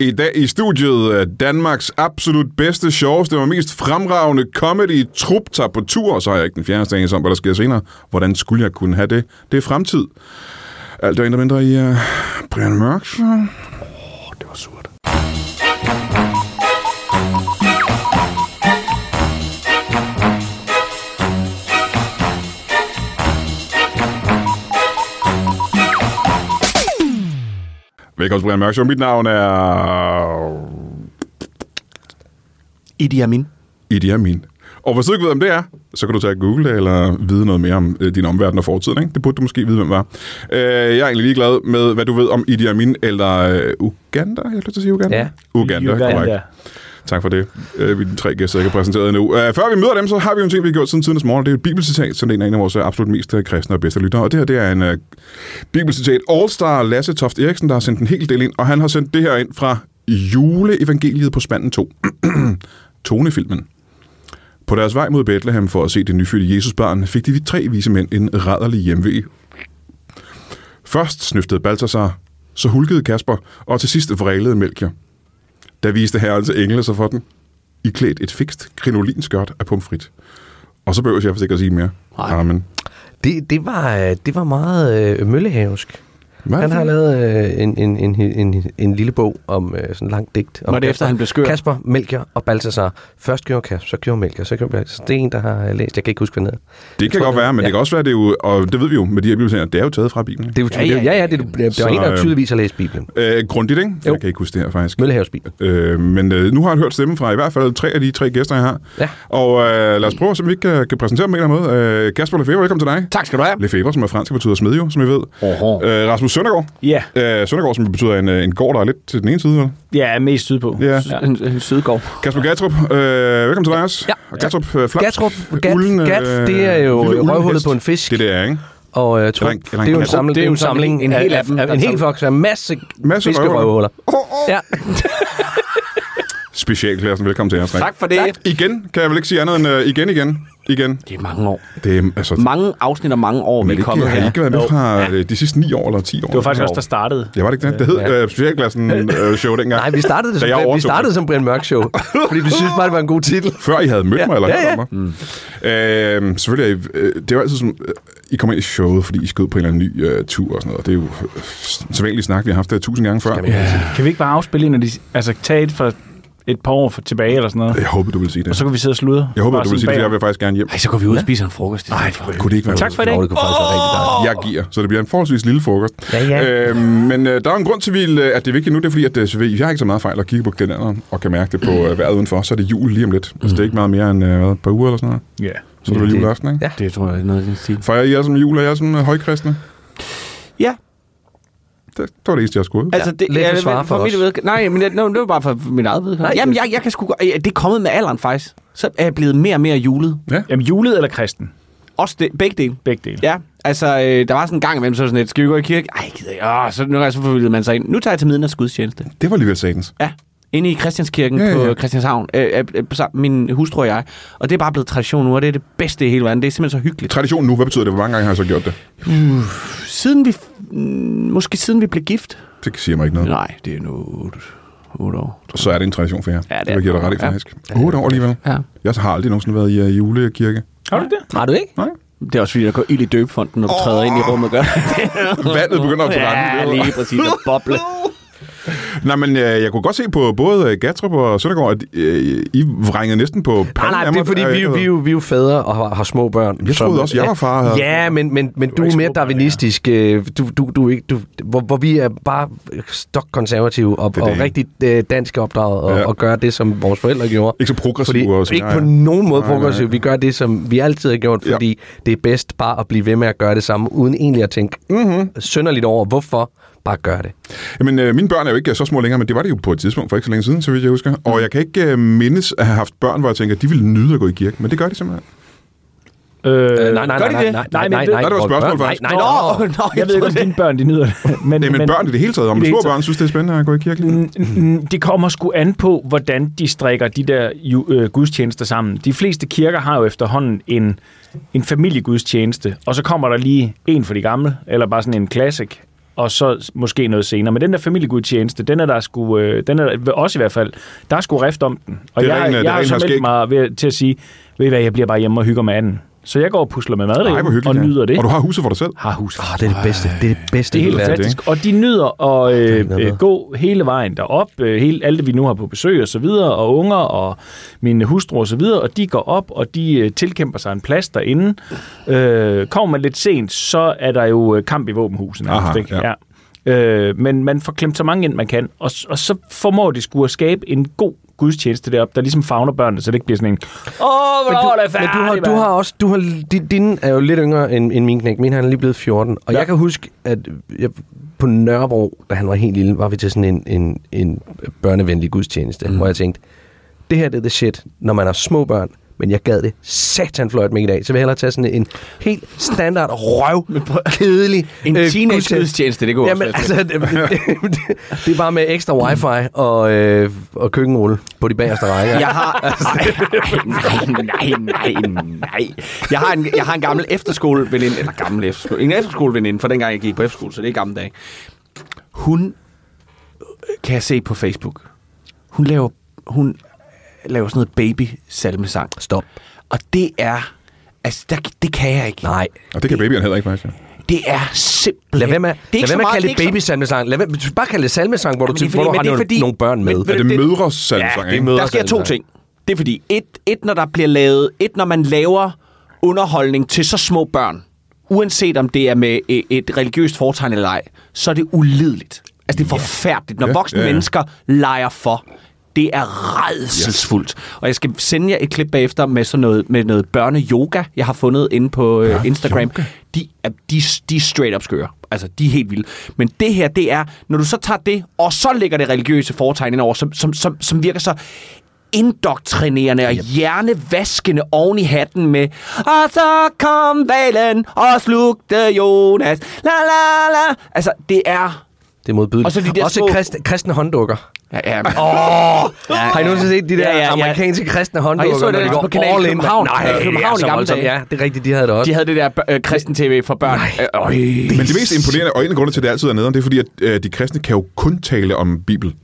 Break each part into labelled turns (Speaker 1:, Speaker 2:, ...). Speaker 1: I dag i studiet øh, Danmarks absolut bedste, sjoveste og mest fremragende comedy trup tager på tur, og så har jeg ikke den fjerneste anelse om, hvad der sker senere. Hvordan skulle jeg kunne have det? Det er fremtid. Alt det og intet mindre i uh, Brian Mørk. Åh, oh, det var surt. Velkommen til Brian Mørk Show. Mit navn er...
Speaker 2: Idi Amin.
Speaker 1: Idi Amin. Og hvis du ikke ved, om det er, så kan du tage og Google det, eller vide noget mere om øh, din omverden og fortiden. Ikke? Det burde du måske vide, hvem var. Øh, jeg er egentlig ligeglad med, hvad du ved om Idi Amin eller øh, Uganda. Jeg har lyst til at sige Uganda.
Speaker 3: Ja.
Speaker 1: Uganda, Uganda. korrekt. Tak for det. Øh, vi er de tre gæster, jeg ikke har præsenteret endnu. Øh, før vi møder dem, så har vi jo en ting, vi har gjort siden tidens morgen. og Det er jo et bibelcitat, som det er en af vores øh, absolut mest øh, kristne og bedste lyttere. Og det her, det er en øh, bibelcitat. All-star Lasse Toft Eriksen, der har sendt en hel del ind, og han har sendt det her ind fra Juleevangeliet på spanden 2. Tonefilmen. På deres vej mod Bethlehem for at se det nyfødte Jesusbarn, fik de tre vise mænd en rædderlig hjemvej. Først snøftede Balthasar, så hulkede Kasper, og til sidst vrælede Melchior. Der viste herrens engle sig for den, i klædt et fikst krinolinskørt af pomfrit. Og så behøver jeg faktisk ikke at sige mere.
Speaker 2: Nej.
Speaker 1: Amen.
Speaker 3: Det, det, var, øh, det var meget øh, møllehavsk.
Speaker 1: Hvad
Speaker 3: Han
Speaker 1: for-
Speaker 3: har lavet øh, en, en, en, en, en lille bog om øh, sådan en lang digt. Om
Speaker 2: Var det efter, han blev skør?
Speaker 3: Kasper, Melchior og Balthasar. Først gjorde Kasper, så gjorde Melchior, så gjorde Balthasar. Det er en, der har øh, læst. Jeg kan ikke huske, hvad den hedder.
Speaker 1: Det kan
Speaker 3: tror,
Speaker 1: godt
Speaker 3: det-
Speaker 1: være, men ja. det
Speaker 3: ja.
Speaker 1: kan også være, det er jo, og det ved vi jo med de her bibelsager, det er jo taget fra Bibelen.
Speaker 3: Det, ja, ja, ja, ja, det, det, det
Speaker 1: Så,
Speaker 3: var en, der
Speaker 1: øh,
Speaker 3: tydeligvis har læst Bibelen.
Speaker 1: Øh, grundigt, ikke?
Speaker 3: Jo.
Speaker 1: Jeg kan ikke huske det her, faktisk.
Speaker 3: Møllehavsbibelen.
Speaker 1: Øh, men øh, nu har jeg hørt stemmen fra i hvert fald tre af de tre gæster, jeg har.
Speaker 3: Ja.
Speaker 1: Og øh, lad os prøve at se, om vi ikke kan, kan præsentere dem på en eller anden måde. Øh, Kasper Lefebvre, velkommen til dig.
Speaker 2: Tak skal du have.
Speaker 1: Lefebvre, som er fransk, betyder smed jo, som I ved.
Speaker 2: Oho.
Speaker 1: Øh, Rasmus Søndergaard.
Speaker 4: Ja,
Speaker 1: Øh, Søndergaard, som betyder en, øh, en gård, der er lidt til den ene side. Eller?
Speaker 4: ja mest sydpå.
Speaker 1: Ja.
Speaker 4: S- En, en sydgård.
Speaker 1: Kasper Gatrup, øh, velkommen til dig også.
Speaker 3: Ja.
Speaker 1: Og Gatrup, øh, Flak,
Speaker 3: Gatrup, Gat,
Speaker 1: ulden, øh,
Speaker 3: Gat, det er jo
Speaker 1: lille ulden
Speaker 3: røvhullet
Speaker 1: hest.
Speaker 3: på en fisk.
Speaker 1: Det er det er, ikke?
Speaker 3: Og øh, Trump,
Speaker 1: Lang-
Speaker 3: det
Speaker 1: lang
Speaker 3: er jo en
Speaker 1: kat.
Speaker 3: samling, det er jo en samling en
Speaker 4: en hel
Speaker 3: hel,
Speaker 4: af dem,
Speaker 3: af,
Speaker 4: der
Speaker 3: en hel
Speaker 4: samler-
Speaker 3: flok, så en masse,
Speaker 1: Masse
Speaker 3: masse fiskerøvhuller. Ja,
Speaker 1: Specialklassen, velkommen til jer. tre.
Speaker 4: Tak for det. Tak.
Speaker 1: Igen, kan jeg vel ikke sige andet end øh, igen, igen, igen.
Speaker 2: Det er mange år.
Speaker 1: Det er, altså,
Speaker 2: Mange afsnit og mange år, vi
Speaker 1: men
Speaker 2: er
Speaker 1: det
Speaker 2: kommet
Speaker 1: kan, har I
Speaker 2: her.
Speaker 1: ikke været med fra øh, de sidste ni år eller ti år.
Speaker 4: Det var faktisk også, der startede.
Speaker 1: Ja, var det ikke det? Det hed
Speaker 3: Ja.
Speaker 1: øh, Specialklassen øh, show dengang.
Speaker 3: nej, vi startede det
Speaker 1: Da jeg
Speaker 3: som, vi
Speaker 1: overtog
Speaker 3: startede som Brian Mørk Show, fordi vi synes bare, det var en god titel.
Speaker 1: Før I havde mødt
Speaker 3: Ja,
Speaker 1: mig, eller
Speaker 3: ja,
Speaker 1: hørt
Speaker 3: ja. Mm.
Speaker 1: om mig. Øh, selvfølgelig, er I, øh, det er jo altid som, øh, I kommer ind i showet, fordi I skal ud på en eller anden ny øh, tur og sådan noget. Det er jo øh, sædvanlig snak, vi har haft det tusind gange før.
Speaker 4: Kan vi ikke bare afspille en af de... Altså, tage et for et par år for tilbage eller sådan noget?
Speaker 1: Jeg håber, du vil sige
Speaker 4: Og
Speaker 1: det.
Speaker 4: så kan vi sidde og sludre.
Speaker 1: Jeg håber,
Speaker 4: Bare
Speaker 1: du vil sige det, for
Speaker 4: sådan
Speaker 1: jeg
Speaker 4: bagom.
Speaker 1: vil faktisk gerne hjem.
Speaker 2: Ej, så går vi ud og spiser en frokost. Nej,
Speaker 1: Kunne det ikke være
Speaker 4: Tak for i dag.
Speaker 3: Jo, det kunne faktisk være rigtig dejligt.
Speaker 1: Jeg giver, så det bliver en forholdsvis lille frokost.
Speaker 3: Ja, ja.
Speaker 1: Øhm, men øh, der er jo en grund til, at vi, øh, at det er vigtigt nu, det er fordi, at øh, så ved I, jeg har ikke så meget fejl at kigge på kalenderen og kan mærke det på øh, vejret udenfor, så er det jul lige om lidt. Mm. Så det er ikke meget mere end øh, hvad, et par uger eller sådan noget.
Speaker 4: Ja.
Speaker 1: Så er det
Speaker 2: Ja, det-
Speaker 1: juleaften, ikke?
Speaker 3: ja.
Speaker 2: Det tror jeg er noget af din stil.
Speaker 1: Fejrer I jer som jul, og jeg som øh, højkristne?
Speaker 2: Ja,
Speaker 1: Det, det var det eneste, jeg skulle.
Speaker 2: altså det,
Speaker 3: Let at svare
Speaker 2: men
Speaker 3: for
Speaker 2: mit
Speaker 3: os.
Speaker 2: Ved, nej, men det, no, det var bare for mit eget vedkommende.
Speaker 3: Nej,
Speaker 2: Jamen,
Speaker 3: det-
Speaker 2: jeg, jeg kan sgu, godt- ja, det er kommet med alderen faktisk. Så er jeg blevet mere og mere julet.
Speaker 4: Jamen, julet eller kristen?
Speaker 2: Også det, begge dele.
Speaker 4: Begge dele.
Speaker 2: Ja, altså, øh, der var sådan en gang imellem, så var sådan lidt, skal vi gå i kirke? Ej, gider jeg. Åh, så, nogle gange, så forvildede man sig ind. Nu tager jeg til midnatsgudstjeneste.
Speaker 1: Det var alligevel satans.
Speaker 2: Ja, inde i Christianskirken
Speaker 1: Ja,
Speaker 2: ja,
Speaker 1: ja,
Speaker 2: på
Speaker 1: ja.
Speaker 2: Christianshavn. Øh, øh, øh, sammen- min hustru og jeg. Og det er bare blevet tradition nu, og det er det bedste i hele verden. Det er simpelthen så hyggeligt.
Speaker 1: Tradition nu, hvad betyder det? Hvor mange gange har jeg så gjort det?
Speaker 2: Siden vi... f- mm, Måske siden vi blev gift?
Speaker 1: Det siger mig ikke noget.
Speaker 2: Nej, det er nu 8, 8 år.
Speaker 1: Så er det en tradition for jer.
Speaker 2: Ja, det
Speaker 1: det
Speaker 2: er
Speaker 1: vil jeg give dig
Speaker 2: det.
Speaker 1: ret i,
Speaker 2: Ja.
Speaker 1: faktisk. Otte år alligevel.
Speaker 2: Ja.
Speaker 1: Jeg har aldrig nogensinde været i øh, julekirke.
Speaker 4: Har du det?
Speaker 3: Har du ikke?
Speaker 2: Det er også fordi, der går ild i døbefonden, når du oh. træder ind i rummet. Gør.
Speaker 1: Vandet begynder at brænde. det
Speaker 2: ja,
Speaker 1: var-
Speaker 2: lige præcis. Og boble.
Speaker 1: Nej, men øh, jeg kunne godt se på både øh, Gatrup og Søndergaard, at øh, I vrængede næsten på
Speaker 3: Nej,
Speaker 1: panden
Speaker 3: nej,
Speaker 1: af
Speaker 3: det er
Speaker 1: mig,
Speaker 3: fordi,
Speaker 1: øh,
Speaker 3: vi,
Speaker 1: jeg
Speaker 3: vi,
Speaker 1: ved.
Speaker 3: vi, vi er jo fædre og har, har små børn.
Speaker 1: Jeg troede også, jeg var far, havde-
Speaker 3: Ja, men, men, men du er
Speaker 4: ikke
Speaker 3: mere
Speaker 4: små børn, ja.
Speaker 3: darwinistisk. øh, Du, du, du, er ikke, du, hvor, hvor vi er bare stok konservative og,
Speaker 1: er
Speaker 3: og
Speaker 1: det.
Speaker 3: rigtig øh, dansk opdraget og,
Speaker 1: Ja.
Speaker 3: ja. og gør det, som vores forældre gjorde.
Speaker 1: Ikke så progressive
Speaker 3: Fordi,
Speaker 1: og sådan,
Speaker 3: ikke
Speaker 1: ja, ja.
Speaker 3: på nogen måde
Speaker 1: Nej, nej,
Speaker 3: progressive.
Speaker 1: nej.
Speaker 3: Vi gør det, som vi altid har gjort,
Speaker 1: Ja.
Speaker 3: fordi det er bedst bare at blive ved med at gøre det samme, uden egentlig at tænke mm-hmm. sønderligt over, hvorfor bare gør det.
Speaker 1: Jamen, øh, mine børn er jo ikke øh, så små længere, men det var det jo på et tidspunkt for ikke så længe siden, så vidt jeg husker. Og jeg kan ikke øh, mindes at have haft børn, hvor jeg tænker, at de ville nyde at gå i kirke, men det gør de simpelthen.
Speaker 4: Øh,
Speaker 3: Øh, nej, nej,
Speaker 4: gør
Speaker 3: nej,
Speaker 4: de
Speaker 3: nej, nej, nej,
Speaker 4: det? nej, men
Speaker 3: nej, nej,
Speaker 4: det-
Speaker 1: Nej, det var et
Speaker 3: vores
Speaker 1: spørgsmål,
Speaker 3: børn.
Speaker 1: faktisk.
Speaker 3: Nej,
Speaker 2: Nå,
Speaker 3: nej, nej.
Speaker 2: nå,
Speaker 4: Jeg ved ikke, om dine børn, de nyder det. Men,
Speaker 1: Nej, men, børn i det hele taget, om
Speaker 4: I det
Speaker 1: små
Speaker 4: hele
Speaker 1: børn synes, det er spændende at gå i kirke.
Speaker 4: Mm, Det kommer sgu an på, hvordan de strikker de der ju- øh, gudstjenester sammen. De fleste kirker har jo efterhånden en, en familiegudstjeneste, og så kommer der lige en for de gamle, eller bare sådan en classic, og så måske noget senere. Men den der familiegudtjeneste, den er der sgu, øh, den er der, også i hvert fald, der er sgu rift om den. Og
Speaker 1: Det er
Speaker 4: jeg,
Speaker 1: ren, øh,
Speaker 4: jeg,
Speaker 1: det er
Speaker 4: har
Speaker 1: ren
Speaker 4: så
Speaker 1: herskæg.
Speaker 4: meldt mig ved, til at sige, ved I hvad, jeg bliver bare hjemme og hygger med anden. Så jeg går og pusler med mad
Speaker 1: Ej, hvor
Speaker 4: derhjemme
Speaker 1: hyggeligt.
Speaker 4: og
Speaker 1: ja.
Speaker 4: nyder det.
Speaker 1: Og du har huset for dig selv.
Speaker 4: har hus.
Speaker 3: Oh, det er det bedste. Det er det bedste.
Speaker 4: Det er
Speaker 3: i
Speaker 4: helt
Speaker 3: verden.
Speaker 4: fantastisk. Og de nyder at
Speaker 3: er
Speaker 4: øh,
Speaker 3: ikke noget
Speaker 4: øh,
Speaker 3: bedre.
Speaker 4: gå hele vejen derop. Øh, hele, alt det, vi nu har på besøg og så videre, og unger og min hustru og så videre. Og de går op, og de øh, tilkæmper sig en plads derinde. Øh, kommer man lidt sent, så er der jo øh, kamp i våbenhuset. nærmest,
Speaker 1: Aha,
Speaker 4: ikke?
Speaker 1: ja.
Speaker 4: Øh, men man får klemt så mange ind, man kan. Og, s- og så formår de skulle at skabe en god gudstjeneste deroppe, der ligesom fagner børnene, så det ikke bliver sådan en... Åh, hvornår er det
Speaker 3: men
Speaker 4: færdigt,
Speaker 3: du har, du
Speaker 4: mand?"
Speaker 3: har også, du har, din, din er jo lidt yngre end, end min knæk. Min han er lige blevet 14. Og
Speaker 4: Ja.
Speaker 3: ja. jeg kan huske, at jeg, på Nørrebro, da han var helt lille, var vi til sådan en, en, en børnevenlig gudstjeneste,
Speaker 2: Mhm.
Speaker 3: mm. hvor jeg tænkte, det her det er the shit, når man har små børn, men jeg gad det satan fløjt med i dag. Så vil jeg hellere tage sådan en helt standard røv, kedelig
Speaker 2: En
Speaker 3: øh,
Speaker 2: teenage-gudstjeneste, det kunne
Speaker 3: Jamen,
Speaker 2: også
Speaker 3: altså, det, det, det, det er bare med ekstra wifi og, øh, og køkkenrulle på de bagerste rækker.
Speaker 2: Jeg har...
Speaker 3: Altså.
Speaker 2: Nej, nej, nej, nej. Jeg har en, jeg har en gammel efterskoleveninde, eller gammel efterskole, en efterskoleveninde fra dengang, jeg gik på efterskole, så det er gamle dage. Hun øh, kan jeg se på Facebook. Hun laver, hun laver sådan noget baby-salmesang.
Speaker 3: Stop.
Speaker 2: Og det er... Altså, der, det kan jeg ikke.
Speaker 3: Nej.
Speaker 1: Og det kan babyerne heller ikke, faktisk. ja.
Speaker 2: Det er simpelthen...
Speaker 3: Lad være med,
Speaker 2: det er ikke
Speaker 3: lad
Speaker 2: så
Speaker 3: være med at
Speaker 2: meget-
Speaker 3: kalde
Speaker 2: det
Speaker 3: det
Speaker 2: er ikke så-
Speaker 3: babysalmesang. Lad være, du skal bare kalde det salmesang, hvor du,
Speaker 2: Jamen, det er
Speaker 3: til, hvor
Speaker 2: fordi- men
Speaker 3: du har
Speaker 2: det er
Speaker 3: nogle,
Speaker 2: fordi-
Speaker 3: nogle børn med.
Speaker 2: men-
Speaker 1: Er
Speaker 2: men-
Speaker 1: det
Speaker 2: det-
Speaker 1: mødres salmsang,
Speaker 3: det er
Speaker 1: ikke?
Speaker 3: mødre-
Speaker 2: Der sker to
Speaker 3: altså.
Speaker 2: ting. Det er fordi, et, et når der bliver lavet, et når man laver underholdning til så små børn, uanset om det er med et, et religiøst foretegn eller ej, så er det ulideligt. Altså, det er forfærdeligt, når
Speaker 1: Ja,
Speaker 2: voksne
Speaker 1: ja,
Speaker 2: ja,
Speaker 1: ja.
Speaker 2: mennesker leger for. Det er redselsfuldt. Og jeg skal sende jer et klip bagefter med sådan noget, med noget børne-yoga, jeg har fundet inde på øh, Instagram. De er, de, de er straight up skøre. Altså, de er helt vilde. Men det her, det er, når du så tager det, og så lægger det religiøse foretegn ind over, som, som, som, som virker så indoktrinerende og hjernevaskende oven i hatten med Og så kom valen og slugte Jonas. La la la. Altså, det er...
Speaker 3: Det er modbydeligt.
Speaker 2: Og så de der
Speaker 3: Også
Speaker 2: små-
Speaker 3: krist, kristne hånddukker.
Speaker 2: Ja, ja. Oh, ja, ja.
Speaker 3: Har I nogensinde set de der
Speaker 2: Ja, ja, ja.
Speaker 3: amerikanske kristne
Speaker 2: Og jeg
Speaker 3: hånddukker,
Speaker 2: så
Speaker 3: når
Speaker 2: det
Speaker 3: de
Speaker 2: også
Speaker 3: går
Speaker 2: på Kanal
Speaker 3: all in?
Speaker 2: København.
Speaker 3: Nej, det er
Speaker 2: København i
Speaker 3: så
Speaker 2: gamle
Speaker 3: voldsomt.
Speaker 2: dage.
Speaker 3: Ja, det er rigtigt, de havde det også.
Speaker 2: De havde det der øh, kristen tv for børn. Øh, øj.
Speaker 1: Men det mest imponerende, og en af grundene til, at det altid er nederen, det er fordi, at øh, de kristne kan jo kun tale om Bibel.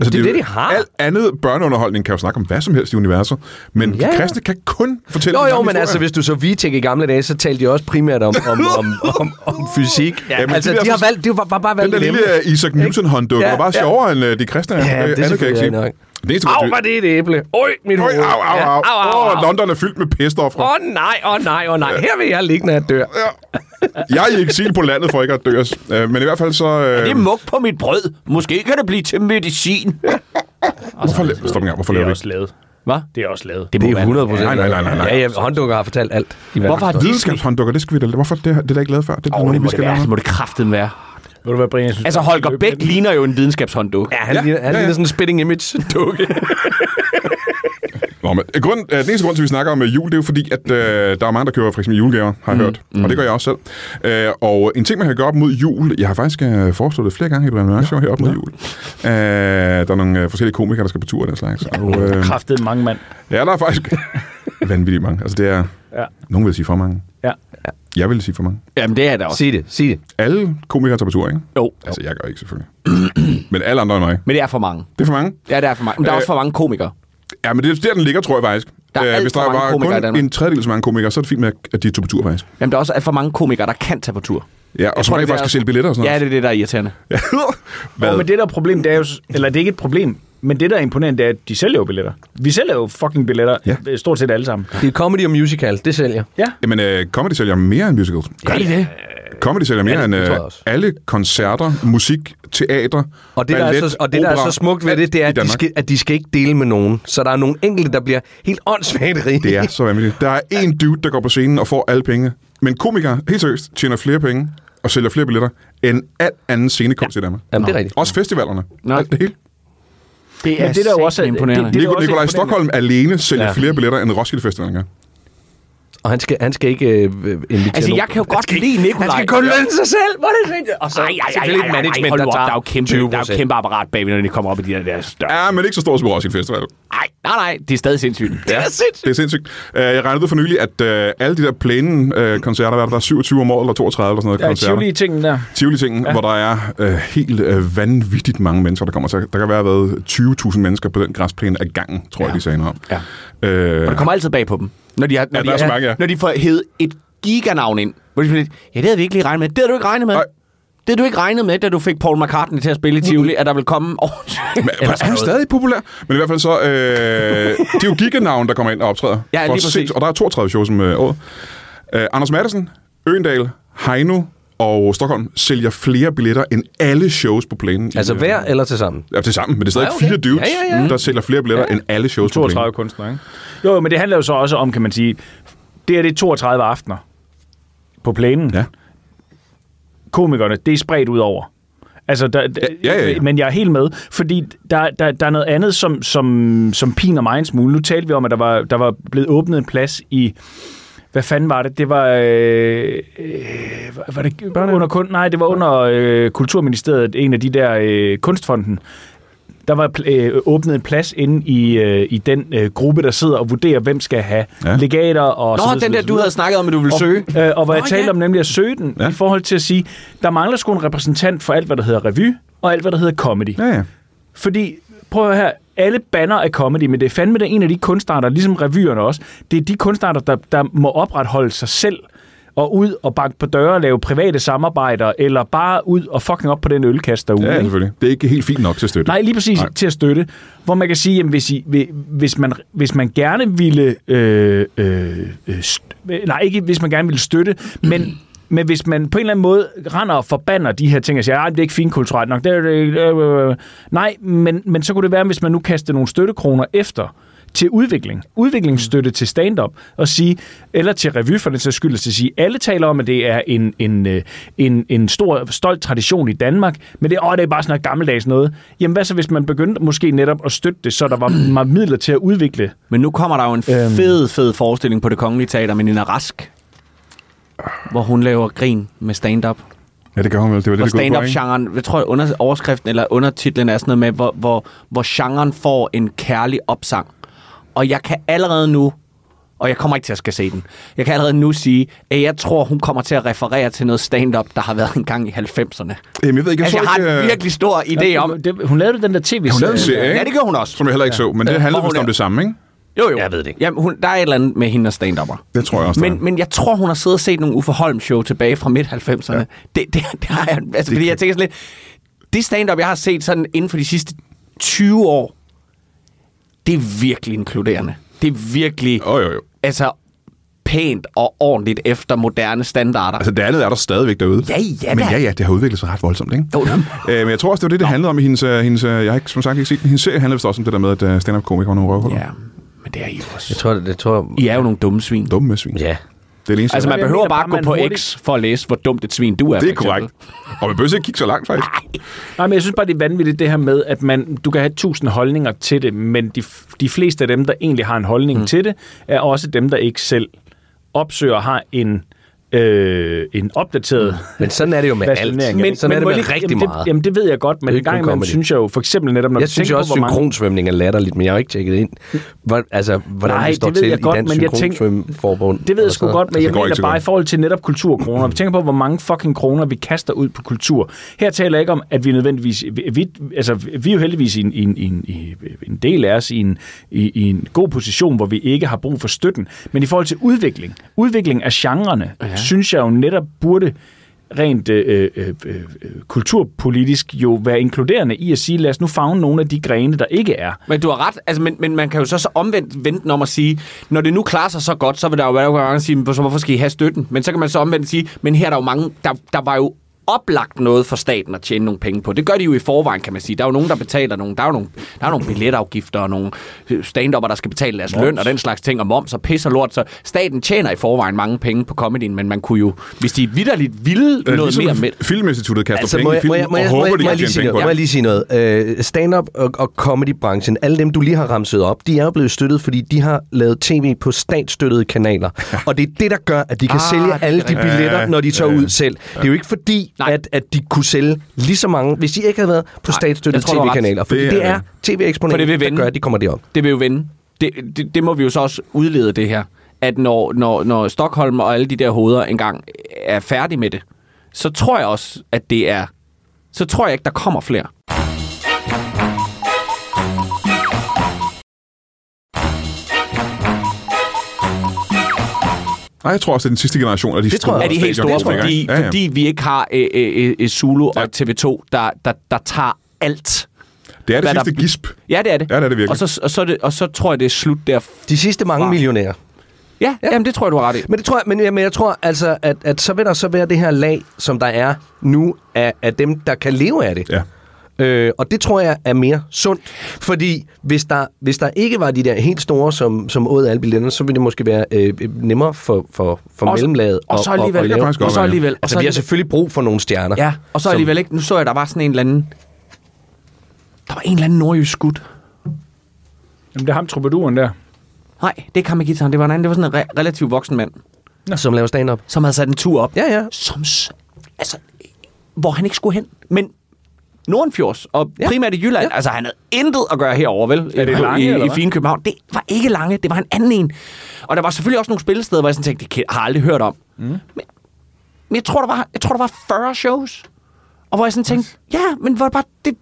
Speaker 1: Altså,
Speaker 3: er
Speaker 1: jo-
Speaker 3: det, de har.
Speaker 1: Alt andet børneunderholdning kan jo snakke om hvad som helst i universet, men ja.
Speaker 3: Ja,
Speaker 1: de
Speaker 3: ja.
Speaker 1: kristne kan kun fortælle
Speaker 3: Jo,
Speaker 1: den
Speaker 3: jo,
Speaker 1: gamle
Speaker 3: men altså,
Speaker 1: historie.
Speaker 3: hvis du så Vitek i gamle dage, så talte de også primært om, om, om, om, om fysik.
Speaker 1: Ja, men
Speaker 3: altså,
Speaker 1: de der
Speaker 3: de har
Speaker 1: for-
Speaker 3: valgt, det var, var bare
Speaker 1: Den
Speaker 3: valgt
Speaker 1: der
Speaker 3: det nemme.
Speaker 1: lille øh, Isaac Newton-hånddukke
Speaker 3: Ja,
Speaker 1: var bare
Speaker 3: ja.
Speaker 1: sjovere end øh, de kristne.
Speaker 3: Ja, det er
Speaker 1: andet kan jeg ikke
Speaker 3: selvfølgelig
Speaker 1: sige.
Speaker 3: nok.
Speaker 1: Det eneste,
Speaker 3: Au,
Speaker 1: var
Speaker 3: var det et æble. Øj, mit
Speaker 1: Au,
Speaker 3: hoved.
Speaker 1: au, au,
Speaker 3: Ja,
Speaker 1: au.
Speaker 3: au, au.
Speaker 1: Åh, London er fyldt med pestoffere.
Speaker 3: Åh oh, nej, åh oh, nej, åh oh, nej. Her vil jeg ligge, når jeg dør.
Speaker 1: Ja. Jeg er i eksil på landet for ikke at dø os. Øh, Men i hvert fald så...
Speaker 2: Det
Speaker 1: Øh,
Speaker 2: er mug på mit brød. Måske kan det blive til medicin.
Speaker 1: hvorfor, la- stop en gang, hvorfor
Speaker 4: Det
Speaker 1: laver
Speaker 4: er
Speaker 1: du
Speaker 4: også
Speaker 1: ikke?
Speaker 4: lavet.
Speaker 2: Hvad?
Speaker 4: Det er også lavet.
Speaker 3: Det er 100 procent.
Speaker 1: Nej, nej, nej, nej, nej.
Speaker 3: Ja, ja, hånddukker har fortalt alt. I verden.
Speaker 2: Hvorfor har de ikke...
Speaker 1: Videnskabshånddukker, det skal vi da... Hvorfor det, det er da ikke lavet før? Det er
Speaker 2: Oh,
Speaker 1: noget,
Speaker 2: det
Speaker 1: vi
Speaker 2: må det,
Speaker 1: skal
Speaker 2: være.
Speaker 1: lave.
Speaker 2: det må det kraften være.
Speaker 4: Ved du hvad, Brian? Jeg synes,
Speaker 2: Altså,
Speaker 4: du skal
Speaker 2: Holger
Speaker 4: løbe
Speaker 2: Bæk
Speaker 4: med den.
Speaker 2: ligner jo en videnskabshåndduk.
Speaker 3: Ja, han ja, ligner, han
Speaker 1: ja,
Speaker 3: ja,
Speaker 1: ja.
Speaker 3: ligner sådan en spitting image dukke.
Speaker 1: Nå, men øh, grund, øh, den eneste grund til, at vi snakker om øh, jul, det er jo fordi, at øh, der er mange, der køber for eksempel julegaver, har jeg mm. hørt. Og det gør jeg også selv. Øh, og en ting, man kan gøre op mod jul, jeg har faktisk øh, foreslået det flere gange i Brian Mørk Show heroppe mod jul. Øh, der er nogle øh, forskellige komikere, der skal på tur og den slags. Og, øh,
Speaker 4: Kraftede mange mand.
Speaker 1: ja, der er faktisk vanvittigt mange. Altså, det er...
Speaker 4: Ja.
Speaker 1: Nogen vil sige for mange.
Speaker 4: Ja.
Speaker 1: Jeg vil sige for mange.
Speaker 2: Jamen, det er det også.
Speaker 3: sig det, sig det.
Speaker 1: Alle komikere tager på tur, ikke?
Speaker 2: Jo.
Speaker 1: Altså, jeg gør ikke selvfølgelig. men alle andre end mig.
Speaker 2: Men det er for mange.
Speaker 1: Det er for mange.
Speaker 2: Ja, det er for mange. Men der er
Speaker 1: Øh,
Speaker 2: også for mange komikere.
Speaker 1: Ja, men det er der, den ligger, tror jeg faktisk.
Speaker 2: Der er
Speaker 1: Øh,
Speaker 2: alt
Speaker 1: Hvis
Speaker 2: for
Speaker 1: der
Speaker 2: mange
Speaker 1: var
Speaker 2: komikere i
Speaker 1: kun
Speaker 2: Danmark.
Speaker 1: en tredjedel så mange komikere, så er det fint med, at de er på tur, faktisk.
Speaker 2: Jamen, der er også alt for mange komikere, der kan tage på tur.
Speaker 1: Ja, og som
Speaker 2: tror,
Speaker 1: rent
Speaker 2: det er-
Speaker 1: faktisk skal sælge billetter og sådan
Speaker 2: Ja,
Speaker 1: noget.
Speaker 2: det er det, der er irriterende.
Speaker 1: Ja, Hvad?
Speaker 4: Og men det der problem, det er jo... s- Eller det er ikke et problem, men det, der er imponerende, det er, at de sælger jo billetter. Vi sælger jo fucking billetter,
Speaker 1: Ja.
Speaker 4: ja. stort set alle sammen.
Speaker 3: Det er comedy og musical, det sælger.
Speaker 1: Jamen, øh, comedy sælger mere end musicals.
Speaker 2: Gør de det?
Speaker 1: Comedy sælger mere
Speaker 3: det
Speaker 1: end
Speaker 3: tror
Speaker 1: øh,
Speaker 3: jeg også.
Speaker 1: alle koncerter, musik, teater,
Speaker 3: Og det, der er
Speaker 1: ballet,
Speaker 3: så, og det, der er
Speaker 1: opera,
Speaker 3: så smukt ved det, det er,
Speaker 1: alt i
Speaker 3: at de,
Speaker 1: Danmark.
Speaker 3: skal, at de skal ikke dele med nogen. Så der er nogle enkelte, der bliver helt åndssvagt rige.
Speaker 1: Det er så vanvittigt. Der er én dude, der går på scenen og får alle penge. Men komikere, helt seriøst, tjener flere penge og sælger flere billetter end alt anden scenekunst ja. i Danmark.
Speaker 3: Jamen, det er rigtigt.
Speaker 1: Også festivalerne.
Speaker 2: Nå.
Speaker 1: Alt det hele.
Speaker 2: Det
Speaker 4: Men det, der jo også er-
Speaker 2: imponerende.
Speaker 4: det- det-
Speaker 1: Nico,
Speaker 4: også
Speaker 1: Nikolaj
Speaker 4: imponerende.
Speaker 1: Stockholm alene sælger ja.
Speaker 2: Ja.
Speaker 1: flere billetter end Roskilde Festivalen gør.
Speaker 3: Og han skal, han skal ikke øh, invitere
Speaker 2: Altså,
Speaker 3: nogen.
Speaker 2: jeg kan jo
Speaker 3: Han
Speaker 2: godt
Speaker 3: skal ikke-
Speaker 2: lide Nikolaj.
Speaker 3: Han skal kun lønne sig selv. Hvor er det fedt. Og så
Speaker 2: Ej, ej, ej,
Speaker 3: selvfølgelig
Speaker 2: ej,
Speaker 3: et
Speaker 2: ej, ej,
Speaker 3: management,
Speaker 2: hold
Speaker 3: der
Speaker 2: nu op.
Speaker 3: tager
Speaker 2: Der er jo kæmpe, der er jo
Speaker 3: 20%.
Speaker 2: kæmpe apparat bagved, når de kommer op i de der, der større.
Speaker 1: Ja, men ikke så stor som Roskilde Festival.
Speaker 2: Nej, nej, nej, det er stadig sindssygt.
Speaker 3: Det er sindssygt.
Speaker 1: Det er sindssygt. Øh, Jeg regnede ud for nylig, at øh, alle de der plænen-koncerter, hvad er der, der er 27 om året, eller 32 eller sådan noget,
Speaker 4: Der er
Speaker 1: koncerter.
Speaker 4: tivoli tingen der.
Speaker 1: Tivoli-tingen, ja. hvor der er øh, helt øh, vanvittigt mange mennesker, der kommer. Så der kan være været 20.000 mennesker på den græsplæne ad gangen, tror ja. jeg, de sagde noget om.
Speaker 2: Ja.
Speaker 1: Øh,
Speaker 2: Det kommer altid bag på dem. Når de, har, når,
Speaker 1: Ja,
Speaker 2: de,
Speaker 1: der er så
Speaker 2: har-
Speaker 1: mange, ja.
Speaker 2: når de får hed et giganavn ind. Hvor de sådan lidt, ja, det havde vi ikke lige regnet med. Det havde du ikke regnet med.
Speaker 1: Nej.
Speaker 2: Det havde du ikke regnet med, da du fik Paul McCartney til at spille i
Speaker 3: Mm.
Speaker 2: Tivoli, at der vil komme... Oh,
Speaker 1: men er han stadig populær? Men i hvert fald så, øh, det er jo giganavn, der kommer ind og optræder.
Speaker 2: Ja, lige
Speaker 1: For
Speaker 2: præcis.
Speaker 1: sinds- Og der er 32 shows om øh, året. Øh, Anders Madsen, Øendal, Heino og Stockholm sælger flere billetter end alle shows på plænen. i- øh,
Speaker 3: Altså hver eller til sammen?
Speaker 1: Ja, til sammen, men det er stadig
Speaker 3: Ja, okay.
Speaker 1: fire dudes,
Speaker 3: Ja, ja, ja.
Speaker 1: der sælger flere billetter ja. end alle shows på plænen.
Speaker 4: 32 kunstnere, ikke? Jo, men det handler jo så også om, kan man sige, det er det er 32 aftener på plænen.
Speaker 1: Ja.
Speaker 4: Komikerne, det er spredt ud over. Altså, der,
Speaker 1: Ja, ja, ja.
Speaker 4: Men jeg er helt med, fordi der, der, der er noget andet, som, som, som piner mig en smule. Nu talte vi om, at der var, der var blevet åbnet en plads i... Hvad fanden var det? Det var... Øh, øh, var- var det under kun, Nej, det var under øh, Kulturministeriet, en af de der øh, kunstfonden. Der var pl- øh, åbnet en plads inde i, øh, i den øh, gruppe, der sidder og vurderer, hvem skal have
Speaker 1: Ja.
Speaker 4: ja. legater og så
Speaker 2: Nå,
Speaker 4: videre, så
Speaker 2: den der,
Speaker 4: videre, så
Speaker 2: du
Speaker 4: videre.
Speaker 2: havde snakket om, at du ville søge.
Speaker 4: Og, øh, og hvor jeg
Speaker 2: Nå,
Speaker 4: talte
Speaker 2: ja.
Speaker 4: om nemlig at søge den,
Speaker 1: Ja.
Speaker 4: ja. i forhold til at sige, der mangler sgu en repræsentant for alt, hvad der hedder revy, og alt, hvad der hedder comedy.
Speaker 1: Ja, ja.
Speaker 4: Fordi, prøv at høre her, alle banner er comedy, men det er fandme det en af de kunstarter, ligesom revyerne også, det er de kunstarter, der, der må opretholde sig selv, og ud og banke på døre og lave private samarbejder, eller bare ud og fucking op på den ølkast derude.
Speaker 1: Ja,
Speaker 2: Uh.
Speaker 4: ikke?
Speaker 1: selvfølgelig. Det er ikke helt fint nok til at støtte.
Speaker 4: Nej, lige præcis
Speaker 1: Nej.
Speaker 4: Nej. til at støtte. Hvor man kan sige, jamen, hvis, I, hvi- hvis, man, hvis man gerne ville... Øh, øh, øh, st- nej, ikke hvis man gerne ville støtte, men, men hvis man på en eller anden måde render og forbander de her ting og siger, "Ej, det er ikke finkulturelt nok. Det, er- det, er- øh, øh, øh." Nej, men, men så kunne det være, hvis man nu kastede nogle støttekroner efter til udvikling, udviklingsstøtte til stand-up, og sige, eller til revy for den sags skyld, at sige, alle taler om, at det er en, en, øh, en, en stor, stolt tradition i Danmark, men det, åh, det er bare sådan noget gammeldags noget. Jamen hvad så, hvis man begyndte måske netop at støtte det, så der var, var midler til at udvikle?
Speaker 2: Men nu kommer der jo en
Speaker 4: Øhm.
Speaker 2: fed, fed forestilling på det kongelige teater med Nina Rask. Hvor hun laver grin med stand-up.
Speaker 1: Ja, det gør hun vel. Det var det,
Speaker 2: Hvor
Speaker 1: det gik ud på, ikke?
Speaker 2: stand-up-genren, jeg tror, under, overskriften eller undertitlen er sådan noget med, hvor, hvor, hvor genren får en kærlig opsang. Og jeg kan allerede nu, og jeg kommer ikke til at skal se den, jeg kan allerede nu sige, at jeg tror, hun kommer til at referere til noget stand-up, der har været en gang i 90'erne.
Speaker 1: Jamen, jeg ved ikke, jeg
Speaker 2: Altså, jeg
Speaker 1: så
Speaker 2: har
Speaker 1: ikke...
Speaker 2: en
Speaker 1: øh,
Speaker 2: virkelig stor idé om...
Speaker 4: Det, hun lavede den der tv-serie.
Speaker 1: Hun lavede en serie, ikke?
Speaker 2: Ja, det gjorde hun også.
Speaker 1: Som jeg heller ikke så, men det
Speaker 2: Øh,
Speaker 1: handler
Speaker 2: hvor
Speaker 1: vist
Speaker 2: hun
Speaker 1: om
Speaker 2: er-
Speaker 1: det samme, ikke?
Speaker 2: Jo, jo.
Speaker 3: Jeg ved det ikke.
Speaker 2: Jamen, hun, der er et eller andet med hende og stand-upper.
Speaker 1: Det tror jeg også, der er.
Speaker 2: Men, men jeg tror, hun har siddet og set nogle Uffe Holm-show tilbage fra midt-90'erne. Ja. Det, det, det har jeg... Altså, fordi jeg tænker sådan lidt... Det stand-up, jeg har set sådan inden for de sidste 20 år, det er virkelig inkluderende. Det er virkelig...
Speaker 1: Jo, jo, jo.
Speaker 2: Altså, pænt og ordentligt efter moderne standarder.
Speaker 1: Altså, det andet er der stadigvæk derude.
Speaker 2: Ja, ja
Speaker 1: Men
Speaker 2: da.
Speaker 1: ja, ja, det har udviklet sig ret voldsomt, ikke?
Speaker 2: Jo, da.
Speaker 1: Øh, men jeg tror også, det var det, det handlede om i hendes... øh, hendes øh, jeg har ikke, som sagt ikke set den. Hendes serie handlede vist også om det der med, at øh, stand-up-komikere var nogle røvhuller.
Speaker 2: ja, men det er I jo også.
Speaker 3: Jeg tror, det, det tror jeg...
Speaker 2: I er jo nogle dumme svin.
Speaker 1: Dumme med svin.
Speaker 3: Ja.
Speaker 1: Det er det eneste.
Speaker 2: Altså, man
Speaker 1: jeg-
Speaker 4: Jeg
Speaker 2: behøver
Speaker 4: mener
Speaker 2: bare
Speaker 4: bare,
Speaker 2: at gå
Speaker 4: man
Speaker 2: på
Speaker 4: hurtigt-
Speaker 2: X for at læse, hvor dumt et svin du er.
Speaker 1: det er
Speaker 2: for eksempel.
Speaker 1: korrekt. Og man behøver ikke kigge så langt, faktisk.
Speaker 4: Nej, men jeg synes bare, det er vanvittigt det her med, at man, du kan have tusind holdninger til det, men de, de fleste af dem, der egentlig har en holdning mm. til det, er også dem, der ikke selv opsøger og har en, øh, en opdateret...
Speaker 3: Men sådan er det jo med alt.
Speaker 4: versionering af
Speaker 3: Men, sådan
Speaker 4: må
Speaker 3: er det
Speaker 4: jeg
Speaker 3: med
Speaker 4: lige-
Speaker 3: rigtig
Speaker 4: jamen,
Speaker 3: meget.
Speaker 4: Det, jamen, det ved jeg godt, men
Speaker 3: Det er
Speaker 4: en
Speaker 3: ikke
Speaker 4: gang
Speaker 3: kun
Speaker 4: imellem
Speaker 3: comedy.
Speaker 4: synes jeg jo, for eksempel netop, når
Speaker 3: Jeg
Speaker 4: du
Speaker 3: synes
Speaker 4: tænker
Speaker 3: jo
Speaker 4: på,
Speaker 3: også, at
Speaker 4: hvor mange-
Speaker 3: synkronsvømning er latterligt, men jeg har jo ikke tjekket ind, hvor, altså, hvordan
Speaker 4: Nej,
Speaker 3: det står
Speaker 4: det ved
Speaker 3: til
Speaker 4: jeg
Speaker 3: i
Speaker 4: godt,
Speaker 3: Dansk
Speaker 4: men jeg tænker-
Speaker 3: Synkronforbund.
Speaker 4: Det ved jeg sgu godt, men jeg
Speaker 1: Altså, går ikke
Speaker 4: mener
Speaker 1: så
Speaker 4: bare i
Speaker 1: godt.
Speaker 4: forhold til netop kulturkroner. Vi tænker på, hvor mange fucking kroner vi kaster ud på kultur. Her taler jeg ikke om, at vi nødvendigvis... Vi, vi, altså, vi er jo heldigvis i en, i en, i en, i en del af os i en, i, i en god position, hvor vi ikke har brug for støtten. Men i forhold til udvikling, udvikling af genrerne, ja. synes jeg jo netop burde rent øh, øh, øh, øh, kulturpolitisk jo være inkluderende i at sige, lad os nu fagne nogle af de grene, der ikke er.
Speaker 2: Men du har ret, altså, men, men man kan jo så, så omvendt vente den om at sige, når det nu klarer sig så godt, så vil der jo være mange, der siger, "Men så hvorfor skal I have støtten? Men så kan man så omvendt sige, men her er der jo mange, der, der var jo oplagt noget for staten at tjene nogle penge på. Det gør de jo i forvejen, kan man sige. Der er jo nogen, der betaler nogle, der er jo nogle, der er nogle billetafgifter og nogle stand der skal betale deres løn og den slags ting, og moms og pis og lort. Så staten tjener i forvejen mange penge på comedyen, men man kunne jo, hvis de vidderligt ville øh, noget mere med...
Speaker 1: ligesom Filminstituttet kaster
Speaker 3: Altså,
Speaker 1: altså,
Speaker 3: må
Speaker 1: penge i
Speaker 3: jeg, må
Speaker 1: film,
Speaker 3: jeg, må
Speaker 1: og
Speaker 3: jeg, må
Speaker 1: håber,
Speaker 3: jeg,
Speaker 1: de
Speaker 3: må
Speaker 1: kan
Speaker 3: jeg lige
Speaker 1: tjene penge
Speaker 3: sige noget?
Speaker 1: på
Speaker 3: Må jeg
Speaker 1: det.
Speaker 3: lige sige noget? Øh, stand-up og, og comedybranchen, alle dem, du lige har ramset op, de er jo blevet støttet, fordi de har lavet tv på statsstøttede kanaler. Og det er det, der gør, at de kan
Speaker 2: Ah, det
Speaker 3: ah, sælge
Speaker 2: er
Speaker 3: alle de
Speaker 2: rigtigt.
Speaker 3: billetter,
Speaker 1: Ja,
Speaker 3: når de tager
Speaker 1: ja,
Speaker 3: ud selv. Det er jo ikke fordi,
Speaker 2: Nej.
Speaker 3: at, at de kunne sælge lige så mange, hvis de ikke havde været på
Speaker 2: Nej,
Speaker 3: statsstøttede
Speaker 2: jeg tror, du har ret.
Speaker 3: tv-kanaler. Fordi
Speaker 1: Det
Speaker 3: det
Speaker 1: er
Speaker 3: er,
Speaker 1: det.
Speaker 2: For det
Speaker 3: tv-eksponenter,
Speaker 2: vil
Speaker 3: der
Speaker 2: vende.
Speaker 3: gør, at de kommer derop.
Speaker 2: Det vil jo vende. Det, det, det må vi jo så også udlede det her. At når, når, når Stockholm og alle de der hoveder engang er færdige med det, så tror jeg også, at det er... Så tror jeg ikke, der kommer flere.
Speaker 1: Nej, jeg tror også, det er den sidste generation af de
Speaker 3: Det tror
Speaker 1: store
Speaker 3: jeg
Speaker 2: Er de helt
Speaker 1: stadioner,
Speaker 2: store,
Speaker 1: der kommer i
Speaker 2: fordi,
Speaker 1: gang. Ja, ja.
Speaker 2: fordi vi ikke har øh, øh, øh, Zulu og TV2, der, der, der tager alt.
Speaker 1: Det er det
Speaker 2: hvad der-
Speaker 1: sidste gisp.
Speaker 2: Ja, det er det.
Speaker 1: Ja, det er det virkelig.
Speaker 2: Og så, og så, er det, og så tror jeg, det er slut der.
Speaker 3: De sidste mange
Speaker 2: Wow.
Speaker 3: millionærer.
Speaker 2: Ja, ja. Jamen, det tror jeg, du har ret i.
Speaker 3: Men det tror jeg, men, jeg- men jeg tror altså, at, at så vil der så være det her lag, som der er nu, af, af dem, der kan leve af det.
Speaker 1: Ja.
Speaker 3: Øh, og det tror jeg er mere sundt, fordi hvis der, hvis der ikke var de der helt store, som, som åd alle billetterne, så ville det måske være øh, nemmere for, for, for
Speaker 2: Og-
Speaker 3: mellemlaget.
Speaker 2: Og så alligevel.
Speaker 1: kan
Speaker 3: lave.
Speaker 1: faktisk godt
Speaker 2: Og så
Speaker 1: være, ja.
Speaker 2: alligevel. og
Speaker 3: Altså,
Speaker 2: så
Speaker 3: vi har
Speaker 2: alligevel-
Speaker 3: selvfølgelig brug for nogle stjerner.
Speaker 2: Ja, og så
Speaker 3: Som-
Speaker 2: alligevel ikke. Nu så jeg, der var sådan en eller anden... Der var en eller anden nordjysk gut.
Speaker 4: Jamen, det er ham troubaduren der.
Speaker 2: Nej, det er ikke ham med gitaren. Det var en anden. Det var sådan en re- relativt voksen mand,
Speaker 3: Som laver stand-up.
Speaker 2: som havde sat en tur op.
Speaker 3: Ja, ja.
Speaker 2: Som, s- altså, hvor han ikke skulle hen. Men Nordenfjords, og ja.
Speaker 3: Ja.
Speaker 2: primært i Jylland. Ja. Altså, han havde intet at gøre herover vel? Er
Speaker 4: det Lange,
Speaker 2: i,
Speaker 4: eller
Speaker 2: i
Speaker 4: hvad?
Speaker 2: fine København. Det var ikke lange, det var en anden en. Og der var selvfølgelig også nogle spillesteder, hvor jeg sådan tænkte, det kan- har jeg aldrig hørt om. Mm. Men, men jeg, tror, der var, jeg tror, der var 40 shows. Og hvor jeg sådan tænkte, ja, men hvor det bare, det,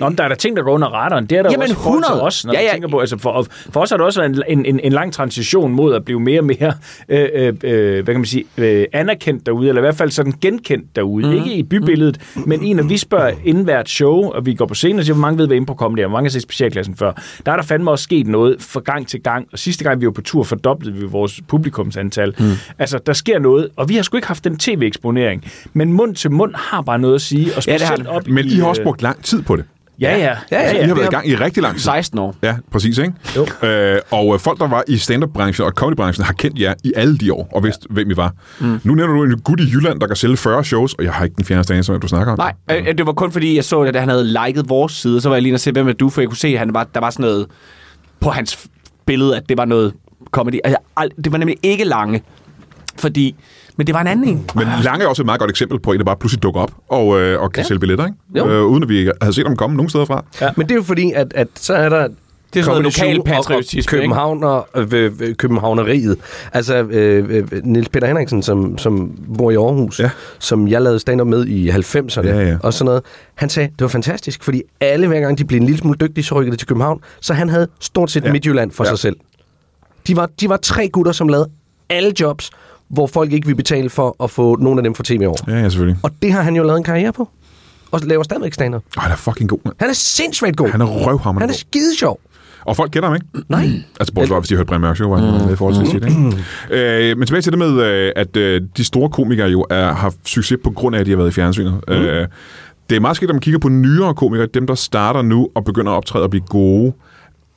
Speaker 4: Nå, men der er der ting, der går under radaren. Det er der
Speaker 2: Jamen,
Speaker 4: Jamen, også i forhold til
Speaker 2: 100.
Speaker 4: os, når
Speaker 2: Ja,
Speaker 4: ja,
Speaker 2: ja.
Speaker 4: ja. tænker på. Altså, for, og for os har det også været en, en, en lang transition mod at blive mere og mere, øh, øh, øh, hvad kan man sige, øh, anerkendt derude, eller i hvert fald sådan genkendt derude.
Speaker 2: Mhm.
Speaker 4: Mm. Ikke i bybilledet, men en, når vi spørger inden hvert show, og vi går på scenen og siger, hvor mange ved, hvad Impro Comedy er, hvor mange har set specialklassen før. Der er der fandme også sket noget fra gang til gang, og sidste gang vi var på tur, fordoblede vi vores publikumsantal.
Speaker 2: Mhm.
Speaker 4: Mm. Altså, der sker noget, og vi har sgu ikke haft den tv-eksponering, men mund til mund har bare noget at sige, og
Speaker 2: Ja, det har
Speaker 4: specielt
Speaker 2: det.
Speaker 4: op
Speaker 1: Men I har
Speaker 4: øh,
Speaker 1: også brugt lang tid på det.
Speaker 4: Ja, ja.
Speaker 3: Ja,
Speaker 1: Altså, I har været i
Speaker 3: det har-
Speaker 1: gang i rigtig lang tid.
Speaker 2: 16 år.
Speaker 1: Ja, præcis, ikke?
Speaker 4: Jo.
Speaker 1: Øh, og øh, folk, der var i stand-up-branchen og comedybranchen, har kendt jer i alle de år, og vidst, hvem I var. Mm. Nu nævner du en gut i Jylland, der kan sælge 40 shows, og jeg har ikke den fjerneste anelse, om hvem du snakker om.
Speaker 2: Nej, øh, det var kun fordi, jeg så, at han havde liket vores side, så var jeg lige inde og se, hvem er du, for jeg kunne se, at han var, der var sådan noget på hans f- billede, at det var noget comedy. Og jeg, ald- det var nemlig ikke lange, fordi... Men det var en anden en.
Speaker 1: Men Lange er også et meget godt eksempel på en, der bare pludselig dukker op og, øh, og kan ja. sælge billetter, ikke?
Speaker 3: Jo.
Speaker 1: Øh, uden at vi havde set ham komme nogen steder fra.
Speaker 4: Ja.
Speaker 3: Men det er jo fordi, at, at så er der
Speaker 2: Det er sådan noget
Speaker 3: Comedy Zoo
Speaker 2: lokal
Speaker 3: og- og
Speaker 2: patriotisme,
Speaker 3: København og øh, øh, øh, Københavneriet. Altså, øh, øh, Niels Peter Henriksen, som, som bor i Aarhus,
Speaker 1: Ja.
Speaker 3: ja. som jeg lavede stand-up med i 90'erne
Speaker 1: Ja, ja.
Speaker 3: og sådan noget, han sagde, det var fantastisk, fordi alle hver gang de blev en lille smule dygtige, så rykkede de til København, så han havde stort set
Speaker 1: Ja.
Speaker 3: ja. Midtjylland for
Speaker 1: Ja.
Speaker 3: ja. sig selv. De var, de var tre gutter, som lavede alle jobs, hvor folk ikke ville betale for at få nogle af dem for tv over.
Speaker 1: Ja, ja, selvfølgelig.
Speaker 3: Og det har han jo lavet en karriere på. Og laver stadigvæk stand -up.
Speaker 1: Åh, han er fucking god, mand.
Speaker 3: Han er sindssygt god.
Speaker 1: Han er røvhammerende
Speaker 3: han er
Speaker 1: god.
Speaker 3: skide sjov.
Speaker 1: Og folk kender ham, ikke?
Speaker 3: Nej.
Speaker 1: Altså, bortset fra, hvis de har hørt Brian Mørk Show, var han med forholdsvis
Speaker 2: Mm.
Speaker 1: tit, ikke? Øh, men tilbage til det med, øh, at øh, de store komikere jo er, har succes på grund af, at de har været i fjernsynet. Mm. Øh, det er meget skidt, når man kigger på nyere komikere, dem der starter nu og begynder at optræde og blive gode.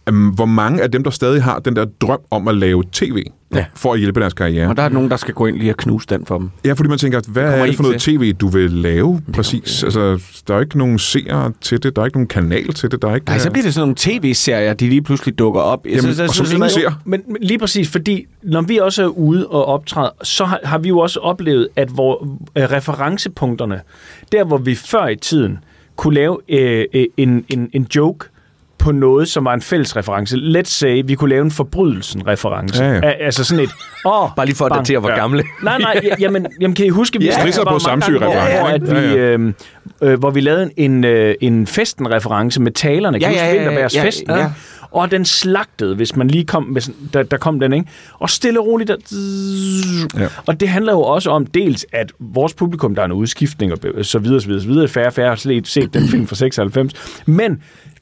Speaker 1: Øhm, Hvor mange af dem, der stadig har den der drøm om at lave tv, ja. for at hjælpe deres karriere?
Speaker 2: Og der er nogen, der skal gå ind lige og knuse den for dem.
Speaker 1: Ja, fordi man tænker, at hvad
Speaker 2: kommer
Speaker 1: er det
Speaker 2: ikke
Speaker 1: for noget tv, du vil lave præcis? Altså, der er jo ikke nogen seere til det, der er ikke nogen kanal til det, der er ikke...
Speaker 2: Nej, så bliver det sådan nogle tv-serier, de lige pludselig dukker op.
Speaker 1: Jamen, og som ingen ser.
Speaker 4: Ligesom Men, men lige præcis, fordi når vi også er ude og optræder, så har, har vi jo også oplevet, at hvor, øh, referencepunkterne, der hvor vi før i tiden kunne lave øh, øh, en, en, en joke på noget, som var en fælles reference. Let's say, vi kunne lave en forbrydelsen-reference.
Speaker 1: Ja, ja.
Speaker 4: Al- Altså sådan et... Åh,
Speaker 3: Bare lige for at
Speaker 4: bang.
Speaker 3: datere, hvor
Speaker 1: Ja.
Speaker 3: gamle.
Speaker 4: Nej, nej, ja- jamen, jamen kan I huske, vi
Speaker 1: Ja. Strisser
Speaker 4: der var
Speaker 1: på
Speaker 4: mange gange, hvor-
Speaker 1: Samsø-reference,
Speaker 4: hvor at
Speaker 1: ikke?
Speaker 4: vi,
Speaker 1: Ja,
Speaker 4: øh, øh, hvor vi lavede en, øh, en festen-reference med talerne. Kan
Speaker 2: Ja,
Speaker 4: ja,
Speaker 2: ja,
Speaker 4: ja,
Speaker 2: ja, ja,
Speaker 4: Vinterbergs
Speaker 2: ja,
Speaker 4: fest?
Speaker 2: ja.
Speaker 4: Og den slagtede, hvis man lige kom med sådan, der, der kom den, ikke? Og stille og roligt der...
Speaker 1: Ja.
Speaker 4: Ja. Og det handler jo også om dels, at vores publikum, der er en udskiftning og be- så videre, så videre, så videre. Færre og færre har slet set den film fra 96. Men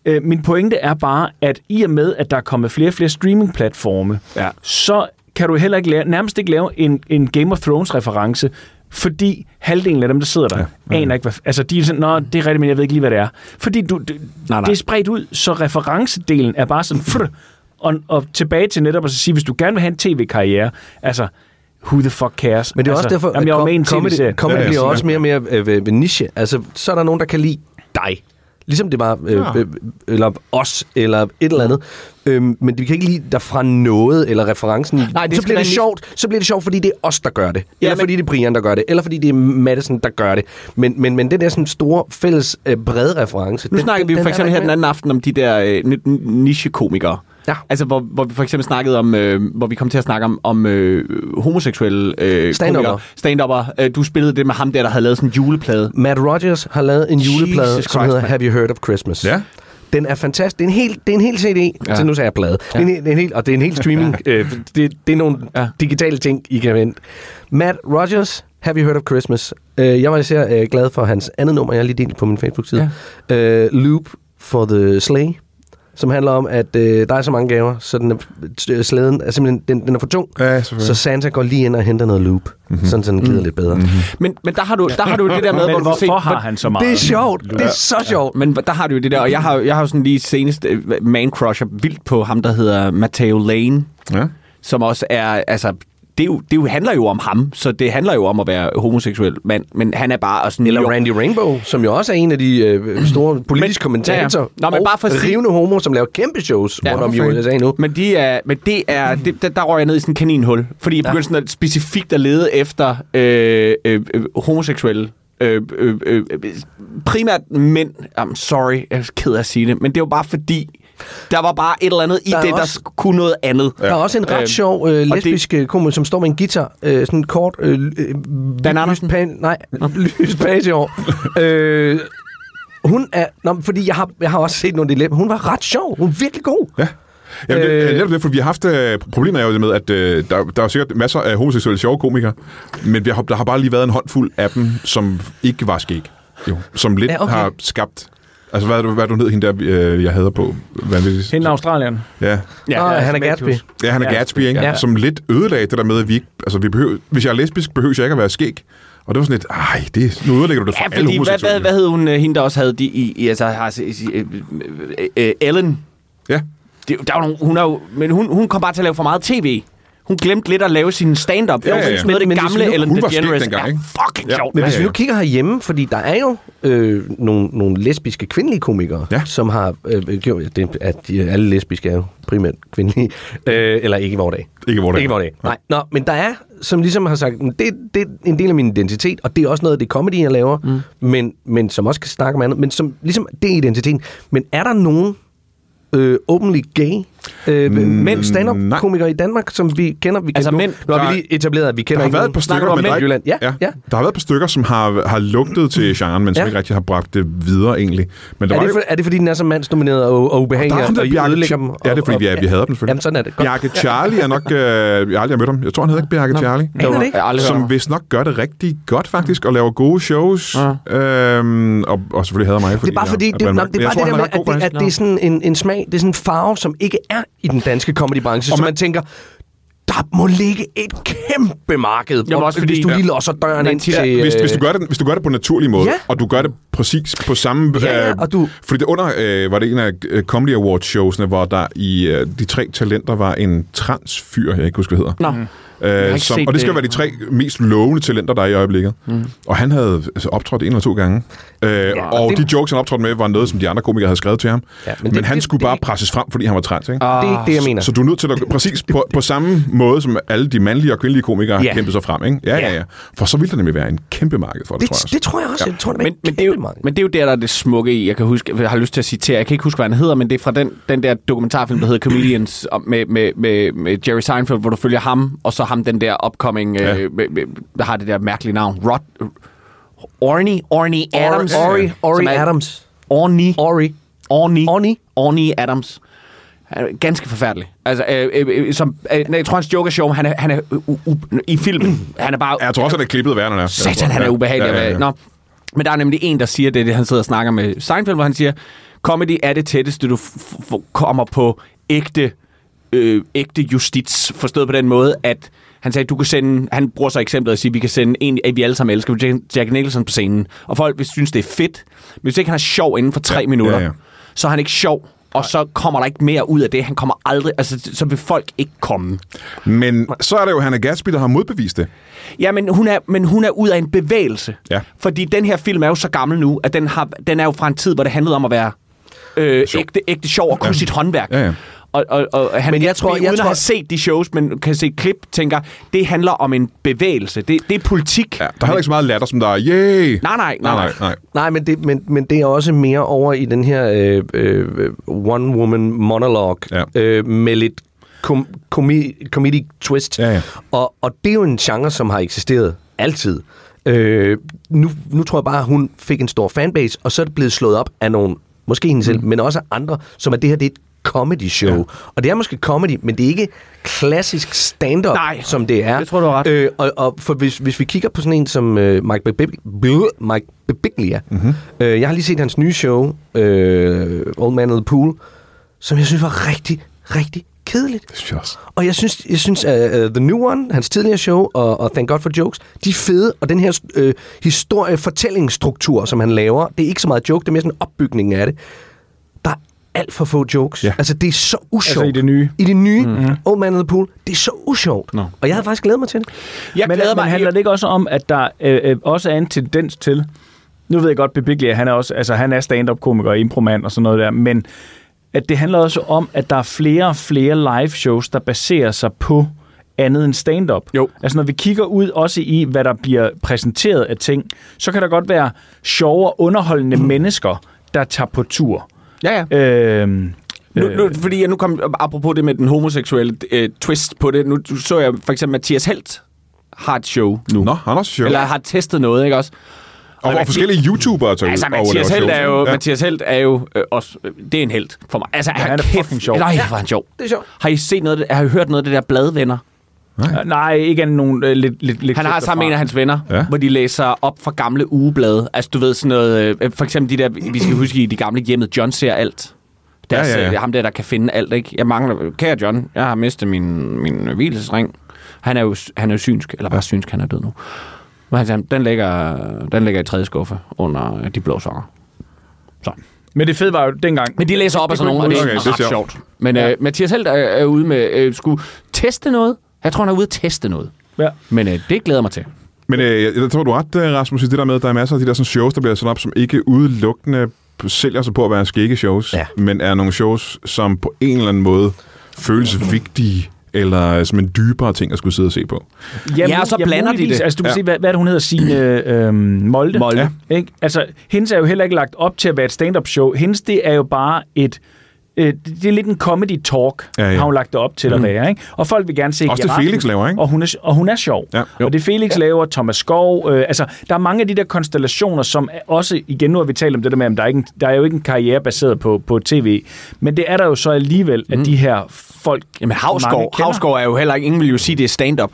Speaker 4: øh, min pointe er bare, at i og med, at der er kommet flere og flere streamingplatforme,
Speaker 2: Ja.
Speaker 4: så kan du heller ikke lave, nærmest ikke lave en, en Game of Thrones-reference Fordi halvdelen af dem, der sidder der, ja, ja. aner ikke, hvad... Altså, de er sådan, nå, det er rigtigt, men jeg ved ikke lige, hvad det er. Fordi du, det,
Speaker 2: Nej, nej.
Speaker 4: det er spredt ud, så referencedelen er bare sådan... Fr, og, og tilbage til netop at så sige, hvis du gerne vil have en tv-karriere, altså, who the fuck cares?
Speaker 3: Men det er
Speaker 4: altså,
Speaker 3: også derfor,
Speaker 4: jamen, jeg er jo med i en
Speaker 3: comedy,
Speaker 4: tv-serie.
Speaker 3: comedy
Speaker 1: Ja, ja,
Speaker 3: bliver
Speaker 1: ja.
Speaker 3: også mere og mere øh, ved, ved niche. Altså, så er der nogen, der kan lide dig. Ligesom det var, øh,
Speaker 1: Ja.
Speaker 3: ja. øh, eller os, eller et eller andet. Øhm, men vi kan ikke lide dig fra noget, eller referencen.
Speaker 2: Nej, det
Speaker 3: så
Speaker 2: skal
Speaker 3: bliver
Speaker 2: være
Speaker 3: det
Speaker 2: niche.
Speaker 3: sjovt. Så bliver det sjovt, fordi det er os, der gør det.
Speaker 2: Ja,
Speaker 3: Eller
Speaker 2: men-
Speaker 3: fordi det er Brian, der gør det. Eller fordi det er Madison, der gør det. Men, men, men den der sådan store, fælles, øh, brede reference...
Speaker 2: Nu
Speaker 3: den,
Speaker 2: snakkede
Speaker 3: den,
Speaker 2: vi jo
Speaker 3: den
Speaker 2: for
Speaker 3: er
Speaker 2: eksempel
Speaker 3: der
Speaker 2: her
Speaker 3: ikke
Speaker 2: den
Speaker 3: mere.
Speaker 2: anden aften om de der øh, ni- ni- niche-komikere.
Speaker 3: Ja.
Speaker 2: Altså, hvor, hvor vi for eksempel snakkede om, øh, hvor vi kom til at snakke om, om øh, homoseksuelle øh,
Speaker 3: Stand-upper.
Speaker 2: komikere. Stand-upper. Øh, du spillede det med ham der, der havde lavet sådan en juleplade.
Speaker 3: Matt Rogers har lavet en juleplade,
Speaker 2: Jesus
Speaker 3: som
Speaker 2: Christ,
Speaker 3: hedder
Speaker 2: mand.
Speaker 3: Have You Heard of Christmas.
Speaker 1: Ja.
Speaker 3: Den er fantastisk. Det er en hel, det er en hel CD.
Speaker 2: Ja.
Speaker 3: Ja. Så nu sagde jeg plade. Ja. Det, er en, det er en hel, og det er en hel streaming. øh, det, det er nogle
Speaker 2: Ja.
Speaker 3: ja. digitale ting, I kan vente. Matt Rogers, Have You Heard of Christmas? Øh, jeg var især øh, glad for hans andet nummer, jeg har lige delt på min Facebook-side. Ja. Øh, Loop for the Slay som handler om, at øh, der er så mange gaver, så den er, t- slæden er simpelthen den, den er for tung.
Speaker 1: Ja,
Speaker 3: Så
Speaker 1: selvfølgelig.
Speaker 3: Santa går lige ind og henter noget loop, mm-hmm. sådan så den glider mm. lidt bedre. Mm-hmm.
Speaker 2: Men, men der har du, der har du jo det der med, hvor
Speaker 4: Men
Speaker 2: du kan se...
Speaker 4: hvorfor har han så meget?
Speaker 3: Det er sjovt. Det er så sjovt.
Speaker 2: Men der har du jo det der, og jeg har, jeg har jo sådan lige senest øh, man crusher vildt på ham, der hedder Matteo Lane,
Speaker 1: Ja.
Speaker 2: som også er, altså, det, er jo, det jo handler jo om ham, så det handler jo om at være homoseksuel mand, men han er bare også sådan...
Speaker 3: Eller
Speaker 2: jo,
Speaker 3: Randy Rainbow, som jo også er en af de øh, store politiske
Speaker 2: Men-
Speaker 3: kommentatorer.
Speaker 2: ja, ja. Nå, men
Speaker 3: og
Speaker 2: bare for at sige-
Speaker 3: rivende homo, som laver kæmpe shows
Speaker 2: Ja,
Speaker 3: ja, rundt om i
Speaker 1: for fanden.
Speaker 3: USA nu.
Speaker 2: Men, de er, men det
Speaker 1: Mm.
Speaker 2: er, det, der, der røg jeg ned i sådan en kaninhul, fordi jeg begyndte sådan at specifikt at lede efter øh, øh, øh, homoseksuelle. Øh, øh, øh, øh, primært mænd. I'm sorry, jeg er ked af at sige det, men det var bare fordi, der var bare et eller andet i
Speaker 3: Der er
Speaker 2: det,
Speaker 3: også-
Speaker 2: der kunne noget andet.
Speaker 3: Der er også en ret
Speaker 2: Øhm,
Speaker 3: sjov øh,
Speaker 2: det-
Speaker 3: lesbisk det... komiker, som står med en guitar, øh, sådan en kort... Øh, øh,
Speaker 2: Dan
Speaker 3: lys
Speaker 2: Andersen?
Speaker 3: Pan, nej, lys page år. øh, hun er... Nå, men fordi jeg har, jeg har også set nogle dilemmaer. Hun var ret sjov. Hun er virkelig god.
Speaker 1: Ja. Jamen, det,
Speaker 3: Øh.
Speaker 1: er netop det, for vi har haft øh, problemet er jo det med, at øh, der, der er sikkert masser af homoseksuelle sjove komikere, men vi har, der har bare lige været en håndfuld af dem, som ikke var skæg. Jo, som lidt
Speaker 3: Ja,
Speaker 1: ja,
Speaker 3: okay.
Speaker 1: okay. har skabt... Altså, hvad, er det- hvad er det, hun hed, hende der, øh, jeg hader på? Vanvittigt.
Speaker 4: Hende Australien.
Speaker 1: Ja.
Speaker 3: Ja, Nå,
Speaker 4: ja,
Speaker 3: Ah, han er
Speaker 4: Matt
Speaker 3: Gatsby.
Speaker 4: Hughes.
Speaker 1: Ja, han er
Speaker 4: Ja.
Speaker 1: ja. Gatsby, ikke?
Speaker 3: Ja.
Speaker 1: Ja. som lidt ødelagde det der med, at vi ikke... Altså, vi behøver, hvis jeg er lesbisk, behøver jeg ikke at være skæg. Og det var sådan lidt, ej, det, nu ødelægger du det for
Speaker 2: Ja,
Speaker 1: alle
Speaker 2: fordi hvad,
Speaker 1: homoseksuelle.
Speaker 2: hvad, hvad hed hun, øh, hende der også havde de i, i altså, har, øh, øh, øh, Ellen,
Speaker 1: Ja.
Speaker 2: det, der var nogle, hun er jo, men hun, hun kom bare til at lave for meget tv. Hun glemte lidt at lave sin stand-up. Ja, ja, ja. Noget af det
Speaker 3: Men- men
Speaker 2: gamle
Speaker 3: hvis vi nu-
Speaker 2: Ellen
Speaker 1: hun var skæg
Speaker 2: DeGeneres
Speaker 1: dengang,
Speaker 2: er
Speaker 1: ikke?
Speaker 2: fucking
Speaker 1: Ja.
Speaker 2: sjovt.
Speaker 3: Men hvis
Speaker 1: ja,
Speaker 3: vi nu
Speaker 1: ja.
Speaker 3: kigger herhjemme, fordi der er jo øh, nogle, nogle lesbiske kvindelige komikere,
Speaker 1: Ja.
Speaker 3: som har øh, gjort, ja, det, at de, alle lesbiske er jo primært kvindelige, øh, eller ikke i vores dag.
Speaker 1: Ikke i vore dage.
Speaker 3: Ikke i vore dage. Nej. Nå, men der er, som ligesom har sagt, "Men det, det er en del af min identitet, og det er også noget af det comedy, jeg laver, mm. men, men som også kan snakke om andet, men som ligesom, det er identiteten. Men er der nogen øh, openly gay øh,
Speaker 1: Mm,
Speaker 3: mænd stand-up-komikere i Danmark, som vi kender? Vi
Speaker 2: Altså
Speaker 3: kan
Speaker 2: mænd,
Speaker 3: nu, nu har
Speaker 1: der-
Speaker 3: vi lige etableret, at vi kender
Speaker 1: Der har
Speaker 3: ikke
Speaker 1: været et
Speaker 3: nogen-
Speaker 1: par
Speaker 2: Snakker
Speaker 1: stykker,
Speaker 2: du om
Speaker 1: men
Speaker 2: mænd
Speaker 1: der,
Speaker 3: i
Speaker 1: ikke,
Speaker 3: Jylland? Ja, ja.
Speaker 1: Der har været et par stykker, som har, har lugtet til genren, men som
Speaker 3: Ja.
Speaker 1: ikke rigtig har bragt det videre egentlig. Men der
Speaker 3: Er
Speaker 1: var
Speaker 3: det,
Speaker 1: jo-
Speaker 3: for, er det fordi, den er så mandsdomineret og, og
Speaker 1: der
Speaker 3: ubehagelig,
Speaker 1: er ham
Speaker 3: og,
Speaker 1: der
Speaker 3: og I
Speaker 1: Bjarke...
Speaker 3: ødelægger dem?
Speaker 1: ja, det er
Speaker 3: og-
Speaker 1: fordi, vi,
Speaker 3: og-
Speaker 1: er, vi havde dem selvfølgelig.
Speaker 3: Jamen, sådan er det. Godt.
Speaker 1: Bjarke Charlie er nok... Øh, jeg har aldrig mødt ham. Jeg tror, han hedder ikke Bjarke Charlie.
Speaker 3: Aner det
Speaker 2: Jeg
Speaker 3: ikke.
Speaker 2: har aldrig hørt om.
Speaker 1: Som vist nok gør det rigtig godt, faktisk, og laver gode shows. Øhm, og, og selvfølgelig hader mig,
Speaker 3: Det
Speaker 1: fordi...
Speaker 3: er bare fordi,
Speaker 1: jeg,
Speaker 3: det,
Speaker 1: jeg,
Speaker 3: nej,
Speaker 1: jeg,
Speaker 3: det er
Speaker 1: jeg
Speaker 3: bare
Speaker 1: tror,
Speaker 3: det
Speaker 1: han
Speaker 3: der med,
Speaker 1: er
Speaker 3: at
Speaker 1: ret god
Speaker 3: det,
Speaker 1: faktisk.
Speaker 3: at det er sådan en, en smag, det er sådan en farve, som ikke er i den danske comedybranche, så
Speaker 1: man-
Speaker 3: man tænker, der må ligge et kæmpe marked, hvor,
Speaker 2: også
Speaker 3: også
Speaker 2: fordi-
Speaker 3: hvis du lige
Speaker 2: Ja.
Speaker 3: låser døren
Speaker 2: Men
Speaker 3: ind til...
Speaker 2: tit-
Speaker 3: øh,
Speaker 1: Hvis, hvis, du gør det, hvis du gør det på en naturlig måde,
Speaker 3: Ja.
Speaker 1: og du gør det præcis på samme...
Speaker 3: Ja, ja,
Speaker 1: øh,
Speaker 3: og du-
Speaker 1: Fordi det under øh, var det en af øh, Comedy Awards-showsene, hvor der i øh, de tre talenter var en transfyr, jeg ikke husker, hvad
Speaker 2: Nå.
Speaker 1: hedder.
Speaker 2: har
Speaker 1: Øh,
Speaker 2: ikke
Speaker 1: som,
Speaker 2: set
Speaker 1: og det skal
Speaker 2: det.
Speaker 1: være de tre mest lovende talenter, der er i øjeblikket. Mm. Og han havde altså, optrådt en eller to gange. Øh, ja, og
Speaker 3: og
Speaker 1: det...
Speaker 3: det-
Speaker 1: de jokes, han optrådte med, var noget, som de andre komikere havde skrevet til ham.
Speaker 3: Ja,
Speaker 1: Ja,
Speaker 3: men
Speaker 1: men
Speaker 3: det-
Speaker 1: men han
Speaker 3: det-
Speaker 1: skulle
Speaker 3: det- Ah,
Speaker 1: bare presses frem, fordi han var trans, ikke?
Speaker 3: Det er ikke det, jeg mener.
Speaker 1: Så du er nødt til at præcis på, på samme måde, som alle de mandlige og kvindelige komikere har
Speaker 3: Ja.
Speaker 1: kæmpet sig frem. Ikke? Ja, ja, ja. For så ville der nemlig være en kæmpe marked for det,
Speaker 3: Det,
Speaker 1: tror jeg også.
Speaker 3: det tror jeg også. Jeg tror, det er
Speaker 2: Men,
Speaker 3: et
Speaker 2: men, det er
Speaker 3: kæmpe
Speaker 2: jo,
Speaker 3: marked.
Speaker 2: men det er jo der, der er det smukke i, jeg kan huske, jeg har lyst til at citere, jeg kan ikke huske, hvad han hedder, men det er fra den, den der dokumentarfilm, der hedder Comedians, om- med, med, med, med Jerry Seinfeld, hvor du følger ham, og så ham den der upcoming, ja.
Speaker 1: Ja.
Speaker 2: øh, med, med, der har det der mærkelige navn, Rod, Orny, Orny Adams.
Speaker 3: Ori, Ori
Speaker 2: som er-
Speaker 3: Adams.
Speaker 2: Orny.
Speaker 3: Ori.
Speaker 2: Orny.
Speaker 3: Orny.
Speaker 2: Orny Adams. Han er ganske forfærdelig. Altså, øh, øh, øh, som, øh, nej, jeg tror, hans joke er sjov, men han er, han er u, u, i filmen. Han er bare...
Speaker 1: Ja, Jeg tror også, at det er klippet værre, når det er. Jeg tror-
Speaker 2: Satan, han er
Speaker 1: ja.
Speaker 2: ubehagelig
Speaker 1: Ja, ja, ja.
Speaker 2: at være. Nå. Men der er nemlig en, der siger det, det han sidder og snakker med Seinfeld, hvor han siger, comedy er det tætteste, du f- f- kommer på ægte, øh, ægte justits. Forstået på den måde, at Han sagde, du kan sende, han bruger så eksemplet at sige, vi kan sende en, at vi alle sammen elsker Jack- Jack Nicholson på scenen. Og folk vil synes, det er fedt. Men hvis ikke han er sjov inden for tre ja, minutter,
Speaker 1: ja,
Speaker 2: ja,
Speaker 1: ja.
Speaker 2: ja. så er han ikke sjov. Og så kommer der ikke mere ud af det. Han kommer aldrig... Altså, så vil folk ikke komme.
Speaker 1: Men så er det jo Hannah Gatsby, der har modbevist det.
Speaker 2: Ja, men hun er, men hun er ud af en bevægelse.
Speaker 1: Ja.
Speaker 2: Fordi den her film er jo så gammel nu, at den, har, den er jo fra en tid, hvor det handlede om at være øh, ægte, ægte sjov og kunne ja. sit håndværk.
Speaker 1: Ja, ja.
Speaker 2: Og, og, og han,
Speaker 3: Men jeg
Speaker 2: Gatsby,
Speaker 3: tror- jeg
Speaker 2: uden at
Speaker 3: tror-
Speaker 2: have set de shows, men kan se et klip, tænker, det handler om en bevægelse. Det, det er politik.
Speaker 1: Ja, der er heller ikke så meget latter, som der er, yay!
Speaker 2: Nej, nej, nej,
Speaker 1: nej,
Speaker 2: nej.
Speaker 1: nej.
Speaker 3: Nej, men det, men, men det er også mere over i den her øh, øh, one-woman monolog
Speaker 1: Ja.
Speaker 3: ja. øh, med lidt kom, komi, comedic twist.
Speaker 1: Ja, ja.
Speaker 3: Og, og det er jo en genre, som har eksisteret altid. Øh, nu, nu tror jeg bare, at hun fik en stor fanbase, og så er det blevet slået op af nogle, måske hende selv, mm. men også af andre, som at det her det er et comedy show.
Speaker 1: Ja.
Speaker 3: Ja. Og det er måske comedy, men det er ikke klassisk stand-up,
Speaker 2: Nej,
Speaker 3: som det er.
Speaker 2: det tror du har ret.
Speaker 3: Øh, og, og for hvis, hvis vi kigger på sådan en som øh, Mike Birbiglia, Bl- Mike Birbiglia mm-hmm. øh, jeg har lige set hans nye show, øh, Old Man of the Pool, som jeg synes var rigtig, rigtig kedeligt.
Speaker 1: Det synes jeg også.
Speaker 3: Og jeg synes, jeg synes uh, uh, The New One, hans tidligere show, og, og Thank God for Jokes, de er fede. Og den her uh, historiefortællingsstruktur, som han laver, det er ikke så meget joke, det er mere sådan opbygningen af det. Der er alt for få jokes.
Speaker 1: Ja.
Speaker 3: Ja. Altså, det er så usjovt.
Speaker 4: Altså, i det nye?
Speaker 3: I det nye. Mm-hmm. Old Man of the Pool. Det er så usjovt. No. Og jeg havde faktisk glædet mig til det.
Speaker 2: Jeg
Speaker 4: men,
Speaker 2: glæder
Speaker 4: men
Speaker 2: mig.
Speaker 4: handler det ikke også om, at der øh, øh, også er en tendens til, nu ved jeg godt, Bibiglia, han er også, altså han er stand-up-komiker, og impromand og sådan noget der, men at det handler også om, at der er flere og flere live shows, der baserer sig på andet end stand-up.
Speaker 2: Jo.
Speaker 4: Altså når vi kigger ud også i, hvad der bliver præsenteret af ting, så kan der godt være sjove og underholdende mennesker, der tager på tur.
Speaker 2: Ja, ja.
Speaker 4: Øhm,
Speaker 1: Øh,
Speaker 2: Nu, nu, fordi jeg nu kom, apropos det med den homoseksuelle øh, twist på det, nu så jeg for eksempel Mathias Helt har et show nu.
Speaker 1: Nå, han er også sjov.
Speaker 2: Eller har testet noget, ikke også?
Speaker 1: Og, og forskellige YouTubere tager ud
Speaker 2: Altså,
Speaker 1: og
Speaker 2: Mathias
Speaker 1: laver
Speaker 2: Helt
Speaker 1: shows.
Speaker 2: er jo,
Speaker 1: Ja.
Speaker 2: ja. Mathias Helt er jo øh, også, øh, det er en held for mig. Altså, ja,
Speaker 4: han er fucking sjov.
Speaker 2: Nej, hvor er han sjov.
Speaker 3: Det er sjovt.
Speaker 2: Har I set noget, af det- har I hørt noget af det der bladvenner?
Speaker 4: øh, nej, ikke andet nogen øh, lidt, lidt, lidt
Speaker 2: Han har
Speaker 4: klip
Speaker 2: sammen med en af
Speaker 4: derfra.
Speaker 2: hans venner,
Speaker 1: Ja.
Speaker 2: ja. hvor de læser op fra gamle ugeblade. Altså, du ved sådan noget, øh, for eksempel de der, vi skal huske i de gamle hjemmet, John ser alt. Deres,
Speaker 1: Ja,
Speaker 2: ja,
Speaker 1: ja,
Speaker 2: ja,
Speaker 1: ja.
Speaker 2: Ham der, der kan finde alt, ikke? Jeg mangler, kære John, jeg har mistet min, min hvilesring. Han er jo, han er jo synsk, eller bare synsk, han er død nu. Men han sagde, den ligger, den ligger i tredje skuffe under øh, de blå sokker.
Speaker 4: Men det fede var jo dengang...
Speaker 2: Men de læser op af sådan nogle, og det er
Speaker 1: Okay, det er
Speaker 2: ret
Speaker 1: sjovt.
Speaker 2: sjovt. sjovt. Men øh, Mathias Helt er, er ude med, øh, skulle teste noget. Jeg tror, han er ude at teste noget.
Speaker 4: Ja.
Speaker 2: Men øh, det glæder jeg mig til.
Speaker 1: Men øh, jeg tror, du har ret, øh, Rasmus, i det der med, at der er masser af de der sådan, shows, der bliver sat op, som ikke udelukkende sælger sig på at være skægge shows,
Speaker 3: Ja.
Speaker 1: men er nogle shows, som på en eller anden måde føles vigtige, eller som en dybere ting at skulle sidde og se på.
Speaker 2: Ja, og så blander de
Speaker 4: muligvis.
Speaker 2: det.
Speaker 4: Altså, du kan
Speaker 1: Ja.
Speaker 4: ja. se, hvad, hvad er det, hun hedder, Signe øhm, Molde.
Speaker 2: Molde.
Speaker 4: Ja. Ikke? Altså, hendes er jo heller ikke lagt op til at være et stand-up show. Hendes, det er jo bare et... Øh, det- det er lidt en comedy talk,
Speaker 1: Ja,
Speaker 4: ja,
Speaker 1: ja.
Speaker 4: ja. har hun lagt det op til at være. Ikke? Og folk vil gerne se
Speaker 1: Også det,
Speaker 4: giraffen,
Speaker 1: Felix laver, ikke?
Speaker 4: Og hun er, og hun er sjov.
Speaker 1: Ja. Jo.
Speaker 4: Og det Felix laver, Thomas Skov. Øh, altså, der er mange af de der konstellationer, som er også... Igen, nu har vi talt om det der med, at der, er ikke en, der er jo ikke en karriere baseret på, på tv. Men det er der jo så alligevel, at de her folk...
Speaker 2: Jamen,
Speaker 4: mange
Speaker 2: Havsgaard,
Speaker 4: kender.
Speaker 2: Havsgaard er jo heller ikke... Ingen vil jo sige, det er stand-up.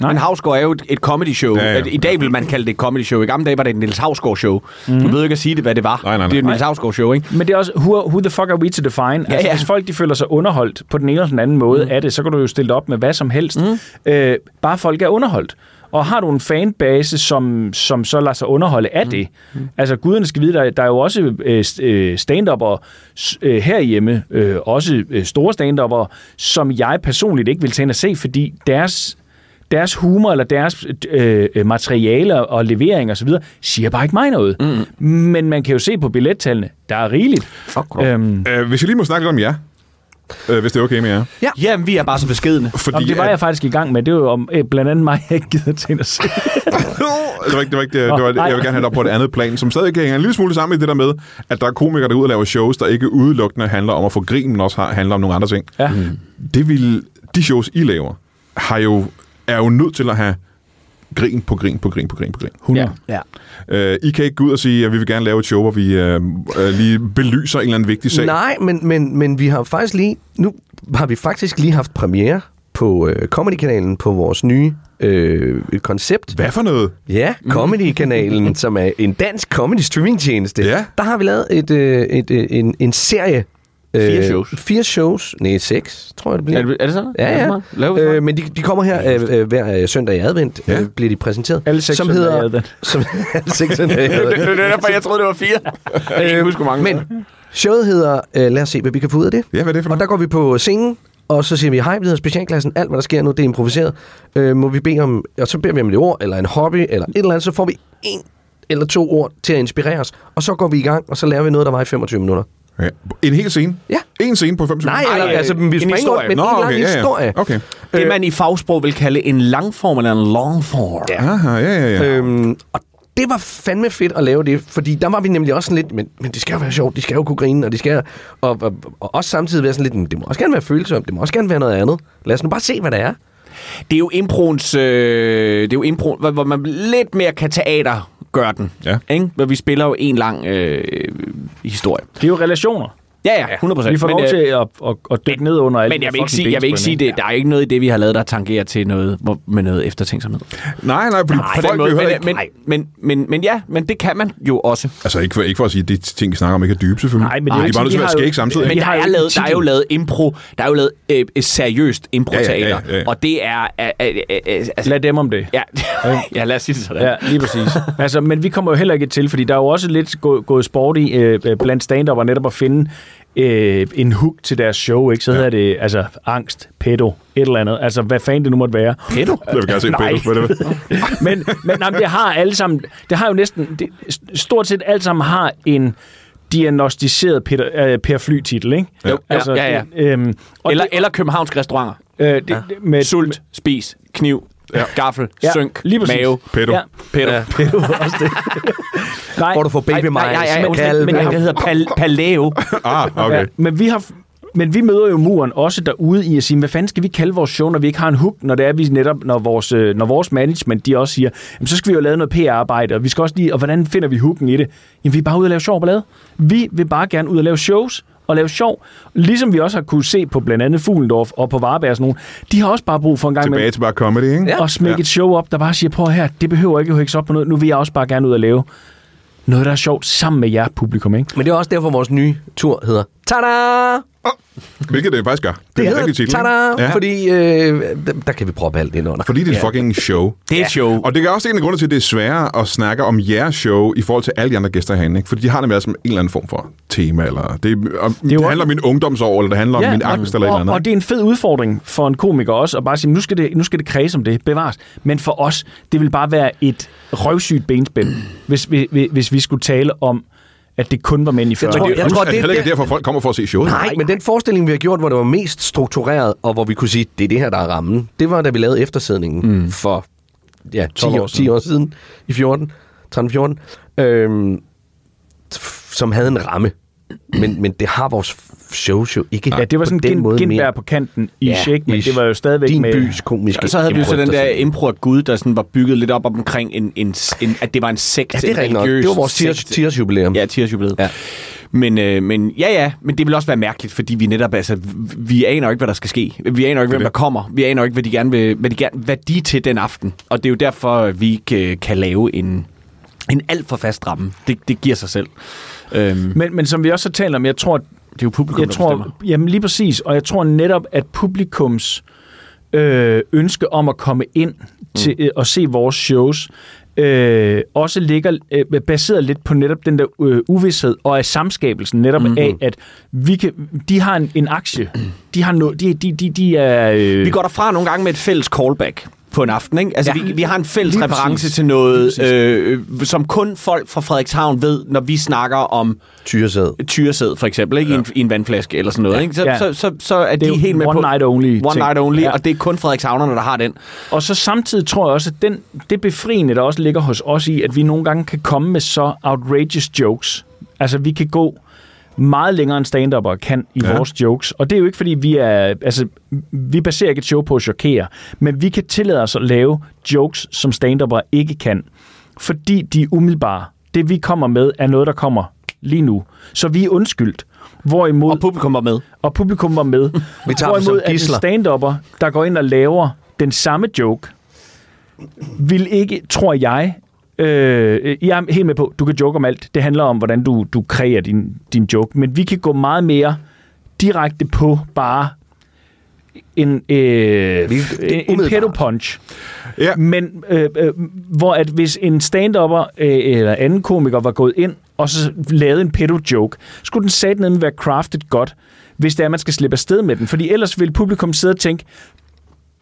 Speaker 4: Nej.
Speaker 2: Nej. Men Havsgaard er jo et, et comedy show.
Speaker 1: Ja,
Speaker 2: Ja,
Speaker 1: ja.
Speaker 2: ja. I dag vil man kalde det et comedy show. I gamle dage var det et Niels Havsgaard show. Mm. Du ved ikke at sige det, hvad det var.
Speaker 1: nej, nej.
Speaker 2: Det er et
Speaker 1: Nej.
Speaker 2: Niels Havsgaard show, ikke?
Speaker 4: Men det er også, who, who the fuck are we to define? Ja, altså,
Speaker 2: ja.
Speaker 4: Hvis folk de føler sig underholdt på den ene eller den anden måde mm. af det, så kan du jo stille dig op med hvad som helst. Mm. Øh, bare folk er underholdt. Og har du en fanbase, som, som så lader sig underholde af det? Mm. Altså, guderne skal vide, der, der er jo også øh, st- øh, stand-upper øh, herhjemme, øh, også øh, store stand-upper, som jeg personligt ikke vil tænke at se, fordi deres deres humor eller deres øh, øh, materialer og levering osv., siger bare ikke mig noget. Mm. Men man kan jo se på billettallene, der er rigeligt.
Speaker 2: Fuck, øhm.
Speaker 4: Øhm,
Speaker 1: Øh, hvis jeg lige må snakke lidt om jer, øh, hvis det er okay med jer.
Speaker 2: Jamen, vi er bare så beskedende.
Speaker 1: Fordi,
Speaker 4: Jamen, det var
Speaker 1: at-
Speaker 4: jeg faktisk i gang med. Det var jo om, øh, blandt andet mig, jeg ikke gider til at se.
Speaker 1: det var ikke, det var ikke, det, det var,
Speaker 4: Nå, nej.
Speaker 1: jeg vil gerne have det op på et andet plan, som stadig hænger en lille smule sammen med det der med, at der er komikere, der er ude og laver shows, der ikke udelukkende handler om at få grin, men også har, handler om nogle andre ting.
Speaker 4: Ja.
Speaker 1: Det vil, de shows, I laver, har jo, er jo nødt til at have grin på grin på grin på grin på grin.
Speaker 4: 100.
Speaker 2: Ja.
Speaker 1: Øh, I kan ikke gå ud og sige, at vi vil gerne lave et show, hvor vi øh, øh, lige belyser en eller anden vigtig sag.
Speaker 3: Nej, men, men, men vi har faktisk lige... Nu har vi faktisk lige haft premiere på øh, Comedy-kanalen på vores nye øh, koncept.
Speaker 1: Hvad for noget?
Speaker 3: Ja, Comedy-kanalen, som er en dansk comedy streaming tjeneste.
Speaker 1: Ja.
Speaker 3: Der har vi lavet et, øh, et, øh, en, en serie
Speaker 2: Fire
Speaker 3: Øh,
Speaker 2: shows.
Speaker 3: Fire shows. Nej, seks, tror jeg, det bliver.
Speaker 2: Er det, er det sådan?
Speaker 3: Ja, ja.
Speaker 2: Laver vi sådan?
Speaker 3: Øh, men de, de kommer her øh, øh, hver øh, søndag i advent, ja. øh, bliver de præsenteret.
Speaker 4: Alle seks
Speaker 3: som
Speaker 4: søndage i
Speaker 3: hedder,
Speaker 4: advent.
Speaker 3: Som, alle seks søndage i advent.
Speaker 2: det er derfor, jeg troede, det var fire. jeg kan huske, hvor mange men,
Speaker 3: Men showet hedder, øh, lad os se, hvad vi kan få ud af det.
Speaker 1: Ja, hvad er det for
Speaker 3: Og der
Speaker 1: noget?
Speaker 3: går vi på scenen, og så siger vi, hej, vi hedder specialklassen, alt hvad der sker nu, det er improviseret. Øh, må vi bede om, og så beder vi om et ord, eller en hobby, eller et eller andet, så får vi en eller to ord til at inspirere os, og så går vi i gang, og så laver vi noget, der var i 25 minutter.
Speaker 1: Ja. En hel scene?
Speaker 3: Ja.
Speaker 1: En scene på 25
Speaker 3: Nej,
Speaker 1: minutter?
Speaker 3: eller,
Speaker 2: øh,
Speaker 3: altså, vi
Speaker 2: en
Speaker 3: springer
Speaker 2: historie.
Speaker 3: historie. men
Speaker 1: Nå,
Speaker 3: en lang
Speaker 1: okay, ja, ja.
Speaker 3: historie.
Speaker 1: Okay.
Speaker 2: det, man i fagsprog vil kalde en langform eller en longform. Ja.
Speaker 1: Aha, ja, ja, ja.
Speaker 3: Øhm, og det var fandme fedt at lave det, fordi der var vi nemlig også sådan lidt, men, men det skal jo være sjovt, de skal jo kunne grine, og de skal, og, og, og også samtidig være sådan lidt, "Men det må også gerne være følsomt, det må også gerne være noget andet. Lad os nu bare se, hvad det er.
Speaker 2: Det er jo improens... Øh, det er jo impro, hvor, hvor man lidt mere kan teater gøre den.
Speaker 1: Ja.
Speaker 2: Ikke? Hvor vi spiller jo en lang øh, historie.
Speaker 4: Det er jo relationer.
Speaker 2: Ja, ja, 100 procent. øh,
Speaker 4: Vi får lov til at, at, at dykke ned under alle
Speaker 2: Men
Speaker 4: de
Speaker 2: jeg vil
Speaker 4: der
Speaker 2: ikke sige,
Speaker 4: fucking
Speaker 2: jeg vil ikke sige
Speaker 4: benspænd,
Speaker 2: det. Der er ikke noget i det, vi har lavet, der tangerer til noget hvor- med noget eftertænksomhed. Nej,
Speaker 1: Nej, nej, fordi nej, folk vil jo
Speaker 2: men, øh,
Speaker 1: heller ikke...
Speaker 2: men, men, men, men ja, men det kan man jo også.
Speaker 1: Altså ikke for, ikke for at sige, at de ting, vi snakker om, ikke er dybe, selvfølgelig.
Speaker 4: Nej, men det er
Speaker 1: de
Speaker 4: jo
Speaker 1: er
Speaker 4: ikke
Speaker 1: bare nødt til
Speaker 4: sådan,
Speaker 1: at
Speaker 4: de
Speaker 1: være
Speaker 4: har jo-
Speaker 1: skæg samtidig.
Speaker 2: Men
Speaker 4: Men
Speaker 2: der
Speaker 4: de har jo
Speaker 2: er,
Speaker 4: ikke
Speaker 2: lavet, der er jo
Speaker 4: titlen.
Speaker 2: lavet impro, der er jo lavet øh, et seriøst improteater,
Speaker 1: Ja, ja, ja, ja.
Speaker 2: og det er... Øh, øh, øh, altså,
Speaker 4: Lad dem om det.
Speaker 2: ja, ja, lad os sige det sådan.
Speaker 4: Ja, lige præcis. altså, men vi kommer jo heller ikke til, fordi der er jo også lidt gå- gået sport i øh, øh, blandt stand og netop at finde øh, en hook til deres show, ikke? Så ja. hedder det altså angst, pedo, et eller andet. Altså, hvad fanden det nu måtte være. Øh,
Speaker 2: Pedo?
Speaker 1: Jeg vil gerne se
Speaker 4: Nej.
Speaker 1: Pedro. Hvad er det?
Speaker 4: men men nej, men det har alle sammen, det har jo næsten, det, stort set alle sammen har en diagnostiseret Peter, øh, Per Fly-titel, ikke?
Speaker 2: Jo. Ja, ja, ja.
Speaker 4: det, Øhm, og
Speaker 2: Eller,
Speaker 4: det,
Speaker 2: eller københavnske restauranter.
Speaker 4: øh, det, ja. med,
Speaker 2: Sult, spis, kniv, ja. gaffel,
Speaker 4: Ja,
Speaker 2: synk,
Speaker 4: lige præcis.
Speaker 2: mave,
Speaker 1: Pedro.
Speaker 4: Ja.
Speaker 2: pedo. Ja.
Speaker 4: det er jo også det. Nej,
Speaker 3: Hvor du får baby
Speaker 2: nej, nej, nej,
Speaker 3: minds,
Speaker 2: undskyld, men
Speaker 3: kalve.
Speaker 2: det hedder pal- paleo.
Speaker 1: Ah, okay.
Speaker 4: Ja, men vi har men vi møder jo muren også derude i at sige, hvad fanden skal vi kalde vores show, når vi ikke har en hook, når det er vi netop, når vores, øh, når vores management, de også siger, jamen, så skal vi jo lave noget PR-arbejde, og vi skal også lige, og hvordan finder vi hooken i det? Jamen, vi er bare ude og lave sjov ballade. Vi vil bare gerne ud og lave shows, og lave sjov, ligesom vi også har kunne se på blandt andet Fuglendorf og på Varberg og sådan nogle. De har også bare brug for en gang
Speaker 1: Tilbage
Speaker 4: imellem
Speaker 1: til bare comedy, ikke?
Speaker 4: og smække ja. et show op, der bare siger, prøv her, det behøver ikke at hænge op på noget, nu vil jeg også bare gerne ud og lave noget, der er sjovt sammen med jer publikum, ikke?
Speaker 3: Men det er også derfor, vores nye tur hedder Tada!
Speaker 1: Hvilket det faktisk gør. Det,
Speaker 3: Det
Speaker 1: er en rigtig
Speaker 3: hedder
Speaker 1: titel.
Speaker 3: Tada!
Speaker 1: ikke?
Speaker 3: Ja. Fordi øh, der- der kan vi proppe alt ind under.
Speaker 1: Fordi det er et fucking show.
Speaker 2: Det er et show.
Speaker 1: Og det er også en af grundene til, at det er sværere at snakke om jeres show i forhold til alle de andre gæster herinde. Ikke? Fordi de har nemlig altså en eller anden form for tema. Eller det, øh, om, det,
Speaker 4: jo
Speaker 1: det handler om min ungdomsår, eller det handler om min
Speaker 4: og-
Speaker 1: angst, eller et
Speaker 4: og,
Speaker 1: eller andet.
Speaker 4: Og det er en fed udfordring for en komiker også, at bare sige, nu skal det, nu skal det kredse om det, bevares. Men for os, det vil bare være et røvsygt benspænd, hvis, vi, vi- hvis vi skulle tale om, at det kun var mænd i 40'erne.
Speaker 3: tror-
Speaker 1: jeg
Speaker 3: jeg
Speaker 1: tror,
Speaker 3: tror,
Speaker 1: det
Speaker 3: det-
Speaker 1: er heller ikke
Speaker 3: det-
Speaker 1: derfor, folk kommer for at se showet.
Speaker 3: Nej, men den forestilling, vi har gjort, hvor det var mest struktureret, og hvor vi kunne sige, det er det her, der er rammen, det var, da vi lavede eftersidningen mm. for ja, 10, år, 10 år siden, i 14, 13-14, øhm, f- som havde en ramme. Men, men det har vores f- shows jo ikke
Speaker 4: ja, det var
Speaker 3: på
Speaker 4: sådan
Speaker 3: den
Speaker 4: gen,
Speaker 3: måde
Speaker 4: genbær
Speaker 3: mere.
Speaker 4: på kanten i ja, ikke? men
Speaker 3: ish.
Speaker 4: det var jo stadigvæk
Speaker 3: Din
Speaker 4: med...
Speaker 3: bys komiske
Speaker 2: Og så havde vi jo så den der
Speaker 3: impro-eftersidning.
Speaker 2: impro af Gud, der sådan var bygget lidt op omkring, en, en, en, at det var en sekt.
Speaker 3: Ja, det
Speaker 2: en
Speaker 3: er rigtigt nok.
Speaker 2: religiøs
Speaker 3: Det var vores tiers-
Speaker 2: sekt.
Speaker 3: tiers-jubilæum.
Speaker 2: Ja, tirsjubilæet.
Speaker 3: Ja.
Speaker 2: Men, øh, men ja, ja, men det vil også være mærkeligt, fordi vi netop, altså, v- vi aner jo ikke, hvad der skal ske. Vi aner jo ikke, hvem der kommer. Vi aner jo ikke, hvad de gerne vil, hvad de gerne, hvad de er til den aften. Og det er jo derfor, vi ikke øh, kan lave en, en alt for fast ramme. Det, det giver sig selv. Øhm,
Speaker 4: Men, men som vi også har talt om, jeg tror,
Speaker 2: det er jo publikum,
Speaker 4: jeg
Speaker 2: der
Speaker 4: tror,
Speaker 2: bestemmer.
Speaker 4: jamen lige præcis, og jeg tror netop, at publikums øh, ønske om at komme ind til
Speaker 2: Mm.
Speaker 4: øh, og se vores shows, øh, også ligger øh, baseret lidt på netop den der øh, uvidshed og af samskabelsen netop
Speaker 2: Mhm.
Speaker 4: mm-hmm. af, at vi kan, de har en, en aktie. De har no, de, de, de, de er... Øh,
Speaker 2: Vi går derfra nogle gange med et fælles callback på en aften, ikke? Altså, ja,
Speaker 4: Ja.
Speaker 2: vi, vi har en fælles
Speaker 4: Lige
Speaker 2: reference
Speaker 4: præcis.
Speaker 2: til noget, øh, øh, som kun folk fra Frederikshavn ved, når vi snakker om
Speaker 3: Tyresæd.
Speaker 2: tyresæd, for eksempel, ikke? Ja. I, en, i en vandflaske eller sådan noget, ikke? Så, ja.
Speaker 4: ja.
Speaker 2: så, så, så er
Speaker 4: er
Speaker 2: de
Speaker 4: jo
Speaker 2: helt med
Speaker 4: one
Speaker 2: på...
Speaker 4: night only
Speaker 2: One
Speaker 4: ting.
Speaker 2: night only, ja.
Speaker 4: Ja.
Speaker 2: og det er kun Frederikshavnerne, der har den.
Speaker 4: Og så samtidig tror jeg også, at den, det befriende, der også ligger hos os i, at vi nogle gange kan komme med så outrageous jokes. Altså, vi kan gå meget længere end stand kan i
Speaker 1: Ja.
Speaker 4: ja. vores jokes. Og det er jo ikke, fordi vi er... Altså, vi baserer ikke et show på at chokere, men vi kan tillade os at lave jokes, som stand ikke kan. Fordi de er umiddelbare. Det, vi kommer med, er noget, der kommer lige nu. Så vi er undskyldt. Hvorimod
Speaker 2: Og publikum var med.
Speaker 4: og publikum var med.
Speaker 3: Vi tager dem som
Speaker 4: at en
Speaker 3: gidsler.
Speaker 4: stand-upper, der går ind og laver den samme joke, vil ikke, tror jeg, øh, øh, jeg er helt med på, du kan joke om alt. Det handler om, hvordan du, du kreerer din, din joke. Men vi kan gå meget mere direkte på bare en, øh,
Speaker 3: Vi-
Speaker 4: en, en
Speaker 3: umiddelbart.
Speaker 4: pedo-punch.
Speaker 1: Ja.
Speaker 4: Men øh, øh, hvor at hvis en stand-upper øh, eller anden komiker var gået ind og så lavede en pedo-joke, skulle den sat ned være crafted godt, hvis det er, at man skal slippe afsted med den. Fordi ellers vil publikum sidde og tænke,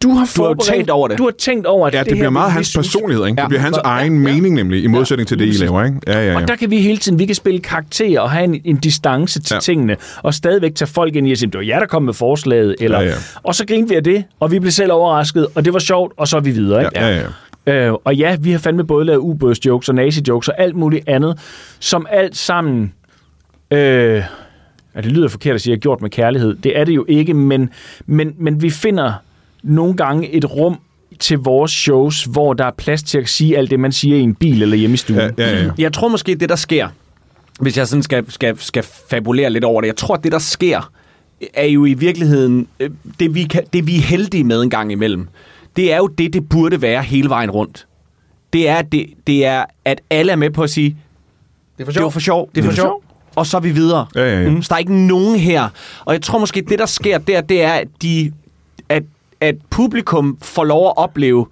Speaker 4: du har,
Speaker 2: jo
Speaker 4: forberedt-
Speaker 2: tænkt over det."
Speaker 4: Du har tænkt over, at
Speaker 1: Ja, det, det
Speaker 4: her,
Speaker 1: bliver meget
Speaker 4: vi
Speaker 1: hans
Speaker 4: synes-
Speaker 1: personlighed, ikke?
Speaker 2: Ja.
Speaker 1: Det bliver hans
Speaker 4: Ja.
Speaker 1: egen mening nemlig, i modsætning til det, I
Speaker 4: Lige
Speaker 1: laver, ikke? Ja, ja, ja.
Speaker 4: Og der kan vi hele tiden, vi kan spille karakterer og have en, en distance til
Speaker 1: Ja.
Speaker 4: ja. tingene, og stadigvæk tage folk ind i at sige, det var jer, der kom med forslaget, eller,
Speaker 1: Ja, ja.
Speaker 4: og så grinte vi af det, og vi blev selv overrasket, og det var sjovt, og så er vi videre. Ikke?
Speaker 1: Ja, ja, ja.
Speaker 4: Øh, og ja, vi har fandme både lavet ubådsjokes og nazi-jokes og alt muligt andet, som alt sammen... Øh, ja, det lyder forkert at sige, at jeg har gjort med kærlighed. Det er det jo ikke, men, men, men vi finder nogle gange et rum til vores shows, hvor der er plads til at sige alt det, man siger i en bil eller hjemme i stuen.
Speaker 1: Ja, ja, ja.
Speaker 2: Jeg tror måske, det der sker, hvis jeg sådan skal, skal, skal fabulere lidt over det, jeg tror, det der sker, er jo i virkeligheden, øh, det vi, kan, det vi er heldige med en gang imellem, det er jo det, det burde være hele vejen rundt. Det er, det, det er at alle er med på at sige,
Speaker 3: Det er for
Speaker 2: det var for sjov.
Speaker 3: Det er for sjov.
Speaker 2: Og så er vi videre.
Speaker 1: Ja, ja, ja.
Speaker 2: Mm, så der er ikke nogen her. Og jeg tror måske, det der sker der, det er, at, de, at, at publikum får lov at opleve,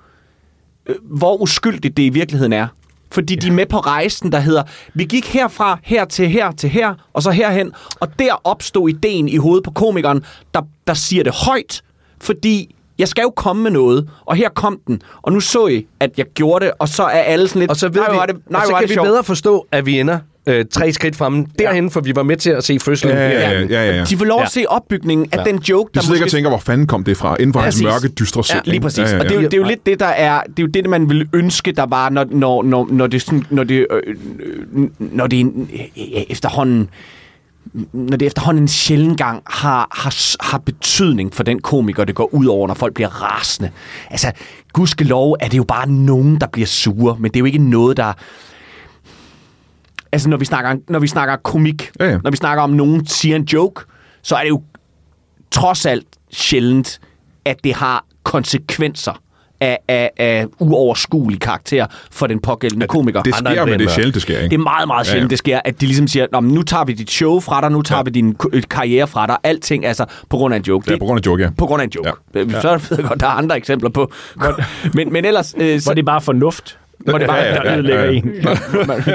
Speaker 2: øh, hvor uskyldigt det i virkeligheden er. Fordi ja. de er med på rejsen, der hedder, vi gik herfra, her til her, til her, og så herhen. Og der opstod ideen i hovedet på komikeren, der, der siger det højt, fordi jeg skal jo komme med noget, og her kom den. Og nu så I, at jeg gjorde det, og så er alle sådan lidt...
Speaker 3: Og så ved
Speaker 2: nej,
Speaker 3: vi,
Speaker 2: hvor er det, nej,
Speaker 3: og så
Speaker 2: hvor er
Speaker 3: kan
Speaker 2: det
Speaker 3: vi
Speaker 2: sjovt."
Speaker 3: bedre forstå, at vi ender øh, tre skridt fremme derhen, for vi var med til at se fødslen.
Speaker 1: Ja, ja, ja, ja, ja, ja.
Speaker 2: De får lov at
Speaker 4: Ja.
Speaker 2: se opbygningen af den joke,
Speaker 1: De
Speaker 2: der
Speaker 1: sidder ikke og tænker, hvor fanden kom det fra, inden for hans
Speaker 2: Præcis.
Speaker 1: mørke, dystre sind.
Speaker 2: Ja, lige
Speaker 1: ikke?
Speaker 2: præcis. Ja, ja, ja. Og det er, jo, det er jo lidt det, der er, det er jo det, man ville ønske, der var, når, når, når, når det, sådan- når det, øh, øh, når det er en, øh, efterhånden når det efterhånden en sjældent gang har, har, s- har betydning for den komiker, det går ud over, når folk bliver rasende. Altså, gudskelov er det jo bare nogen, der bliver sure, men det er jo ikke noget, der... Altså, når vi snakker, når vi snakker komik,
Speaker 1: Ja, ja.
Speaker 2: når vi snakker om, nogen siger en joke, så er det jo trods alt sjældent, at det har konsekvenser af, af, af uoverskuelig karakter for den pågældende komiker.
Speaker 1: Det
Speaker 3: Andre
Speaker 1: sker, men
Speaker 3: end
Speaker 1: det er
Speaker 3: Denmark.
Speaker 1: sjældent, det sker,
Speaker 2: Det
Speaker 1: ikke?
Speaker 2: er meget, meget
Speaker 1: Ja,
Speaker 2: sjældent,
Speaker 1: ja.
Speaker 2: ja, det sker, at de ligesom siger, Nå, men nu tager vi dit show fra dig, nu tager ja. vi din k- karriere fra dig, alting altså på grund af en joke.
Speaker 1: Ja, på grund af joke, ja.
Speaker 2: på grund af en joke. Ja. Så ved jeg godt, der er andre eksempler på. men, men ellers... Øh,
Speaker 4: Hvor
Speaker 2: så,
Speaker 4: det er bare fornuft, hvor det er bare,
Speaker 1: Ja, ja, ja,
Speaker 4: der ødelægger
Speaker 1: ja, ja.
Speaker 4: en.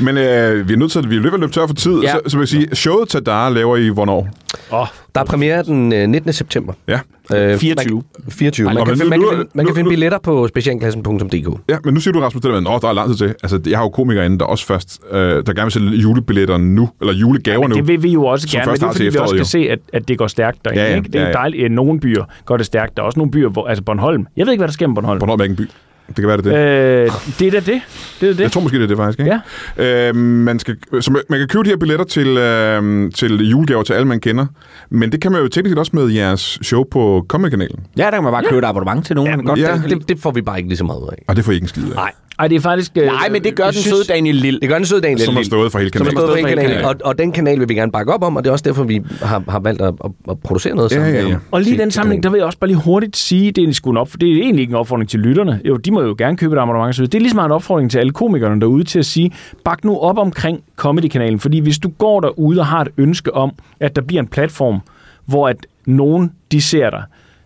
Speaker 1: Men øh, vi er nødt til, at vi er løbet løbet tør for tid,
Speaker 2: Ja.
Speaker 1: så, så vil jeg sige, showet Tadar laver I hvornår?
Speaker 4: Åh,
Speaker 3: Der er premiere den øh, 19. september.
Speaker 1: Ja.
Speaker 3: Øh,
Speaker 2: 24.
Speaker 3: Man, 24. Man,
Speaker 1: Nå,
Speaker 3: kan,
Speaker 1: men
Speaker 3: finde- man,
Speaker 1: nu-
Speaker 3: kan, finde- man
Speaker 1: nu-
Speaker 3: kan finde
Speaker 1: nu-
Speaker 3: billetter på specialklassen.dk.
Speaker 1: Ja, men nu siger du, Rasmus, det der med, at der er lang tid til. Altså, jeg har jo komikere inde, der også først, øh, der gerne vil sælge julebilletter nu, eller julegaver
Speaker 4: men
Speaker 1: nu.
Speaker 4: det vil vi jo også
Speaker 1: Som
Speaker 4: gerne, men
Speaker 1: først
Speaker 4: det er
Speaker 1: har
Speaker 4: jo,
Speaker 1: til
Speaker 4: fordi vi også kan
Speaker 1: efteråret,
Speaker 4: se, at, at det går stærkt derinde.
Speaker 1: Ja, ja,
Speaker 4: ikke? Det er
Speaker 1: ja, ja.
Speaker 4: jo dejligt. at Nogle byer går det stærkt. Der er også nogle byer, hvor, altså Bornholm. Jeg ved ikke, hvad der sker med Bornholm.
Speaker 1: Bornholm er ikke en by. Det kan være, det er det.
Speaker 4: Øh, det er da det. Det er da
Speaker 1: Jeg
Speaker 4: det.
Speaker 1: tror måske, det er det faktisk, ikke? Ja. Øh, man, skal, så man, man kan købe de her billetter til, øh, til julegaver til alle, man kender. Men det kan man jo teknisk set også med jeres show på Comedy-kanalen.
Speaker 2: ja, der kan man bare købe et abonnement til nogen. Ja, godt,
Speaker 1: ja.
Speaker 2: ja.
Speaker 3: Det, det får vi bare ikke lige så meget ud af.
Speaker 1: Og det får I ikke en skid af. Nej.
Speaker 4: Ej, det er faktisk... øh,
Speaker 2: Nej, men det gør
Speaker 4: jeg
Speaker 2: den søde Daniel Lille.
Speaker 3: Det gør en sød dag,
Speaker 1: Som har stået for hele
Speaker 3: Som har
Speaker 1: kanalen.
Speaker 3: stået for hele
Speaker 2: kanalen.
Speaker 3: kanalen. Og, og den kanal vil vi gerne bakke op om, og det er også derfor, vi har, har valgt at, at- at producere noget
Speaker 1: Ja,
Speaker 3: sammen.
Speaker 1: ja, ja.
Speaker 3: med-
Speaker 4: Og lige i
Speaker 3: til-
Speaker 4: den
Speaker 3: til
Speaker 4: sammenhæng, der
Speaker 3: kanalen.
Speaker 4: vil jeg også bare lige hurtigt sige, det er, en sgu en op, det er egentlig ikke en opfordring til lytterne. Jo, de må jo gerne købe et abonnement. Så videre. det er ligesom en opfordring til alle komikerne derude til at sige, bak nu op omkring Comedy-kanalen. Fordi hvis du går derude og har et ønske om, at der bliver en platform, hvor at nogen de ser dig,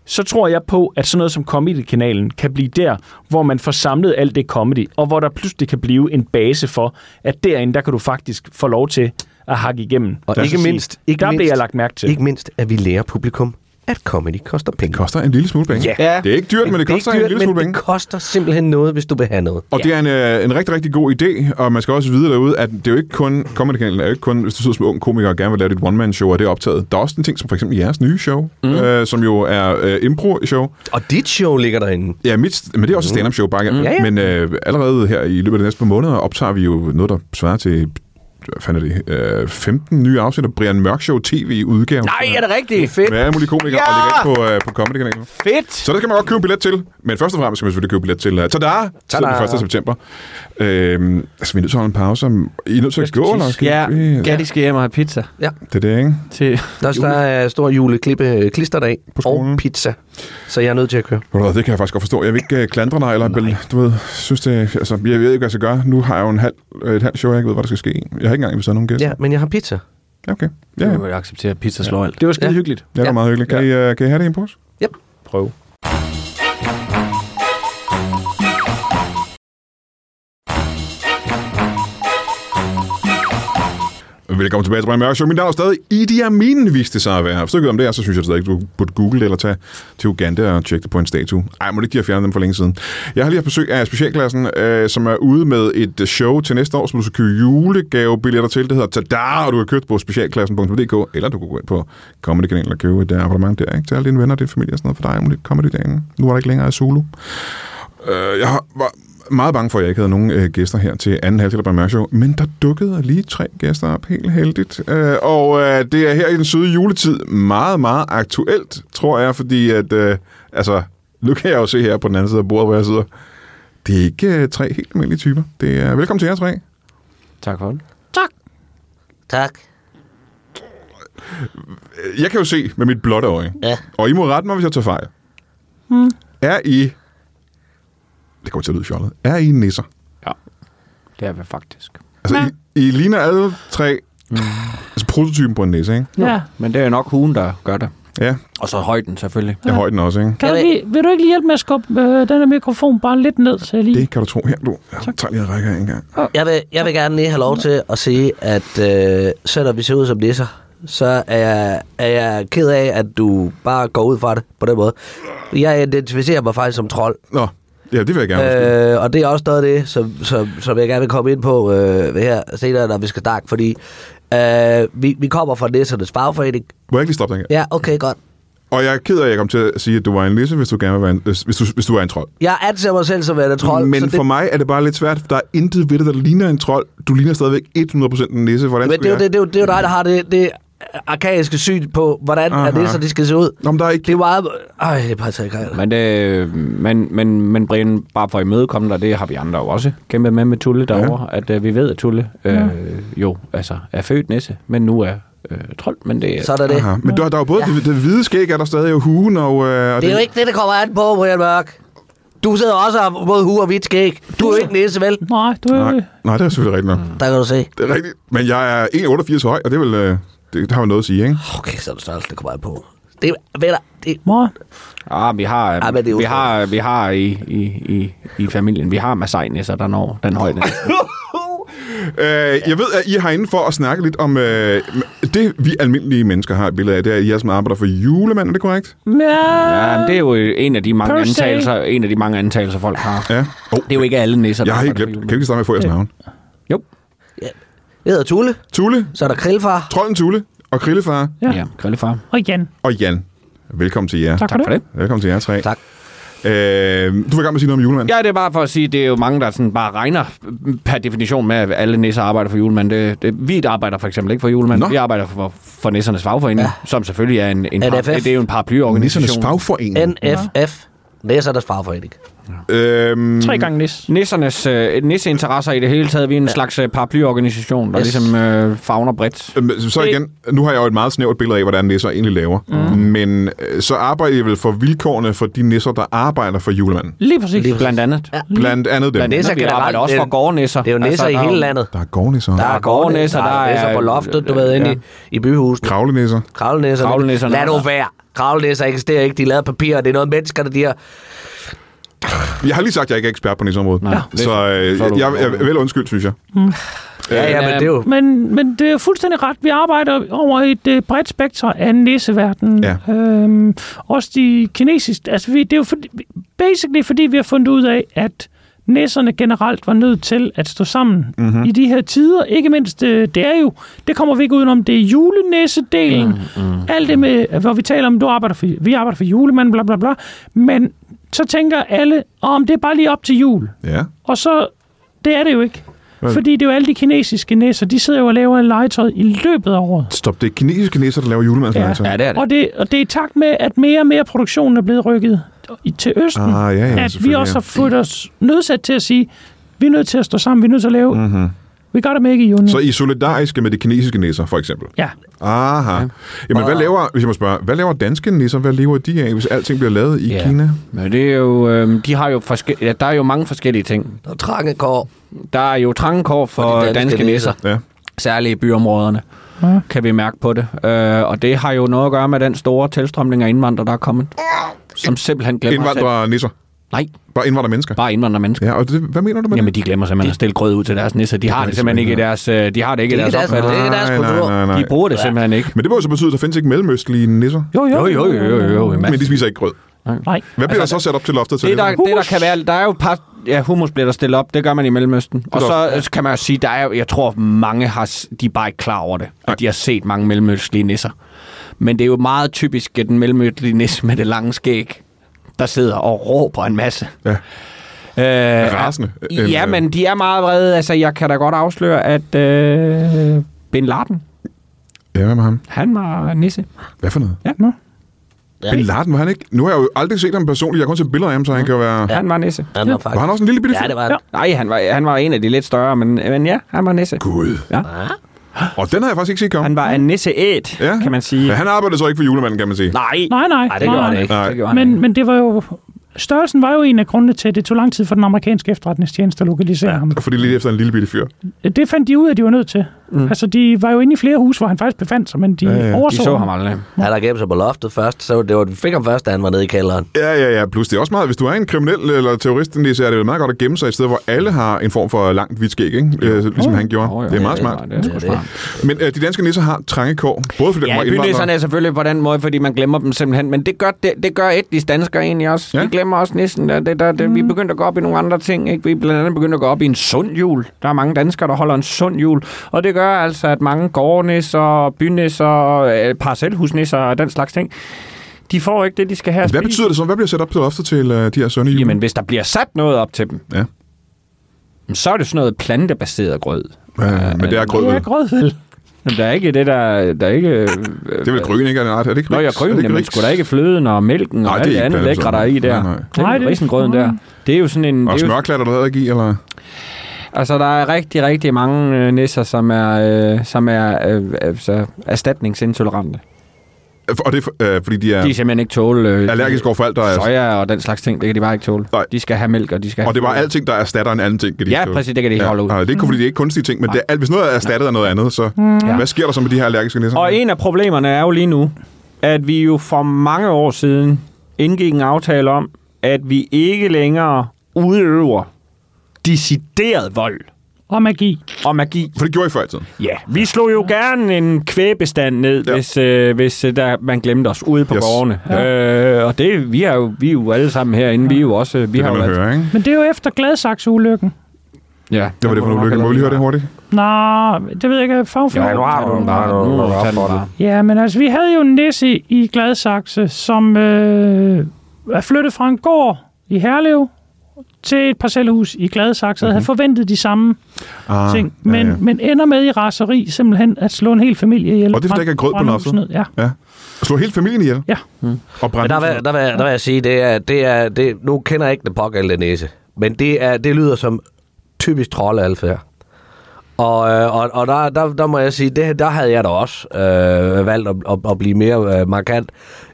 Speaker 4: så tror jeg på, at sådan noget som Comedy-kanalen kan blive der, hvor man får samlet alt det comedy, og hvor der pludselig kan blive en base for, at derinde, der kan du faktisk få lov til at hakke igennem.
Speaker 3: Og
Speaker 4: Lad os
Speaker 3: ikke
Speaker 4: sige,
Speaker 3: mindst- ikke
Speaker 4: der blev
Speaker 3: mindst-
Speaker 4: jeg lagt mærke til.
Speaker 3: Ikke mindst, at vi lærer publikum, at comedy koster penge.
Speaker 1: Det koster en lille smule penge.
Speaker 2: Ja.
Speaker 1: Det er ikke dyrt, men det
Speaker 3: er
Speaker 1: koster
Speaker 3: ikke
Speaker 1: en lille smule
Speaker 3: men
Speaker 1: penge.
Speaker 3: det koster simpelthen noget, hvis du vil have noget.
Speaker 1: Og det er en, øh, en rigtig, rigtig god idé, og man skal også vide derude, at det er jo ikke kun, comedy-kanalen er jo ikke kun, hvis du sidder som ung komiker og gerne vil lave dit one-man-show, og det er optaget. Der er også en ting som for eksempel jeres nye show, mm. øh, som jo er øh, impro-show.
Speaker 3: Og dit show ligger derinde.
Speaker 1: Ja, mit, men det er også et stand-up show, bare mm.
Speaker 3: Ja, ja.
Speaker 1: Men øh, allerede her i løbet af de næste par måneder optager vi jo noget, der svarer til hvad fanden er det, øh, 15 nye afsnit af Brian Mørk Show TV-udgave.
Speaker 2: Nej, er det rigtigt? Fedt.
Speaker 1: Med alle mulige komikere, ja! og
Speaker 2: Ja!
Speaker 1: ligger ind på, øh, på Comedy-kanalen.
Speaker 2: Fedt.
Speaker 1: Så det kan man godt købe en billet til. Men først og fremmest skal man selvfølgelig købe billet til uh, Tada! Tada! Den 1. september. Øhm, altså, vi er nødt til at holde en pause. om- I er nødt til at gå, eller? skal
Speaker 2: Ja,
Speaker 1: vi- det
Speaker 2: Gatti skal hjem og have pizza
Speaker 1: er det, ikke?
Speaker 2: til...
Speaker 3: Der, er- der er stor juleklippe klisterdag
Speaker 1: skolen.
Speaker 3: og pizza. Så jeg er nødt til at køre.
Speaker 1: Ved du hvad, Det kan jeg faktisk godt forstå. Jeg vil ikke øh, klandre dig, eller vel, du ved, synes det, altså, jeg ved ikke, hvad jeg skal gøre. Nu har jeg jo en halv, øh, et halvt show, jeg ikke ved, hvad der skal ske. i. Jeg har ikke engang inviteret nogen gæster.
Speaker 3: Ja, men jeg har pizza.
Speaker 1: Ja, okay. Ja,
Speaker 2: Ja.
Speaker 1: ja.
Speaker 2: Du kan acceptere, at pizza slår alt.
Speaker 5: Det var skide
Speaker 6: Ja.
Speaker 5: ja. hyggeligt.
Speaker 1: det er
Speaker 6: Ja.
Speaker 1: meget hyggeligt. Kan, I, øh, kan I have det i en pose?
Speaker 6: Yep.
Speaker 5: Prøv.
Speaker 1: Velkommen tilbage til Brian Mørk Show. Mit navn er stadig Idi Amin, viste det sig at være. Hvis du ikke ved, om det er, så synes jeg stadig, du burde google det eller tage til Uganda og tjekke det på en statue. Ej, må det ikke de have fjernet dem for længe siden. Jeg har lige haft besøg af specialklassen, øh, som er ude med et show til næste år, som du skal købe julegavebilletter til. Det hedder Tada, og du kan købe det på specialklassen.dk, eller du kan gå ind på Comedy Kanalen og købe et øh, abonnement der, ikke? Til alle dine venner, din familie og sådan noget, for der er alt muligt comedy-dagen. Nu er der ikke længere Zulu. Øh, jeg har- var meget bange for, at jeg ikke havde nogen øh, gæster her til anden halvdel af Brian Mørk Show, men der dukkede lige tre gæster op, helt heldigt. Øh, og øh, det er her i den søde juletid meget, meget aktuelt, tror jeg, fordi at, øh, altså, nu kan jeg jo se her på den anden side af bordet, hvor jeg sidder. Det er ikke øh, tre helt almindelige typer. Det er, velkommen til jer tre.
Speaker 2: Tak for det.
Speaker 3: Tak.
Speaker 1: Øh, Jeg kan jo se med mit blotte øje,
Speaker 3: Ja.
Speaker 1: og I må rette mig, hvis jeg tager fejl. Hmm. Er I... Det kommer til at lyde fjollet. Er I nisser?
Speaker 2: Det er vi faktisk.
Speaker 1: Altså, I, I ligner alle tre... Altså prototypen på en næse, ikke?
Speaker 5: Ja.
Speaker 2: Men det er jo nok hugen, der gør det.
Speaker 1: Ja,
Speaker 2: Og så højden selvfølgelig.
Speaker 1: det er højden også, ikke?
Speaker 4: Kan
Speaker 3: Jeg
Speaker 4: du
Speaker 3: ved-
Speaker 4: lige, vil du ikke lige hjælpe med at skubbe øh, den her mikrofon bare lidt ned, så jeg lige...
Speaker 1: Det kan du tro. Her, du. Jeg tager lige en række af en gang.
Speaker 3: Jeg vil, jeg vil gerne lige have lov til at sige, at øh, selvom vi ser ud som nisser, så er jeg, er jeg ked af, at du bare går ud fra det på den måde. Jeg identificerer mig faktisk som trold,
Speaker 1: Nå, ja, det vil jeg gerne. Øh,
Speaker 3: øh, og det er også noget af det, som, som, som jeg gerne vil komme ind på øh, her senere, når vi skal snakke, fordi øh, vi, vi kommer fra nissernes fagforening.
Speaker 1: Må jeg ikke lige stoppe den her?
Speaker 3: Ja, okay, godt.
Speaker 1: Og jeg er ked af, at jeg kom til at sige, at du var en nisse, hvis du gerne vil være en, øh, hvis, du, hvis du er en trold.
Speaker 3: Jeg anser mig selv som værende trold.
Speaker 1: Men
Speaker 3: så det,
Speaker 1: for mig er det bare lidt svært, for der er intet ved det, der ligner en trold. Du ligner stadigvæk 100% en nisse. Hvordan
Speaker 3: men det,
Speaker 1: skulle
Speaker 3: er jo,
Speaker 1: jeg...
Speaker 3: det, det, er jo, det er jo dig, der har det, det arkaiske syn på, hvordan er
Speaker 1: Aha.
Speaker 3: det, så de skal se ud.
Speaker 1: Nå, men der er
Speaker 3: Det
Speaker 1: ikke...
Speaker 3: er meget... Ej, det er bare taget
Speaker 2: Men, det, men, men, men Brian, bare for at imødekomme dig, det har vi andre jo også kæmpet med med Tulle derovre, ja. at øh, vi ved, at Tulle øh, jo altså er født næse, men nu er øh, trold, men det er...
Speaker 3: Så er der det.
Speaker 1: Aha. Men der, der er jo både ja. det, det, hvide skæg, er der stadig og hugen, og... Øh, og
Speaker 3: Det er jo ikke det, der kommer an på, Brian Mørk. Du sidder også og har både hu og hvidt skæg. Du er jo ikke næse, vel?
Speaker 4: Nej, du er...
Speaker 1: Nej, nej, det er selvfølgelig rigtigt nok.
Speaker 3: Der kan du se.
Speaker 1: Det er rigtigt. Men jeg er 1,88 høj, og det, vil, øh, det, det har jo noget at sige, ikke?
Speaker 3: Okay, så er det størrelse, det kommer an på. Det er... Venner, det...
Speaker 4: Mor,
Speaker 2: Ah, vi har,
Speaker 3: Ah, men det er jo
Speaker 2: vi
Speaker 3: så-
Speaker 2: har, vi har i, i, i, i familien, vi har masai-nisser, der når den højde.
Speaker 1: Øh, jeg ved, at I er herinde for at snakke lidt om øh, det, vi almindelige mennesker har et billede af. Det er jer, som arbejder for julemanden, er det korrekt?
Speaker 4: ja.
Speaker 2: ja, men det er jo øh, en af de mange
Speaker 4: Per se.
Speaker 2: antagelser, en af de mange antagelser, folk har.
Speaker 1: Ja. Oh,
Speaker 2: Det er jo ikke alle nisser, der
Speaker 1: jeg har helt
Speaker 2: arbejder for
Speaker 1: glemt. Kan
Speaker 2: julen.
Speaker 1: vi ikke starte med at få jeres navn?
Speaker 2: Jo.
Speaker 3: Jeg hedder Tulle,
Speaker 1: Tulle,
Speaker 3: så er der Krillfar.
Speaker 1: trolden Tulle og Krillefar
Speaker 4: Ja.
Speaker 2: Ja, grillefar.
Speaker 4: og Jan.
Speaker 1: og Jan. Velkommen til jer.
Speaker 4: Tak,
Speaker 2: Tak for det.
Speaker 1: Velkommen til jer tre.
Speaker 3: Tak.
Speaker 1: Øh, du var i gang med at sige noget om julemanden.
Speaker 2: Ja, det er bare for at sige, det er jo mange, der sådan bare regner per definition med, at alle nisser arbejder for julemanden. Det, det, vi arbejder for eksempel ikke for julemanden.
Speaker 1: Nå.
Speaker 2: Vi arbejder for, for nissernes fagforening, ja. som selvfølgelig er en, en par, det,
Speaker 3: NFF.
Speaker 2: det er jo en
Speaker 1: Nissernes
Speaker 2: paraplyorganisation.
Speaker 1: fagforening.
Speaker 3: Mm-hmm. NFF. Næsernes fagforening.
Speaker 1: Øhm,
Speaker 5: Tre gange næs.
Speaker 2: Nissernes øh, nisseinteresser i det hele taget. Vi er en ja. slags øh, paraplyorganisation, der
Speaker 3: Yes.
Speaker 2: yes. ligesom øh, fagner bredt.
Speaker 1: øhm, Så igen, nu har jeg jo et meget snævert billede af, hvordan nisser egentlig laver. Mm. Men øh, så arbejder I vel for vilkårene for de nisser, der arbejder for julemanden.
Speaker 4: Lige præcis.
Speaker 3: Lige præcis.
Speaker 2: Blandt andet. Ja.
Speaker 1: Blandt andet dem.
Speaker 2: Blandt
Speaker 3: Nisser
Speaker 2: andet. Vi
Speaker 3: generelt,
Speaker 2: arbejder også
Speaker 3: det er-
Speaker 2: for gårdnisser. Altså,
Speaker 3: Det altså, er jo næser i
Speaker 2: der
Speaker 3: hele landet.
Speaker 1: Der er gårdnisser.
Speaker 3: Der er gårdnæsser, der er næser på loftet, du ved, inde i, i byhusen.
Speaker 1: Kravlenisser.
Speaker 3: Kravlenæsserne.
Speaker 2: Kravlenæsserne
Speaker 3: Lad nu
Speaker 2: også.
Speaker 3: være. Kravlenæsser eksisterer ikke. De er lavet af papir, og det er noget menneskerne, de har...
Speaker 1: Jeg har lige sagt, at jeg ikke er ekspert på nisseområdet.
Speaker 2: Nej.
Speaker 1: Så øh,
Speaker 2: Så er
Speaker 1: jeg,
Speaker 2: du-
Speaker 1: jeg, jeg, vel undskyld, synes jeg.
Speaker 3: Ja, ja,
Speaker 2: øh,
Speaker 3: men det er jo...
Speaker 4: Men, men det er fuldstændig ret. Vi arbejder over et øh, bredt spektrum af næseverdenen.
Speaker 1: Ja.
Speaker 4: Øhm, også de kinesiske. Altså, vi, det er jo for, basically fordi, vi har fundet ud af, at næserne generelt var nødt til at stå sammen mm-hmm. i de her tider. Ikke mindst, øh, det er jo, det kommer vi ikke udenom, det er julenæsedelen. Mm-hmm. Alt det med, hvor vi taler om, du arbejder for, vi arbejder for julemanden, bla bla bla. Men så tænker alle, om det er bare lige op til jul.
Speaker 1: Ja.
Speaker 4: Og så, det er det jo ikke.
Speaker 1: Hvad?
Speaker 4: Fordi det er jo alle de kinesiske næser, de sidder jo og laver en legetøj i løbet af året.
Speaker 1: Stop, det er kinesiske nisser, der laver julemandslegetøj.
Speaker 2: Ja, det er det.
Speaker 4: Og det, og det er i takt med, at mere og mere produktionen er blevet rykket i- til Østen,
Speaker 1: Ah, ja, ja,
Speaker 4: at vi
Speaker 1: selvfølgelig,
Speaker 4: også
Speaker 1: ja.
Speaker 4: har fået os nødsat til at sige, vi er nødt til at stå sammen, vi er nødt til at lave, mm-hmm. we gotta make it union.
Speaker 1: Så I er solidariske med de kinesiske nisser, for eksempel?
Speaker 4: Ja,
Speaker 1: Aha. Jamen, hvad laver, hvis jeg må spørge, hvad laver danske nisser? Hvad lever de af, hvis alting bliver lavet i
Speaker 2: Ja.
Speaker 1: Kina?
Speaker 2: Men det er jo, øh, de har jo forske- ja, der er jo mange forskellige ting.
Speaker 3: Der er trange kår.
Speaker 2: Der er jo trangekår for,
Speaker 3: de
Speaker 2: danske,
Speaker 3: danske
Speaker 2: danske nisser,
Speaker 1: Ja.
Speaker 2: særligt i byområderne.
Speaker 4: Ja.
Speaker 2: kan vi mærke på det. Øh, og det har jo noget at gøre med den store tilstrømning af indvandrere, der er kommet, som simpelthen glemmer at sætte-
Speaker 1: Indvandrere nisser.
Speaker 2: Nej,
Speaker 1: Bare indvandrere mennesker.
Speaker 2: bare indvandrermennesker.
Speaker 1: Ja, og det, hvad mener du med
Speaker 2: Jamen, de glemmer simpelthen at stille grød ud til deres nisser. De har det simpelthen ikke i deres, øh, de har det ikke i
Speaker 3: Det er
Speaker 2: deres
Speaker 3: ikke deres, det er
Speaker 2: opfattelse.
Speaker 3: ikke deres
Speaker 1: Nej,
Speaker 3: kultur.
Speaker 1: nej, nej, nej.
Speaker 2: De bruger det simpelthen ikke.
Speaker 1: Men det må jo så betyde, at der findes ikke mellemøstlige nisser.
Speaker 4: Jo,
Speaker 2: Jo,
Speaker 4: jo,
Speaker 2: jo, jo, jo, jo. jo.
Speaker 1: Men de spiser ikke grød.
Speaker 4: Nej.
Speaker 1: Hvad bliver der så sat op til loftet til?
Speaker 2: Altså, Det der, det, der kan være, der er jo et par ja, hummus bliver der stillet op, det gør man i Mellemøsten. Og så øh, kan man jo sige, der er jo, jeg tror, mange har, s- de er bare ikke klar over det, og de har set mange mellemøstlige nisser. Men det er jo meget typisk, at den mellemøstlige nisse med det lange skæg, der sidder og råber en masse.
Speaker 1: Ja.
Speaker 2: Øh,
Speaker 1: Rasende.
Speaker 2: Øh, ja, men de er meget vrede. Altså, jeg kan da godt afsløre, at øh, Bin Laden,
Speaker 1: Ja, hvad med ham?
Speaker 2: han var nisse.
Speaker 1: Hvad for noget?
Speaker 2: Ja,
Speaker 3: Ja.
Speaker 1: Bin Laden, var han ikke? Nu har jeg jo aldrig set ham personligt. Jeg har kun set billeder af ham, så han kan jo være...
Speaker 2: Mm. ja. han var nisse.
Speaker 3: Ja, men
Speaker 1: Var han
Speaker 3: faktisk.
Speaker 1: også en lille bitte
Speaker 3: Ja,
Speaker 1: fyr?
Speaker 3: det var
Speaker 4: Ja.
Speaker 3: ja.
Speaker 2: Nej, han var, han var en af de lidt større, men, men ja, han var nisse.
Speaker 1: Gud.
Speaker 2: Ja.
Speaker 1: Og den har jeg faktisk ikke set komme.
Speaker 2: Han var en nisseæt,
Speaker 1: Ja.
Speaker 2: ja. kan man sige.
Speaker 1: Ja, han arbejder så ikke for julemanden, kan man sige.
Speaker 2: Nej,
Speaker 4: Nej, nej.
Speaker 2: nej, det gjorde han ikke.
Speaker 1: Nej.
Speaker 2: Det gjorde han
Speaker 4: Men,
Speaker 2: ikke.
Speaker 4: men det var jo... Størrelsen var jo en af grundene til, at det tog lang tid for den amerikanske efterretningstjeneste at lokalisere ja. ham.
Speaker 1: Fordi lige efter en lille bitte fyr.
Speaker 4: Det fandt de ud af, at de var nødt til. Mm. Altså, de var jo inde i flere hus, hvor han faktisk befandt sig, men de ja,
Speaker 1: ja.
Speaker 4: ja.
Speaker 2: De
Speaker 4: overså
Speaker 2: så ham aldrig.
Speaker 3: Han har gemt sig på loftet først, så det var, vi fik ham først, da han var nede i kælderen.
Speaker 1: Ja, ja, ja. Plus det er også meget, hvis du er en kriminel eller terrorist, så er det vel meget godt at gemme sig et sted, hvor alle har en form for langt hvidt skæg, ikke? Øh, ligesom han gjorde.
Speaker 2: Åh, jo,
Speaker 1: det er meget smart.
Speaker 2: Det er, det er
Speaker 3: Ja,
Speaker 2: sgu
Speaker 3: det er
Speaker 2: smart.
Speaker 1: Men øh, de danske nisser har trange kår, både fordi
Speaker 2: Ja,
Speaker 1: de var
Speaker 2: bynæsserne
Speaker 1: indvandrere.
Speaker 2: er selvfølgelig på den måde, fordi man glemmer dem simpelthen. Men det gør, det, det gør etniske danskere egentlig også.
Speaker 1: Ja.
Speaker 2: Ja. Vi glemmer også næsten. Der, det, der, det, vi er begyndt at gå op i nogle andre ting. Ikke? Vi er blandt andet begyndt at gå op i en sund jul. Der er mange danskere, der holder en sund jul. Og det gør altså, at mange gårdnisser, bynæsser, øh, parcelhusnisser og den slags ting, de får ikke det, de skal have at
Speaker 1: Hvad
Speaker 2: spise.
Speaker 1: betyder det så? Hvad bliver sat op til ofte til øh, de her sønne jul?
Speaker 2: Jamen, hvis der bliver sat noget op til dem,
Speaker 1: Ja.
Speaker 2: så er det sådan noget plantebaseret grød.
Speaker 1: Ja, men det er grød.
Speaker 4: Det er
Speaker 1: vel?
Speaker 4: grødvel.
Speaker 2: Men der er ikke det, der, der er ikke... øh,
Speaker 1: Det er vel grøn, ikke? Er det en art? Er det ikke
Speaker 2: Nå, jeg
Speaker 1: riks? Er det
Speaker 2: grøn, men
Speaker 1: riks?
Speaker 2: sgu da ikke fløden og mælken
Speaker 1: Nej, det er
Speaker 2: og alt det
Speaker 1: ikke
Speaker 2: andet
Speaker 1: blandet
Speaker 2: lækre, der er
Speaker 1: sammen.
Speaker 2: i
Speaker 1: Nej,
Speaker 2: der.
Speaker 1: nej.
Speaker 2: Det
Speaker 4: Nej,
Speaker 2: er
Speaker 4: det
Speaker 2: jo
Speaker 4: er-
Speaker 2: risengrøden der. Det er jo sådan en...
Speaker 1: Og
Speaker 2: Det er jo,
Speaker 1: smørklat er der heller ikke i, eller?
Speaker 2: altså, der er rigtig, rigtig mange øh, nisser, som er, øh, som er øh, altså, erstatningsintolerante.
Speaker 1: Og det er, for- øh, fordi de er
Speaker 2: Ja. De er simpelthen ikke tåle... Øh,
Speaker 1: allergiske over for alt, der er...
Speaker 2: Soja og den slags ting, det kan de bare ikke tåle.
Speaker 1: Nej.
Speaker 2: De skal have mælk, og de skal have...
Speaker 1: Og det var alting, der erstatter en anden ting, kan de
Speaker 2: Ja,
Speaker 1: forstå.
Speaker 2: præcis, det kan de ikke holde ud.
Speaker 1: nej, det er ikke kun, fordi det er ikke kunstige ting, men det er, alt- hvis noget er erstattet af noget andet, så hvad sker der så med de her allergiske nisser?
Speaker 2: Og en af problemerne er jo lige nu, at vi jo for mange år siden indgik en aftale om, at vi ikke længere udøver decideret vold
Speaker 4: Og magi.
Speaker 2: og magi.
Speaker 1: For det gjorde I før i tiden.
Speaker 2: Ja, vi slog jo gerne en kvæbestand ned,
Speaker 1: Ja.
Speaker 2: ja. hvis, øh, hvis øh, der, man glemte os ude på
Speaker 1: Yes.
Speaker 2: yes. gårdene. Ja. Øh, og det, vi, er jo, vi er jo alle sammen herinde, vi er jo også... Vi
Speaker 1: Det
Speaker 2: har
Speaker 1: kan
Speaker 2: jo
Speaker 1: man
Speaker 2: været-
Speaker 1: høre, ikke?
Speaker 4: Men det er jo efter Gladsaxe-ulykken.
Speaker 2: Ja,
Speaker 1: Det var det for nogle lykke. Må vi lige høre det hurtigt?
Speaker 4: Nå, det ved jeg ikke, fagfag.
Speaker 2: Ja, nu har du den bare. Nu har du den bare.
Speaker 4: Ja, men altså, vi havde jo en nisse i Gladsaxe, som øh, er flyttet fra en gård i Herlev til et parcelhus i Gladsaxe, og havde forventet de samme
Speaker 1: Mhm. Ah,
Speaker 4: ting,
Speaker 1: ja,
Speaker 4: men,
Speaker 1: ja.
Speaker 4: men ender med i raseri simpelthen at slå en hel familie ihjel.
Speaker 1: Og det er, fordi
Speaker 4: Brænd-
Speaker 1: der ikke er grød på
Speaker 4: brænde
Speaker 1: loftet?
Speaker 4: huset ned, Ja.
Speaker 1: Ja. Slå hele familien ihjel?
Speaker 4: Ja.
Speaker 1: Og
Speaker 3: Men
Speaker 1: brændte
Speaker 3: der
Speaker 1: huset
Speaker 3: vil,
Speaker 1: ned?
Speaker 3: der, vil, der vil jeg sige, det er, det er, det, nu kender jeg ikke den pågældende næse, men det, er, det lyder som typisk troldeadfærd. Og, øh, og, og der, der, der må jeg sige, det, der havde jeg da også øh, valgt at, at, at blive mere øh, markant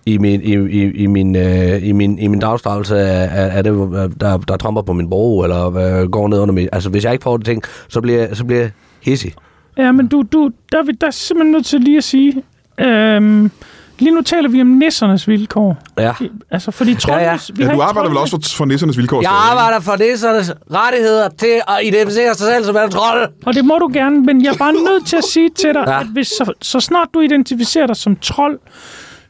Speaker 3: i min, i, i, i min, øh, i min, i min dagstravelse af, af- af det, øh, der, der tromper på min bro, eller øh, går ned under min... Altså, hvis jeg ikke får det ting, så bliver, jeg- så bliver jeg hissig.
Speaker 4: Ja, men du, du, der, er vi- der er simpelthen nødt til lige at sige, øhm, lige nu taler vi om nissernes vilkår.
Speaker 3: Ja.
Speaker 4: Altså, fordi troldes,
Speaker 3: ja.
Speaker 4: Vi
Speaker 1: Ja,
Speaker 4: har
Speaker 1: du
Speaker 4: ikke
Speaker 1: arbejder vel
Speaker 4: trolde-
Speaker 1: også for, for nissernes vilkår?
Speaker 3: Jeg
Speaker 1: stadig, ikke?
Speaker 3: arbejder for nissernes rettigheder til at identificere sig selv som en trold.
Speaker 4: Og det må du gerne, men jeg er bare nødt til at sige til dig,
Speaker 3: Ja.
Speaker 4: ja. at hvis så, så snart du identificerer dig som trold,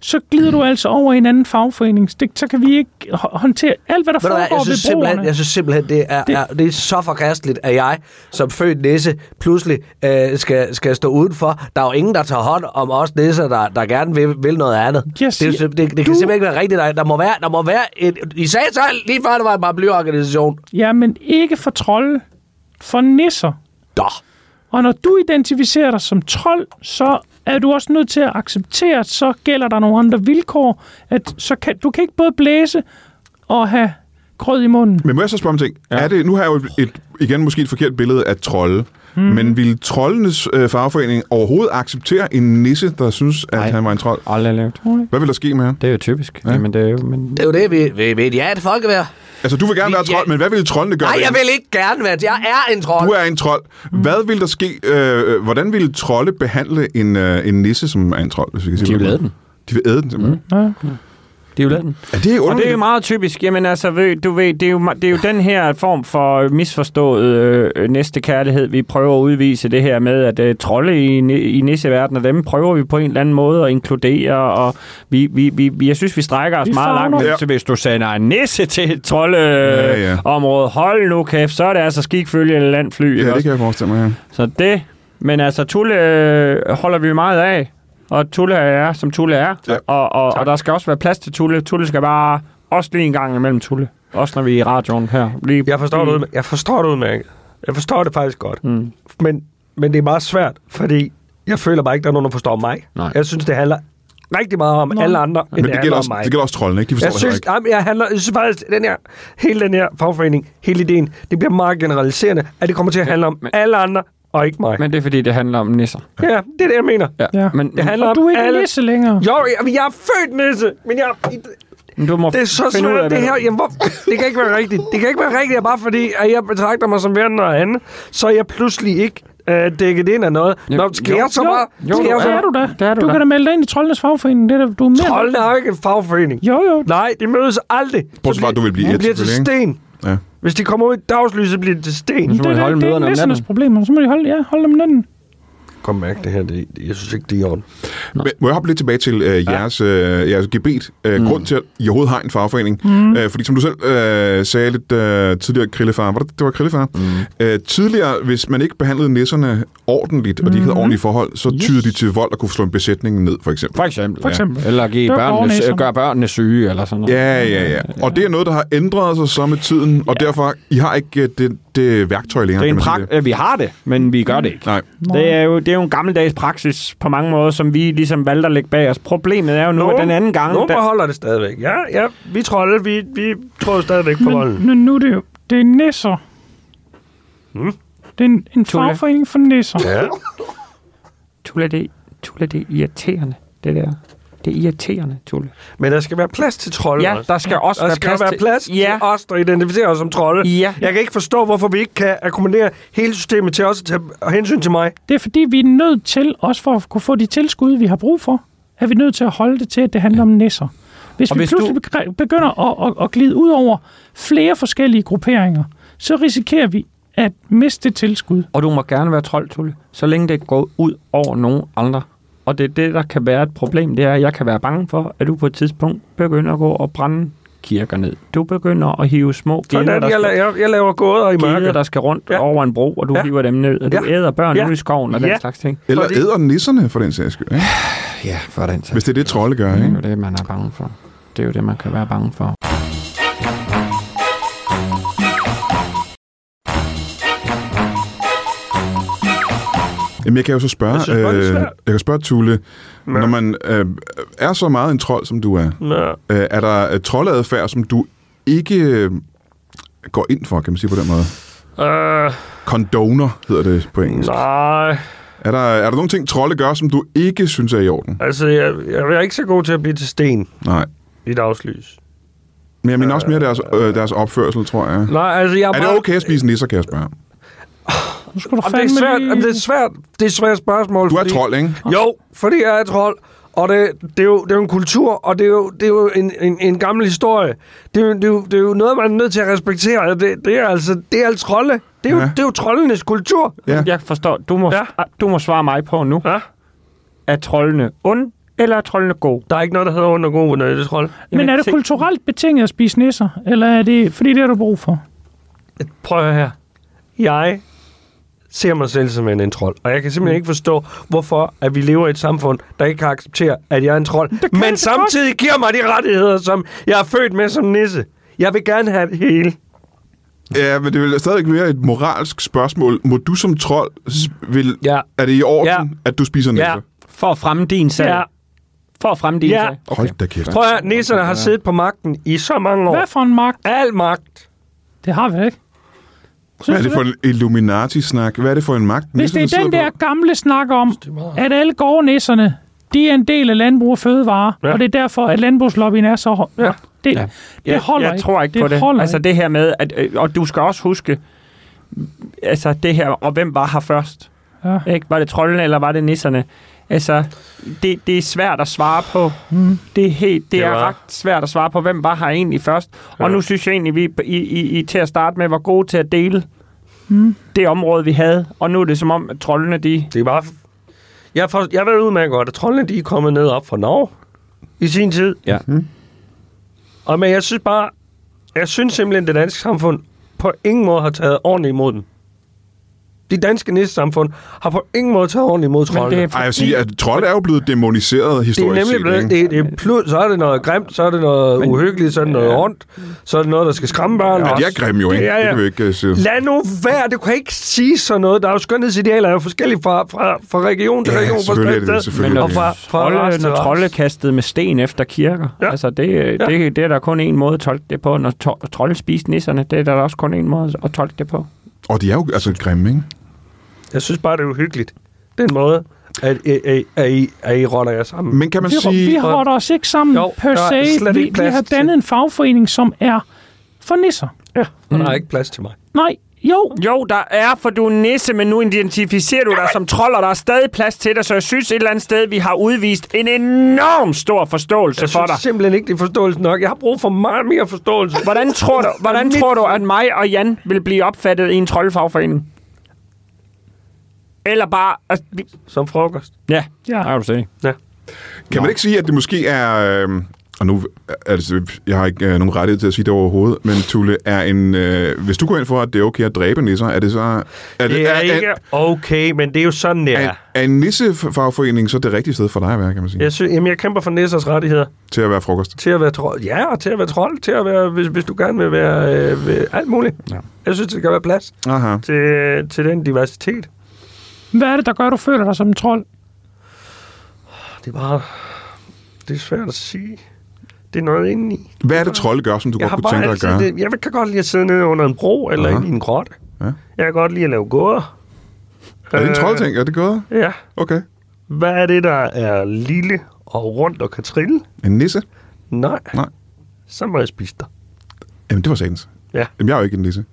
Speaker 4: så glider du altså over i en anden fagforening. Det, så kan vi ikke hå- håndtere alt, hvad der
Speaker 3: Ved du hvad,
Speaker 4: foregår
Speaker 3: jeg
Speaker 4: ved
Speaker 3: synes, simpelthen,
Speaker 4: brugerne.
Speaker 3: jeg synes simpelthen, det er, det... Er, det er så forkasteligt, at jeg som født næse pludselig øh, skal, skal stå udenfor. Der er jo ingen, der tager hånd om os næser, der, der gerne vil, vil noget andet.
Speaker 4: Jeg
Speaker 3: det, er,
Speaker 4: siger-
Speaker 3: jo sim- det, det kan
Speaker 4: du-
Speaker 3: simpelthen ikke være rigtigt. Der, der må være, der må være et, I sagde selv lige før, der var en paraplyorganisation.
Speaker 4: Ja, men ikke for trolde, for nisser.
Speaker 3: Da.
Speaker 4: Og når du identificerer dig som trold, så er du også nødt til at acceptere, at så gælder der nogle andre vilkår. At så kan, du kan ikke både blæse og have grød i munden.
Speaker 1: Men må jeg så spørge om en ting? Ja. Er det, nu har jeg jo et, et, igen måske et forkert billede af trolde, mm. men ville troldenes øh, fagforening overhovedet acceptere en nisse, der synes, at
Speaker 2: Nej.
Speaker 1: han var en trold?
Speaker 2: Aldrig lavet.
Speaker 1: Hvad vil der ske med ham?
Speaker 2: Det er jo typisk. Ja. Jamen, det er jo, men...
Speaker 3: Det er jo det, vi, vi, vi ja, et folkevær.
Speaker 1: Altså, du vil gerne
Speaker 3: Vi-
Speaker 1: være trold,
Speaker 3: ja.
Speaker 1: men hvad ville troldene gøre?
Speaker 3: Nej,
Speaker 1: ved
Speaker 3: jeg
Speaker 1: det?
Speaker 3: vil ikke gerne være. Jeg er en trold.
Speaker 1: Du er en trold. Hvad vil der ske? Øh, øh, hvordan ville trolde behandle en, øh, en nisse, som er en trold? Hvis vi kan sige
Speaker 2: De
Speaker 1: det på
Speaker 2: vil
Speaker 1: den
Speaker 2: æde
Speaker 1: måde?
Speaker 2: den.
Speaker 1: De vil æde den, simpelthen. Mm.
Speaker 2: De vil lade den.
Speaker 1: Er det
Speaker 2: Og det er jo
Speaker 1: underligt?
Speaker 2: meget typisk. Jamen altså, ved- du ved, det er jo, me- det er jo den her form for misforstået øh, øh, næste kærlighed, vi prøver at udvise det her med, at øh, trolde i, ni- i nisseverdenen, og dem prøver vi på en eller anden måde at inkludere, og vi, vi, vi, vi jeg synes, vi strækker os
Speaker 4: Vi
Speaker 2: vi meget
Speaker 4: favner.
Speaker 2: langt. Men
Speaker 1: Ja.
Speaker 2: ja. hvis du sender en nisse til et troldeområde,
Speaker 1: Ja,
Speaker 2: ja,
Speaker 1: ja.
Speaker 2: ja. Område, hold nu kæft, så er det altså skikfølge eller landfly. ikke
Speaker 1: Ja, det
Speaker 2: også?
Speaker 1: kan jeg forestille mig. Ja.
Speaker 2: Så det, men altså Tulle øh, holder vi jo meget af, og Tulle er, som Tulle er,
Speaker 1: Ja.
Speaker 2: ja. og, og, og der skal også være plads til Tulle. Tulle skal bare også lige en gang imellem Tulle. Også når vi er i radioen her. Lige,
Speaker 5: Jeg forstår,
Speaker 1: Mm.
Speaker 5: det, udmær- jeg forstår det udmærket. Jeg forstår det faktisk godt. Mm. Men, men det er meget svært, fordi jeg føler bare ikke, der er nogen, der forstår mig.
Speaker 2: Nej.
Speaker 5: Jeg synes, det handler rigtig meget om Nå. alle andre, end
Speaker 1: Men
Speaker 5: det,
Speaker 1: det
Speaker 5: handler
Speaker 1: gælder,
Speaker 5: om
Speaker 1: også,
Speaker 5: mig.
Speaker 1: det gælder også troldene, ikke? De forstår
Speaker 5: jeg
Speaker 1: det heller
Speaker 5: synes,
Speaker 1: ikke.
Speaker 5: jamen, jeg, handler, jeg synes faktisk, den her, hele den her fagforening, hele ideen, det bliver meget generaliserende, at det kommer til at handle om
Speaker 2: men-
Speaker 5: alle andre, og ikke mig.
Speaker 2: Men det er fordi, det handler om nisser.
Speaker 5: ja, det er det, jeg mener.
Speaker 4: Ja.
Speaker 2: Men,
Speaker 5: Det handler
Speaker 4: Og du er
Speaker 5: om
Speaker 4: ikke
Speaker 5: alle...
Speaker 4: en nisse længere.
Speaker 5: Jo, jeg, jeg er født nisse, men jeg,
Speaker 2: men du må
Speaker 5: det er så
Speaker 2: finde ud af,
Speaker 5: svært, det
Speaker 2: hvad
Speaker 5: her.
Speaker 2: du-
Speaker 5: Jamen, hvor, det kan ikke være rigtigt. Det kan ikke være rigtigt, at bare fordi at jeg betragter mig som værende noget andet, så er jeg pludselig ikke øh, dækket ind af noget.
Speaker 2: Jo,
Speaker 5: Nå, skal
Speaker 2: jo.
Speaker 5: jeg så
Speaker 4: Jo,
Speaker 5: bare...
Speaker 2: jo,
Speaker 5: skal
Speaker 2: jo,
Speaker 5: jeg
Speaker 4: Det er
Speaker 5: så...
Speaker 4: du da.
Speaker 2: Det er du
Speaker 4: du
Speaker 2: da.
Speaker 4: kan da melde dig ind i troldenes fagforening. Det er da, du er mere...
Speaker 5: Trollene er jo ikke en fagforening.
Speaker 4: Jo, jo.
Speaker 5: Nej, de mødes aldrig. Så
Speaker 1: Bortset fra, at du vil blive
Speaker 5: de
Speaker 1: et,
Speaker 5: bliver til
Speaker 1: selvfølgelig,
Speaker 5: sten.
Speaker 1: Ja.
Speaker 5: Hvis de kommer ud i dagslyset, bliver de til sten.
Speaker 2: Så må
Speaker 4: Det,
Speaker 2: I
Speaker 4: det,
Speaker 2: holde
Speaker 4: det, det er
Speaker 2: møderne om
Speaker 4: næssernes
Speaker 2: natten.
Speaker 4: problem. Så må de holde, ja, holde dem om natten.
Speaker 5: Kom mærke det her. Det, jeg synes ikke, det er ordentligt.
Speaker 1: Men Må jeg hoppe lidt tilbage til øh, jeres, øh, jeres gebet? Øh, mm. Grund til, at I overhovedet har en fagforening. Mm. Øh, fordi som du selv øh, sagde lidt øh, tidligere, Krillefar, var det, det var Krillefar? Mm. Øh, tidligere, hvis man ikke behandlede nisserne ordentligt, og de ikke havde ordentlige forhold, så tydede de til vold og kunne slå en besætning ned, for eksempel.
Speaker 2: For eksempel.
Speaker 4: For eksempel.
Speaker 2: Ja. Eller give
Speaker 4: Det var
Speaker 2: børnene,
Speaker 4: borgernæserne.
Speaker 2: gøre børnene syge, eller sådan noget.
Speaker 1: Ja, ja, ja. Og det er noget, der har ændret sig så med tiden, og ja. derfor, I har ikke øh, det, det værktøj længere.
Speaker 2: Det er en
Speaker 1: kan man sige
Speaker 2: prak- øh, vi har det, men vi gør det ikke.
Speaker 1: Nej.
Speaker 2: Det er, jo, det er jo en gammeldags praksis på mange måder, som vi ligesom valgte at lægge bag os. Problemet er jo nu, at den anden gang...
Speaker 5: Nogen
Speaker 2: der-
Speaker 5: beholder det stadigvæk. Ja, ja. Vi trolde. Vi, vi tror stadigvæk på volden.
Speaker 4: Men, men nu er det jo... Det er nisser. Det er en, en
Speaker 2: Hmm? Tulle.
Speaker 4: fagforening for nisser.
Speaker 5: Ja.
Speaker 2: Tulle, det, Tulle, det er irriterende, det der. Det er irriterende, Tulle.
Speaker 5: Men der skal være plads til trolde.
Speaker 2: Ja, der skal også
Speaker 5: Der
Speaker 2: være
Speaker 5: skal
Speaker 2: plads
Speaker 5: plads være
Speaker 2: til-
Speaker 5: plads til
Speaker 2: Ja.
Speaker 5: os, der identificerer os som trolde.
Speaker 2: Ja.
Speaker 5: Jeg kan ikke forstå, hvorfor vi ikke kan akkommodere hele systemet til også at tage hensyn til mig.
Speaker 4: Det er fordi, vi er nødt til, også for at kunne få de tilskud, vi har brug for, er vi nødt til at holde det til, at det handler om nisser. Hvis
Speaker 2: Og
Speaker 4: vi
Speaker 2: hvis
Speaker 4: hvis pludselig du... begynder at, at, at glide ud over flere forskellige grupperinger, så risikerer vi at miste det tilskud.
Speaker 2: Og du må gerne være trold, Tulle, så længe det går ud over nogen andre. Og det er det, der kan være et problem, det er, at jeg kan være bange for, at du på et tidspunkt begynder at gå og brænde kirker ned. Du begynder at hive små
Speaker 5: Sådan
Speaker 2: geder,
Speaker 5: er
Speaker 2: der,
Speaker 5: det. Jeg,
Speaker 2: skal,
Speaker 5: la- jeg, jeg laver gåder i
Speaker 2: geder,
Speaker 5: mørket.
Speaker 2: der skal rundt
Speaker 5: Ja.
Speaker 2: ja. over en bro, og du
Speaker 5: Ja.
Speaker 2: ja. hiver dem ned, og du
Speaker 5: Ja.
Speaker 2: æder børn
Speaker 5: Ja.
Speaker 2: ja. ude i skoven og
Speaker 5: Ja.
Speaker 2: den slags ting.
Speaker 1: Eller
Speaker 5: Fordi-
Speaker 1: æder nisserne, for den sags skyld. Ikke?
Speaker 2: Ja, for den
Speaker 1: Hvis det er det, trolde gør. Ikke?
Speaker 2: Det er jo det, man er bange for. Det er jo det, man kan være bange for.
Speaker 1: Jamen, jeg kan jo så spørge,
Speaker 5: Jeg synes bare, det er
Speaker 1: øh,
Speaker 5: svært.
Speaker 1: jeg kan spørge Tule,
Speaker 5: Nå.
Speaker 1: når man øh, er så meget en trold, som du er,
Speaker 5: Nå.
Speaker 1: øh, er der øh, troldeadfærd, som du ikke øh, går ind for, kan man sige på den måde?
Speaker 5: Øh,
Speaker 1: Condoner hedder det på engelsk.
Speaker 5: nej,
Speaker 1: Er der, er der nogle ting, trolde gør, som du ikke synes er i orden?
Speaker 5: altså jeg, jeg er ikke så god til at blive til sten
Speaker 1: Nej.
Speaker 5: i dagslys.
Speaker 1: Men jeg mener også mere deres, øh, deres opførsel, tror jeg.
Speaker 5: Nej, altså jeg er,
Speaker 1: Er
Speaker 5: bare...
Speaker 1: det okay at spise nisser, kan jeg spørge?
Speaker 4: Nu skal du
Speaker 5: Om det,
Speaker 4: fandme
Speaker 5: er svært, om
Speaker 4: lige...
Speaker 5: det er svært, det er et svært spørgsmål.
Speaker 1: Du er
Speaker 5: fordi-
Speaker 1: trold, ikke?
Speaker 5: Jo, fordi jeg er trold. Og det, det, er jo, det er jo en kultur, og det er jo, det er jo en, en, en gammel historie. Det er, jo, det, er jo, det er jo noget, man er nødt til at respektere. og Det, det er altså det er altså trolde. Det er, jo,
Speaker 1: Ja.
Speaker 5: ja. det er jo troldenes kultur.
Speaker 1: Ja.
Speaker 2: Jeg forstår. Du må,
Speaker 5: Ja.
Speaker 2: ja. du må svare mig på nu.
Speaker 5: Ja.
Speaker 2: Er trollene ond, eller er trollene god?
Speaker 5: Der er ikke noget, der hedder under god, når det er trold.
Speaker 4: Men er
Speaker 2: Jamen,
Speaker 4: det
Speaker 2: se-
Speaker 4: kulturelt betinget at spise nisser, eller er det... Fordi det har du brug for.
Speaker 5: Prøv at høre her. Jeg ser mig selv som en, en trold, og jeg kan simpelthen ikke forstå, hvorfor at vi lever i et samfund, der ikke kan acceptere, at jeg er en trold, men samtidig godt. giver mig de rettigheder, som jeg er født med som nisse. Jeg vil gerne have det hele.
Speaker 1: Ja, men det er vel stadig mere et moralsk spørgsmål. Må du som trold... s- Vil,
Speaker 5: Ja.
Speaker 1: Er det i orden,
Speaker 5: Ja.
Speaker 1: at du spiser nisser?
Speaker 5: Ja.
Speaker 2: For at fremme din sag.
Speaker 5: Ja.
Speaker 2: for at fremdele
Speaker 5: Ja.
Speaker 2: sig.
Speaker 1: Hold da kæft.
Speaker 5: Prøv at høre, nisserne har siddet på magten i så mange år.
Speaker 4: Hvad for en magt?
Speaker 5: Al magt.
Speaker 4: Det har vi ikke.
Speaker 1: Hvad er det for en Illuminati-snak? Hvad er det for en magt?
Speaker 4: Hvis det
Speaker 1: Nissen,
Speaker 4: er den
Speaker 1: sidder
Speaker 4: der
Speaker 1: på?
Speaker 4: gamle snak om, at alle gårdnæsserne, de er en del af landbrug og fødevare, ja. og det er derfor, at landbrugslobbyen er så hård. Ja. Det, ja. det holder
Speaker 2: jeg tror ikke
Speaker 4: det
Speaker 2: på det.
Speaker 4: Holder
Speaker 2: Altså det her med, at, øh, og du skal også huske, altså det her, og hvem var her først?
Speaker 4: Ja.
Speaker 2: Ikke? Var det trollene, eller var det nisserne? Altså, det, det er svært at svare på. Mm. Det, er helt, det,
Speaker 7: Det
Speaker 2: det er
Speaker 7: var-
Speaker 2: ret svært at svare på, hvem var her egentlig først. Ja. Og nu synes jeg egentlig, vi i, i, i, til at starte med var gode til at dele mm. det område, vi havde. Og nu er det som om, at trollene, de...
Speaker 5: Det er bare... Jeg, for, jeg ved udmærket godt, at troldene de er kommet ned op fra Norge i sin tid.
Speaker 8: Ja.
Speaker 5: Mm-hmm. Og men jeg synes bare... Jeg synes simpelthen, det danske samfund på ingen måde har taget ordentligt imod dem. Det danske nissesamfund har på ingen måde taget ordentligt imod troldene.
Speaker 2: det
Speaker 5: Det
Speaker 2: er
Speaker 5: er,
Speaker 1: Ej, jeg vil sige, at trolde er jo blevet demoniseret
Speaker 5: det er
Speaker 1: historisk
Speaker 5: nemlig blevet...
Speaker 1: set, ikke?
Speaker 5: Det, det er plu, så er det noget grimt, så er det noget men, uhyggeligt, så er det noget ondt, så er det noget, der skal skræmme børn.
Speaker 1: Men
Speaker 5: og
Speaker 1: de er
Speaker 5: også-
Speaker 1: grimme jo, ikke?
Speaker 5: Ja, ja.
Speaker 1: Det kan vi ikke øh, sige.
Speaker 5: Lad nu være, du kan ikke sige sådan noget. Der er jo skønhedsidealer, der er jo forskellige fra, fra, fra region til
Speaker 1: Ja,
Speaker 5: region. fra
Speaker 1: selvfølgelig er det
Speaker 5: sted
Speaker 1: det,
Speaker 5: til sted.
Speaker 1: selvfølgelig er
Speaker 5: Og
Speaker 1: det
Speaker 5: fra,
Speaker 1: det.
Speaker 5: fra
Speaker 2: Trolde,
Speaker 5: rest til
Speaker 2: når
Speaker 5: rest.
Speaker 2: trolde kastede med sten efter kirker.
Speaker 5: Ja.
Speaker 2: Ja. Altså, det, øh, det, det, er der kun en måde at tolke det på. Når to- trolde spiste nisserne, det er der også kun en måde at tolke det på.
Speaker 1: Og de er jo altså grimme, ikke?
Speaker 5: Jeg synes bare, det er uhyggeligt. Den måde, at, at, at, at, I, at I rotter jer sammen.
Speaker 1: Men kan man
Speaker 4: Vi, vi
Speaker 1: sige...
Speaker 4: har os ikke sammen
Speaker 5: Jo,
Speaker 4: jo,
Speaker 5: der
Speaker 4: per
Speaker 5: er
Speaker 4: se.
Speaker 5: slet
Speaker 4: Vi,
Speaker 5: ikke
Speaker 4: vi
Speaker 5: plads
Speaker 4: har
Speaker 5: til-
Speaker 4: dannet en fagforening, som er for nisser.
Speaker 5: Og der er ikke plads til mig.
Speaker 4: Nej, jo,
Speaker 2: Jo, der er, for du er nisse, men nu identificerer du dig som trold, og der er stadig plads til dig, så jeg synes et eller andet sted, vi har udvist en enorm stor forståelse
Speaker 5: Jeg
Speaker 2: for
Speaker 5: synes
Speaker 2: dig.
Speaker 5: simpelthen ikke, det er forståelse nok. Jeg har brug for meget mere forståelse.
Speaker 2: Hvordan tror du, hvordan tror du at mig og Jan vil blive opfattet i en troldfagforening? Eller bare... Altså, vi-
Speaker 5: Som frokost.
Speaker 2: ja,
Speaker 4: Ja.
Speaker 2: har du set.
Speaker 1: Kan man ikke sige, at det måske er... Øh, og nu, altså, jeg har ikke øh, nogen rettighed til at sige det overhovedet, men Tulle, er en, øh, hvis du går ind for, at det er okay at dræbe nisser, er det så... Er det,
Speaker 5: Det er ikke
Speaker 1: Er,
Speaker 5: okay, men det er jo sådan, det
Speaker 1: er,
Speaker 5: er.
Speaker 1: er, er en nissefagforening så det rigtige sted for dig at være, kan man sige?
Speaker 5: Jeg, synes, jamen, jeg kæmper for nissers rettigheder.
Speaker 1: Til at være frokost.
Speaker 5: Til at være trold. Ja, og til at være trold. Til at være, hvis, hvis du gerne vil være øh, ved, alt muligt. Ja. Jeg synes, det skal være plads
Speaker 1: Aha.
Speaker 5: til, til den diversitet.
Speaker 4: hvad er det, der gør, du føler dig som en trold?
Speaker 5: Det er bare... Det er svært at sige. Det er noget indeni.
Speaker 1: Hvad er det, trolde gør, som du godt
Speaker 5: Jeg har
Speaker 1: kunne
Speaker 5: bare
Speaker 1: tænke dig at
Speaker 5: altid...
Speaker 1: gøre?
Speaker 5: Det, jeg kan godt lide at sidde nede under en bro eller
Speaker 1: Aha.
Speaker 5: inde i en grotte.
Speaker 1: Ja.
Speaker 5: Jeg kan godt lide at lave gåder.
Speaker 1: Er det en
Speaker 5: Øh,
Speaker 1: troldting? Er det gået?
Speaker 5: Ja.
Speaker 1: Okay.
Speaker 5: Hvad er det, der er lille og rundt og kan trille?
Speaker 1: En nisse?
Speaker 5: Nej.
Speaker 1: Nej.
Speaker 5: Så må jeg spise dig.
Speaker 1: Jamen, det var satans.
Speaker 5: Ja.
Speaker 1: Jamen, jeg er jo ikke en nisse.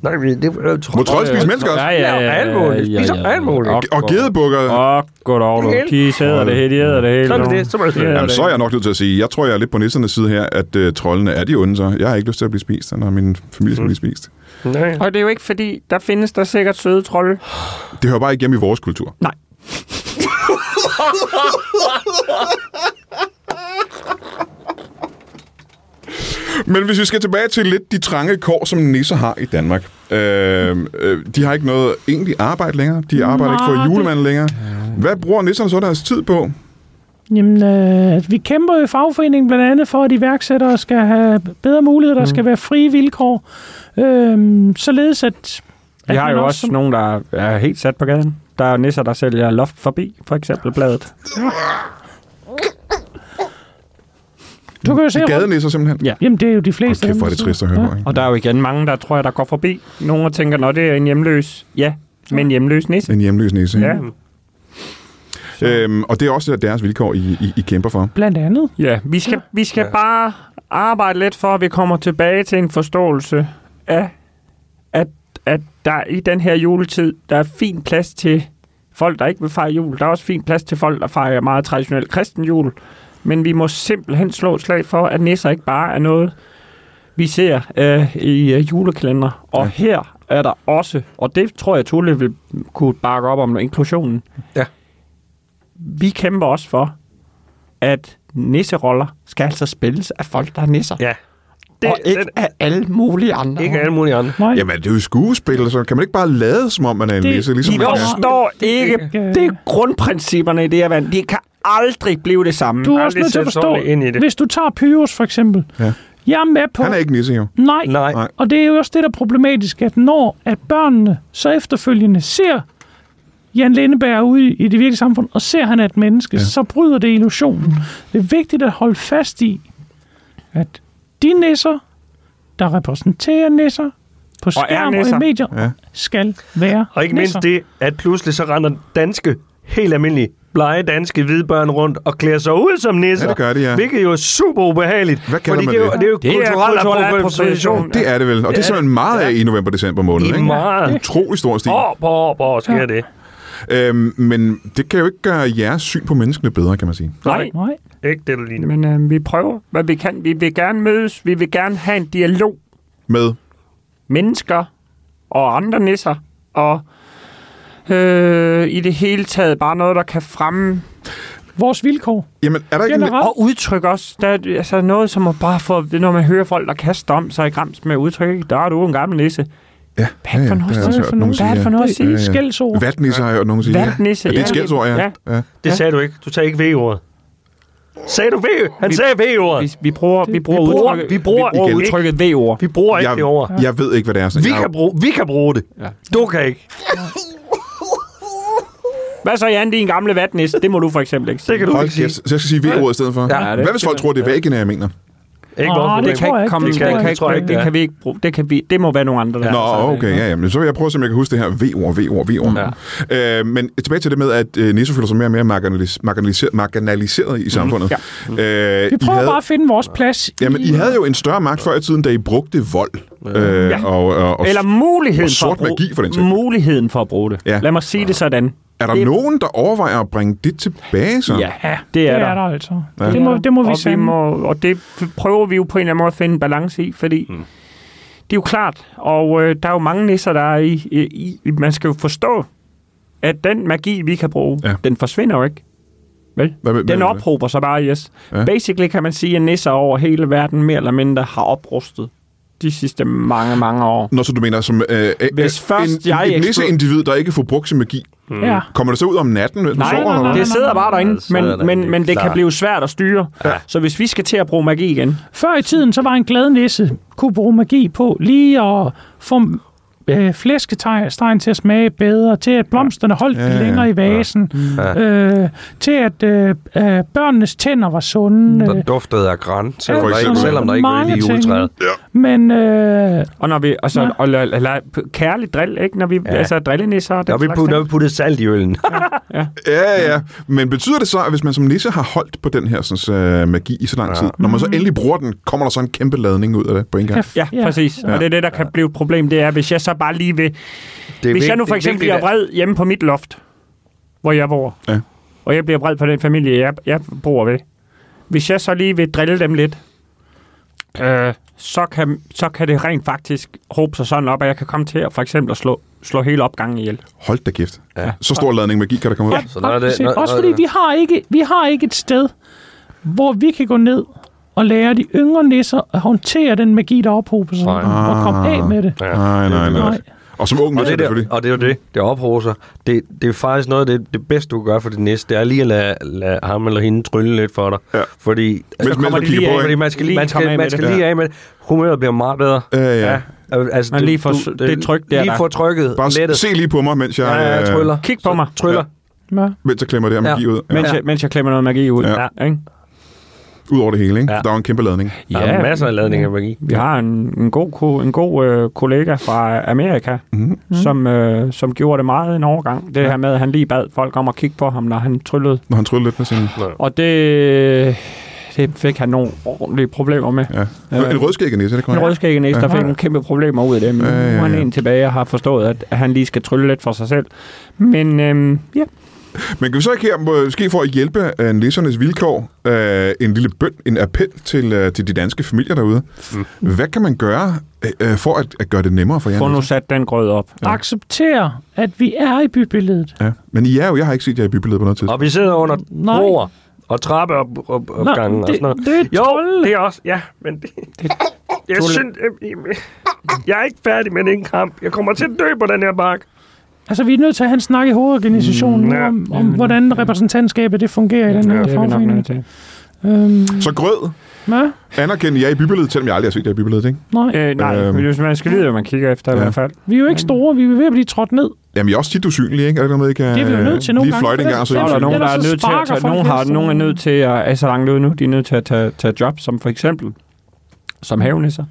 Speaker 5: Nej, men det er jo trold.
Speaker 1: Må trolde spise mennesker også?
Speaker 5: Ja, ja, alt muligt. Spiser
Speaker 4: Ligesom
Speaker 5: alt muligt.
Speaker 1: Og gedebukker?
Speaker 7: Åh, goddag, du. De sidder det hele, de æder det hele.
Speaker 5: Sådan er
Speaker 7: du.
Speaker 5: det. Så må jeg spise
Speaker 7: Ja.
Speaker 5: dig.
Speaker 1: Jamen, så er jeg nok nødt til at sige, jeg tror, jeg er lidt på nissernes side her, at øh, trollene er de onde, så jeg har ikke lyst til at blive spist, når min familie skal blive spist.
Speaker 5: Nej.
Speaker 2: Og det er jo ikke fordi, der findes der sikkert søde trolde.
Speaker 1: Det hører bare ikke hjemme i vores kultur.
Speaker 2: Nej.
Speaker 1: Men hvis vi skal tilbage til lidt de trange kår, som nisser har i Danmark. Øh, øh, de har ikke noget egentlig arbejde længere. De arbejder Nej, ikke for
Speaker 4: Nej,
Speaker 1: julemanden længere. Hvad bruger nisserne så deres tid på?
Speaker 4: Jamen, øh, vi kæmper jo i fagforeningen blandt andet for, at iværksættere skal have bedre muligheder, der
Speaker 5: Mm.
Speaker 4: skal være frie vilkår, øh, således at...
Speaker 2: Vi
Speaker 4: at
Speaker 2: har
Speaker 4: man
Speaker 2: jo også nogen, der er helt sat på gaden. Der er nisser, der sælger loft forbi, for eksempel bladet.
Speaker 4: Du kan jo se... rundt-
Speaker 1: Gadenisser simpelthen?
Speaker 2: Ja.
Speaker 4: Jamen, det er jo de
Speaker 1: Hold
Speaker 4: fleste.
Speaker 1: kæft,
Speaker 4: dem,
Speaker 1: hvor er det
Speaker 4: der
Speaker 1: trist at
Speaker 4: sidder.
Speaker 1: høre
Speaker 4: Ja.
Speaker 1: på, ikke?
Speaker 2: Og der er jo igen mange, der tror jeg, der går forbi. Nogle tænker, når det er en hjemløs. Ja, men hjemløs nisse.
Speaker 1: En hjemløs nisse. ikke?
Speaker 2: Ja.
Speaker 1: Øhm, og det er også deres vilkår, I, I, I kæmper for.
Speaker 4: Blandt andet.
Speaker 2: ja. Vi skal, vi skal ja. bare arbejde lidt for, at vi kommer tilbage til en forståelse af, at, at der i den her juletid, der er fin plads til folk, der ikke vil fejre jul. Der er også fin plads til folk, der fejrer meget traditionel kristen jul. Men vi må simpelthen slå et slag for, at nisser ikke bare er noget, vi ser øh, i øh, julekalender. Og ja. her er der også, og det tror jeg, Tulle vil kunne bakke op om, inklusionen.
Speaker 5: Ja.
Speaker 2: Vi kæmper også for, at nisseroller skal altså spilles af folk, der er nisser.
Speaker 5: Ja.
Speaker 2: Det, og
Speaker 5: Det-
Speaker 2: ikke
Speaker 5: den-
Speaker 2: af alle mulige andre.
Speaker 5: Ikke alle mulige andre.
Speaker 4: Nej,
Speaker 1: Jamen, det er jo skuespil, så kan man ikke bare lade, som om man er en
Speaker 4: Det-
Speaker 1: nisse? Ligesom
Speaker 2: De
Speaker 1: man er.
Speaker 2: forstår ikke.
Speaker 4: ikke-
Speaker 2: Det er grundprincipperne i det her vand. De kan aldrig blive det samme.
Speaker 4: du er
Speaker 5: aldrig
Speaker 4: også nødt til at
Speaker 5: sætte sig
Speaker 4: forstå,
Speaker 5: ordentligt ind i det.
Speaker 4: hvis du tager Pyrus for eksempel,
Speaker 1: Ja.
Speaker 4: jeg er med på,
Speaker 1: Han er ikke nisse, jo.
Speaker 4: nej,
Speaker 5: Nej.
Speaker 1: Nej.
Speaker 4: og det er jo også det, der er problematisk, at når at børnene så efterfølgende ser Jan Lindeberg ude i, i det virkelige samfund, og ser han er et menneske, ja. så bryder det illusionen. Det er vigtigt at holde fast i, at de nisser, der repræsenterer nisser på
Speaker 2: Og er
Speaker 4: skærm og,
Speaker 2: nisser.
Speaker 4: i medier, ja. skal være
Speaker 5: Og ikke mindst
Speaker 4: nisser.
Speaker 5: det, at pludselig så render danske, helt almindelige, blege danske hvide børn rundt og klæder sig ud som nisser.
Speaker 1: Ja, det gør de, ja.
Speaker 5: Hvilket jo er super ubehageligt.
Speaker 1: Hvad kalder
Speaker 5: fordi
Speaker 1: man
Speaker 5: det? Er jo,
Speaker 1: det?
Speaker 5: det er jo
Speaker 2: Altså, Det er
Speaker 5: kulturel
Speaker 2: kulturel
Speaker 5: appropriation.
Speaker 2: appropriation.
Speaker 1: Det er det vel, og det er simpelthen meget af i november-december måned.
Speaker 5: I
Speaker 1: ikke?
Speaker 5: meget.
Speaker 1: Utrolig stor stil.
Speaker 5: År på år på år sker det.
Speaker 1: Øhm, men det kan jo ikke gøre jeres syn på menneskene bedre, kan man sige.
Speaker 5: Nej,
Speaker 4: Nej.
Speaker 5: ikke det, der ligner.
Speaker 2: Men øh, vi prøver, hvad vi kan. Vi vil gerne mødes. Vi vil gerne have en dialog.
Speaker 1: Med
Speaker 2: Mennesker og andre nisser. Og øh, i det hele taget bare noget, der kan fremme
Speaker 4: Vores vilkår.
Speaker 1: Jamen, er der ikke...
Speaker 4: Generelt.
Speaker 2: Og udtryk også. Der er altså noget, som at bare få, når man hører folk, der kaster om sig i grams med udtryk, ikke? der er du en gammel nisse.
Speaker 1: Ja,
Speaker 2: Hvad er det for noget,
Speaker 1: også
Speaker 2: der er
Speaker 1: hørt
Speaker 2: for
Speaker 1: nogen
Speaker 2: noget, der er
Speaker 1: sige,
Speaker 2: for noget at
Speaker 1: ja.
Speaker 2: sige?
Speaker 1: Ja, ja.
Speaker 4: Skældsord.
Speaker 1: Vatnisse har jeg hørt nogen sige. ja.
Speaker 2: Vatnisse,
Speaker 1: Er det et
Speaker 2: ja.
Speaker 1: skældsord, ja?
Speaker 2: Ja.
Speaker 1: ja.
Speaker 5: Det sagde du ikke. Du sagde ikke V-ordet. Sagde du V? Han
Speaker 2: Vi-
Speaker 5: sagde V-ordet.
Speaker 2: Vi, vi, bruger, vi, bruger,
Speaker 5: vi bruger-
Speaker 2: udtrykket,
Speaker 5: vi bruger igen.
Speaker 2: udtrykket V-ord.
Speaker 5: Vi bruger ikke
Speaker 1: Jeg,
Speaker 5: det ord.
Speaker 1: jeg ved ikke, hvad det er. Sådan.
Speaker 5: Vi
Speaker 1: jeg,
Speaker 5: kan, bruge, vi kan bruge det. Du kan ikke.
Speaker 2: Hvad så, Jan, din gamle vatnisse? Det må du for eksempel ikke
Speaker 5: Det
Speaker 2: sige.
Speaker 5: kan du
Speaker 1: Hold
Speaker 5: ikke sige.
Speaker 1: kæft, så jeg skal sige V-ordet i stedet for.
Speaker 5: Ja,
Speaker 1: Hvad hvis folk tror, det er vagina, jeg mener?
Speaker 5: Ikke
Speaker 4: Åh,
Speaker 5: vores
Speaker 4: Ah, det
Speaker 5: problem.
Speaker 2: Det kan
Speaker 4: tror jeg
Speaker 2: ikke
Speaker 4: ikke,
Speaker 2: komme,
Speaker 4: det
Speaker 2: det,
Speaker 4: tror jeg
Speaker 2: kan ikke,
Speaker 5: ikke, det
Speaker 2: det,
Speaker 5: er.
Speaker 2: kan vi ikke bruge. Det, kan vi, det må være nogle andre, der
Speaker 1: Nå,
Speaker 2: har sagt det.
Speaker 1: okay, ja, ja. Men så vil jeg prøve at se, om jeg kan huske det her V-ord, V-ord, V-ord. Ja. Øh, men tilbage til det med, at øh, Nisso føler sig mere og mere marginalis- marginaliseret, marginaliseret i samfundet. Mm, ja. øh,
Speaker 4: Vi
Speaker 1: I
Speaker 4: prøver
Speaker 1: havde,
Speaker 4: bare at finde vores plads.
Speaker 1: Jamen, I havde jo en større magt før i tiden, da I brugte vold. Øh, ja. og, og, og,
Speaker 2: Eller muligheden
Speaker 1: og
Speaker 2: for, at
Speaker 1: sort
Speaker 2: bruge,
Speaker 1: magi, for den sags skyld.
Speaker 2: muligheden for at bruge det.
Speaker 1: Ja.
Speaker 2: Lad mig sige det sådan.
Speaker 1: er der nogen, der overvejer at bringe det tilbage, så?
Speaker 9: Ja.
Speaker 2: Ja, det er,
Speaker 4: Det
Speaker 2: der.
Speaker 4: er der altså. Ja. Det, må, det må vi
Speaker 2: og,
Speaker 4: sande.
Speaker 2: må, og det prøver vi jo på en eller anden måde at finde en balance i, fordi mm. det er jo klart, og øh, der er jo mange nisser, der er i, i, i. Man skal jo forstå, at den magi, vi kan bruge,
Speaker 1: Ja.
Speaker 2: ja. den forsvinder jo ikke. Vel?
Speaker 1: Hvad med-
Speaker 2: den
Speaker 1: med-
Speaker 2: ophober sig bare, yes.
Speaker 1: Ja.
Speaker 2: Ja. Basically kan man sige, at nisser over hele verden mere eller mindre har oprustet de sidste mange, mange år.
Speaker 1: Når så du mener, som øh, øh,
Speaker 2: Hvis først
Speaker 1: en,
Speaker 2: jeg
Speaker 1: et
Speaker 2: eksplo-
Speaker 1: nisse-individ, der ikke får brugt sin magi,
Speaker 4: Ja.
Speaker 5: Mm.
Speaker 1: kommer det så ud om natten, hvis man
Speaker 2: Nej,
Speaker 1: sover?
Speaker 2: nej,
Speaker 1: eller
Speaker 2: nej,
Speaker 1: hvad?
Speaker 2: det sidder bare derinde,
Speaker 5: Så er der
Speaker 2: men, men,
Speaker 5: det
Speaker 2: men det kan
Speaker 5: klart.
Speaker 2: blive svært at styre. Ja. Så hvis vi skal til at bruge magi igen,
Speaker 4: Før i tiden, så var en glad nisse, kunne bruge magi på lige at få øh, flæskestegen til at smage bedre, til at blomsterne holdt
Speaker 1: Ja, ja,
Speaker 4: ja,
Speaker 1: ja.
Speaker 4: længere i vasen, ja. Øh, til at øh, øh, børnenes tænder var sunde,
Speaker 5: Der
Speaker 4: øh,
Speaker 5: duftede af græn, selvom,
Speaker 1: for
Speaker 5: Mm. der ikke,
Speaker 1: eksempel.
Speaker 5: selvom der ikke var
Speaker 4: Mange
Speaker 5: i
Speaker 4: ting.
Speaker 5: juletræet.
Speaker 4: men øh,
Speaker 2: Og når vi, og så, og, la- la- la- p- kærlig drill, ikke? Når vi, ja. altså drillenisser og den
Speaker 5: Når vi,
Speaker 2: slags
Speaker 5: put, når
Speaker 2: ting.
Speaker 5: vi puttede salt i øllen.
Speaker 1: Ja, ja. Men betyder det så, at hvis man som nisse har holdt på den her sådan, øh, magi i så lang tid, når man så endelig bruger den, kommer der så en kæmpe ladning ud af det på en gang?
Speaker 2: Ja, ja, præcis. Ja. Og det er det, der kan blive et problem, det er, hvis jeg så bare lige vil...
Speaker 5: Det er
Speaker 2: Hvis jeg nu
Speaker 5: vigtigt- det
Speaker 2: for
Speaker 5: er
Speaker 2: eksempel
Speaker 5: vigtigt,
Speaker 2: bliver
Speaker 5: at-
Speaker 2: vred hjemme på mit loft, hvor jeg bor,
Speaker 1: Ja.
Speaker 2: og jeg bliver vred på den familie, jeg, jeg bor ved, hvis jeg så lige vil drille dem lidt, øh, så, kan, så kan det rent faktisk håbe sig sådan op, at jeg kan komme til at for eksempel at slå, slå hele opgangen ihjel.
Speaker 1: Hold da kæft. Ja. Så stor ladning magi kan der komme ud.
Speaker 5: Så når det,
Speaker 4: Præcis.
Speaker 5: når,
Speaker 4: Også
Speaker 5: når-
Speaker 4: fordi vi har, ikke, vi har ikke et sted, hvor vi kan gå ned og lære de yngre nisser at håndtere den magi, der ophober sig, og komme af
Speaker 1: Ah.
Speaker 4: med det.
Speaker 5: Ja.
Speaker 1: Nej, nej, nej.
Speaker 4: Nej.
Speaker 1: Og som ung
Speaker 5: Og
Speaker 1: nisse
Speaker 5: det, der,
Speaker 1: selvfølgelig.
Speaker 5: og det er jo det, det ophoser. Det, det er faktisk noget af det, det bedste, du kan gøre for din næste. Det er lige at lade, lade ham eller hende trylle lidt for dig.
Speaker 1: Ja.
Speaker 5: Fordi,
Speaker 1: mens man
Speaker 2: de lige
Speaker 1: kigger
Speaker 2: af.
Speaker 1: på,
Speaker 5: fordi
Speaker 1: ikke?
Speaker 5: man skal,
Speaker 2: Lige komme
Speaker 5: man skal,
Speaker 2: af
Speaker 5: man
Speaker 2: med
Speaker 5: skal
Speaker 2: det.
Speaker 5: lige af med det. Humøret bliver meget bedre.
Speaker 1: Ja, ja.
Speaker 5: Al- Altså,
Speaker 2: Man lige får s- det tryk der,
Speaker 5: Lige
Speaker 2: der.
Speaker 5: får trykket
Speaker 1: Bare
Speaker 5: lettet.
Speaker 1: se lige på mig, mens jeg, øh,
Speaker 5: Ja, ja, jeg tryller.
Speaker 2: Kig på mig,
Speaker 5: Tryller.
Speaker 4: Ja.
Speaker 1: mens jeg klemmer det her
Speaker 5: Ja.
Speaker 1: magi ud. Ja.
Speaker 2: mens, jeg, mens jeg klemmer noget magi ud.
Speaker 1: Ja.
Speaker 2: Ikke?
Speaker 1: Ud over det hele, ikke?
Speaker 5: Ja.
Speaker 1: Der er jo en kæmpe ladning.
Speaker 5: Ja. Der er masser af ladning af magi.
Speaker 2: Vi har en, en god, ko- en god øh, kollega fra Amerika,
Speaker 1: Mhm.
Speaker 2: mm-hmm. som, øh, som gjorde det meget en overgang. Det ja. her med, at han lige bad folk om at kigge på ham, når han tryllede.
Speaker 1: Når han tryller lidt med sin...
Speaker 2: Og det, det fik han nogle ordentlige problemer med.
Speaker 1: Ja. En rødskæg nisse, det
Speaker 2: Den
Speaker 1: kommer
Speaker 2: rødskægge næste, der fik nogle kæmpe problemer ud af det, men nu
Speaker 1: Ja, ja,
Speaker 2: er han
Speaker 1: ja.
Speaker 2: en tilbage og har forstået, at han lige skal trylle lidt for sig selv. Men øhm, ja,
Speaker 1: Men kan vi så ikke her, måske for at hjælpe øh, nissernes vilkår, øh, en lille bøn, en appel til, øh, til de danske familier derude. Mm. Hvad kan man gøre øh, øh, for at, at gøre det nemmere for jer?
Speaker 2: få nu
Speaker 1: nisser?
Speaker 2: sat den grød op.
Speaker 4: Acceptere, at vi er i bybilledet.
Speaker 1: Ja. Men I er jo, jeg har ikke set jer i bybilledet på noget tidspunkt.
Speaker 5: Og vi sidder under
Speaker 4: Nej.
Speaker 5: broer og trappeopgangen op, op,
Speaker 4: Nå,
Speaker 5: opgangen og
Speaker 4: det,
Speaker 5: sådan noget.
Speaker 4: det er
Speaker 5: Jo,
Speaker 4: trolde.
Speaker 5: det er også, ja, men det, jeg synes, jeg, jeg er ikke færdig med den kamp. Jeg kommer til at dø på den her mark.
Speaker 4: Altså, vi er nødt til at have en snak i hovedorganisationen nu om, om, hvordan repræsentantskabet det fungerer i den her
Speaker 2: det er vi nok
Speaker 4: fagforening.
Speaker 2: nødt til.
Speaker 4: Øhm,
Speaker 1: Så grød,
Speaker 4: Hvad?
Speaker 1: Anerkend, jeg er i bybilledet, selvom jeg aldrig har set jer i bybilledet, ikke?
Speaker 4: Nej.
Speaker 2: Øh, nej,
Speaker 1: Øhm.
Speaker 2: øhm. hvis man skal vide, hvad man kigger efter ja. i
Speaker 1: Ja.
Speaker 2: hvert fald.
Speaker 4: Vi er jo ikke store, vi er ved at blive trådt ned.
Speaker 1: Jamen, jeg er også tit usynlig, ikke? Er det noget med, I kan øh,
Speaker 4: Det er vi jo nødt til nogle
Speaker 1: lige
Speaker 4: gange,
Speaker 1: fløjte en
Speaker 4: for
Speaker 1: gang, og så
Speaker 4: ellers-
Speaker 2: Der er
Speaker 1: er
Speaker 2: nogen, der er
Speaker 4: Ellers så
Speaker 2: nødt til at tage,
Speaker 4: sparker
Speaker 2: nogen,
Speaker 4: folk
Speaker 2: har,
Speaker 4: hele
Speaker 2: nogen er
Speaker 4: tiden.
Speaker 2: nødt til at, altså langt ude nu, de er nødt til at tage, tage, job, som for eksempel som havenisser.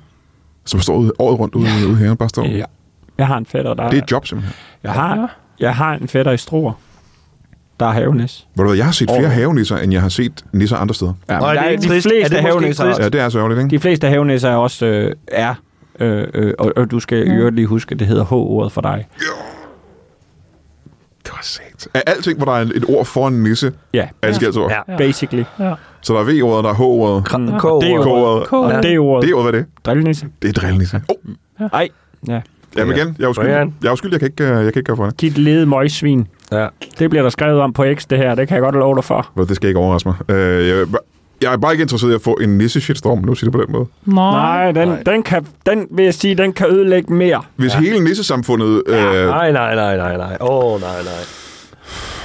Speaker 1: Så står ude- året rundt ude, ude her, bare står.
Speaker 2: Ja. Jeg har en fætter, der
Speaker 1: Det er et job, simpelthen.
Speaker 2: jeg, har, jeg har en fætter i Struer, der er havenis.
Speaker 1: Hvor du ved, jeg har set flere havenisser, end jeg har set nisser andre steder.
Speaker 10: Ja,
Speaker 2: Nå,
Speaker 10: men der
Speaker 2: det er
Speaker 10: ikke
Speaker 2: de
Speaker 10: trist.
Speaker 2: fleste
Speaker 10: Er det måske
Speaker 2: havenisser.
Speaker 10: ikke trist?
Speaker 1: Ja, det er så ærgerligt, ikke?
Speaker 2: De fleste havenisser er også øh, er, øh, øh, og, og du skal i øvrigt lige huske, det hedder H-ordet for dig.
Speaker 1: Det var sat. Af alting, hvor der er et ord for en nisse,
Speaker 2: Ja,
Speaker 1: er det skældsord.
Speaker 2: ja. basically.
Speaker 1: Så der er V-ordet, der er H-ordet,
Speaker 5: Mm. K-ordet.
Speaker 1: K-ordet.
Speaker 2: Og
Speaker 4: Kål.
Speaker 2: D-ordet,
Speaker 1: Det ord, hvad er det?
Speaker 2: drillnisse.
Speaker 1: Det er drillnisse. Åh, oh,
Speaker 2: Ej, ja.
Speaker 1: jamen igen, jeg er uskyldig.
Speaker 5: Brian.
Speaker 1: Jeg er uskyldig, jeg kan ikke, øh, jeg kan ikke gøre for det.
Speaker 2: Dit lede møgsvin.
Speaker 5: Ja.
Speaker 2: Det bliver der skrevet om på X, det her. Det kan jeg godt love dig for.
Speaker 1: Hvor Det skal ikke overraske mig. Øh, jeg, jeg er bare ikke interesseret i at få en nisse-shitstorm, nu siger det på den måde.
Speaker 4: Nej.
Speaker 2: Nej, den, den, kan, den vil jeg sige, den kan ødelægge mere.
Speaker 1: Hvis ja. hele nissesamfundet... Øh,
Speaker 5: Nej, nej, nej, nej, nej. Åh, oh, nej, nej.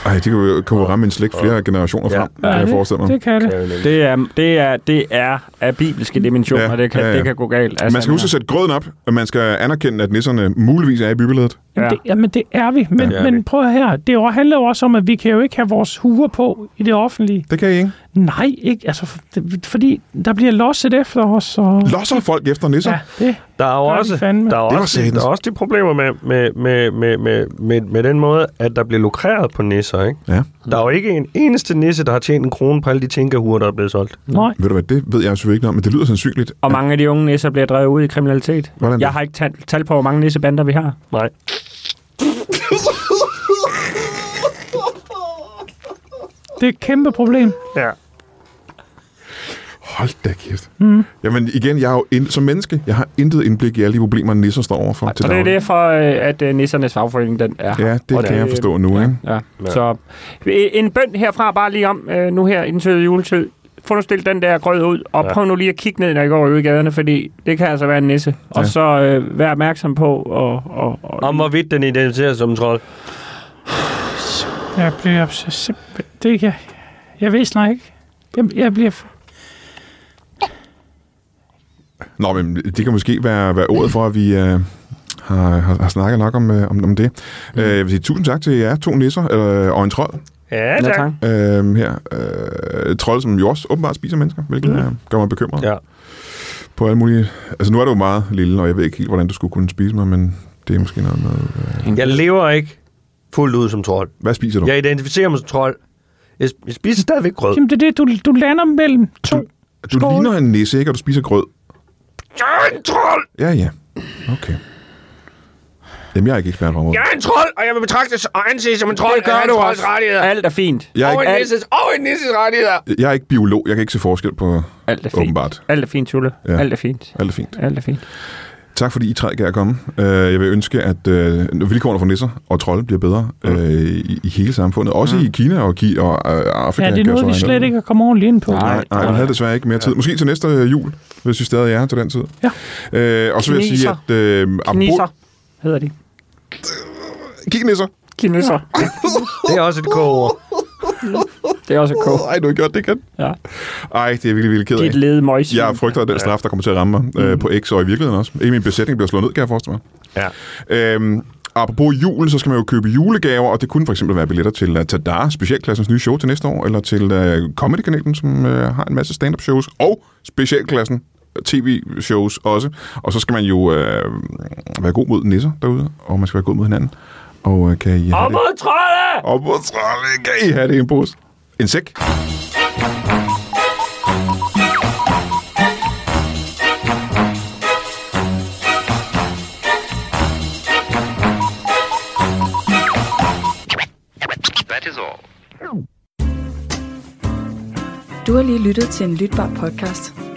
Speaker 1: ej, de kan jo, kan jo ramme en slægt flere generationer
Speaker 5: Ja.
Speaker 1: frem, ja. kan jeg forestille mig.
Speaker 4: Det kan det.
Speaker 2: Det er, det er, det er af bibelske dimensioner.
Speaker 1: Ja,
Speaker 2: Ja, det, kan,
Speaker 1: ja,
Speaker 2: ja,
Speaker 1: ja.
Speaker 2: ja. det kan gå galt. Altså,
Speaker 1: Man skal huske at sætte grøden op, og man skal anerkende, at nisserne muligvis er i bybilledet.
Speaker 4: Ja.
Speaker 2: Ja.
Speaker 4: Det, jamen, det er vi. Men,
Speaker 5: Ja, det er
Speaker 4: ja,
Speaker 5: vi.
Speaker 4: men prøv at høre her. Det jo- handler jo også om, at vi kan jo ikke have vores huer på i det offentlige.
Speaker 1: Det kan I ikke.
Speaker 4: Nej, ikke. Altså, for, det, fordi der bliver losset efter os. Og...
Speaker 1: Losser folk efter nisser?
Speaker 4: Ja,
Speaker 1: Ja.
Speaker 4: det.
Speaker 5: Der er jo
Speaker 4: Gør de
Speaker 5: også,
Speaker 4: fandme.
Speaker 5: der er
Speaker 1: Det var
Speaker 5: også,
Speaker 1: satans.
Speaker 5: der er også de problemer med, med, med, med, med, med, med den måde, at der bliver lukreret på nisser, ikke?
Speaker 1: Ja.
Speaker 5: Der er jo ikke en eneste nisse, der har tjent en krone på alle de tinkahuer, der er blevet solgt.
Speaker 4: Nej.
Speaker 1: Ved du hvad, det ved jeg selvfølgelig ikke noget om, men det lyder sandsynligt.
Speaker 2: Og mange af de unge nisser bliver drevet ud i kriminalitet.
Speaker 1: Hvordan det?
Speaker 2: jeg har ikke tal, tal på, hvor mange nissebander vi har.
Speaker 5: Nej.
Speaker 4: Det er et kæmpe problem.
Speaker 5: Ja.
Speaker 1: Hold da kæft. Mm. Jamen igen, jeg er jo ind, som menneske, jeg har intet indblik i alle de problemer, nisser står overfor til
Speaker 2: Og det er
Speaker 1: daglig.
Speaker 2: det for, øh, at øh, nissernes fagforening den er. her.
Speaker 1: Ja, det
Speaker 2: Og
Speaker 1: kan jeg forstå nu, ikke?
Speaker 2: Ja. Så øh, en bønd herfra bare lige om, øh, nu her i den søde juletid. Få nu stillet den der grød ud, og ja. prøv nu lige at kigge ned, når I går ude i gaderne, fordi det kan altså være en nisse. Og
Speaker 1: Ja.
Speaker 2: så øh, vær opmærksom på, og, og,
Speaker 1: Mm.
Speaker 2: og
Speaker 5: Om hvorvidt den identificeres som en trold.
Speaker 4: Jeg bliver så simpelthen... Det kan jeg... Jeg ved snart ikke. Jeg, jeg bliver...
Speaker 1: Nå, men det kan måske være, være ordet for, at vi øh, har, har, har snakket nok om, øh, om, om det. Øh, jeg vil sige tusind tak til jer, to nisser øh, og en trold
Speaker 5: Ja,
Speaker 2: Ja, tak.
Speaker 1: øh, her. Øh, trold, som jo også åbenbart spiser mennesker, hvilket øh, gør mig bekymret
Speaker 5: Ja.
Speaker 1: på alle mulige... Altså, nu er du jo meget lille, og jeg ved ikke helt, hvordan du skulle kunne spise mig, men det er måske noget med... Øh,
Speaker 5: Jeg lever ikke fuldt ud som trold.
Speaker 1: hvad spiser du?
Speaker 5: Jeg identificerer mig som trold. Jeg sp- jeg spiser stadigvæk grød.
Speaker 4: Jamen, det er det, du, du lander mellem to.
Speaker 1: Du
Speaker 4: Skål.
Speaker 1: ligner en nisse, ikke? Og du spiser grød.
Speaker 5: Jeg er en trold!
Speaker 1: Ja, ja. Okay. Jamen, jeg er ikke ekspert på området.
Speaker 5: Jeg er en trold, og jeg vil betragtes og anses som en trold.
Speaker 2: Det gør
Speaker 5: Jeg er en
Speaker 2: du
Speaker 5: trolds
Speaker 2: også.
Speaker 5: rettigheder.
Speaker 2: Alt er fint.
Speaker 1: Jeg er
Speaker 5: Og
Speaker 1: ikke,
Speaker 5: en nisses, og en nisses rettigheder.
Speaker 1: jeg er ikke biolog. Jeg kan ikke se forskel på...
Speaker 2: Alt er fint.
Speaker 1: Åbenbart.
Speaker 2: Alt er fint, Tulle.
Speaker 1: Ja.
Speaker 2: Ja. Alt er fint.
Speaker 1: Alt er fint.
Speaker 2: Alt er fint.
Speaker 1: Tak fordi I tre kan komme. Øh, Jeg vil ønske, at øh, vilkårene for nisser og trolde bliver bedre øh, i, i hele samfundet. Også i Kina og, Ki og øh, Afrika.
Speaker 4: Ja, det er
Speaker 1: kan jeg
Speaker 4: noget,
Speaker 1: så
Speaker 4: vi
Speaker 1: regne
Speaker 4: slet
Speaker 1: ud.
Speaker 4: ikke kommer ordentligt ind på.
Speaker 1: Nej, nej, vi havde desværre ikke mere tid. Måske til næste øh, jul, hvis I stadig er til den tid.
Speaker 4: Ja.
Speaker 1: Øh, og så vil jeg sige,
Speaker 2: Kineser.
Speaker 1: at... Øh, abo-
Speaker 2: Kniser hedder de.
Speaker 1: Kineser.
Speaker 2: Kineser.
Speaker 5: Det er også et k-ord.
Speaker 2: Det er også et
Speaker 1: Åh, Ej, du har gjort det igen.
Speaker 2: Ja.
Speaker 1: Ej, det er jeg virkelig, virkelig ked af.
Speaker 2: Dit lede møgsvin.
Speaker 1: Jeg frygter, at den straf, der kommer til at ramme mig øh, på X og i virkeligheden også. Ikke min besætning bliver slået ned, kan jeg forestille mig.
Speaker 5: Ja.
Speaker 1: Øhm, apropos jul, så skal man jo købe julegaver, og det kunne for eksempel være billetter til uh, Tadar, specialklassens nye show til næste år, eller til uh, Comedy-kanalen, som uh, har en masse stand-up shows, og specialklassen øh, tv-shows også. Og så skal man jo øh, være god mod nisser derude, og man skal være god mod hinanden. Og øh, kan I have det?
Speaker 2: mod trolde!
Speaker 1: Og mod trolde, kan I have det i en pose? En sæk?
Speaker 11: Du har lige lyttet til en lytbar podcast.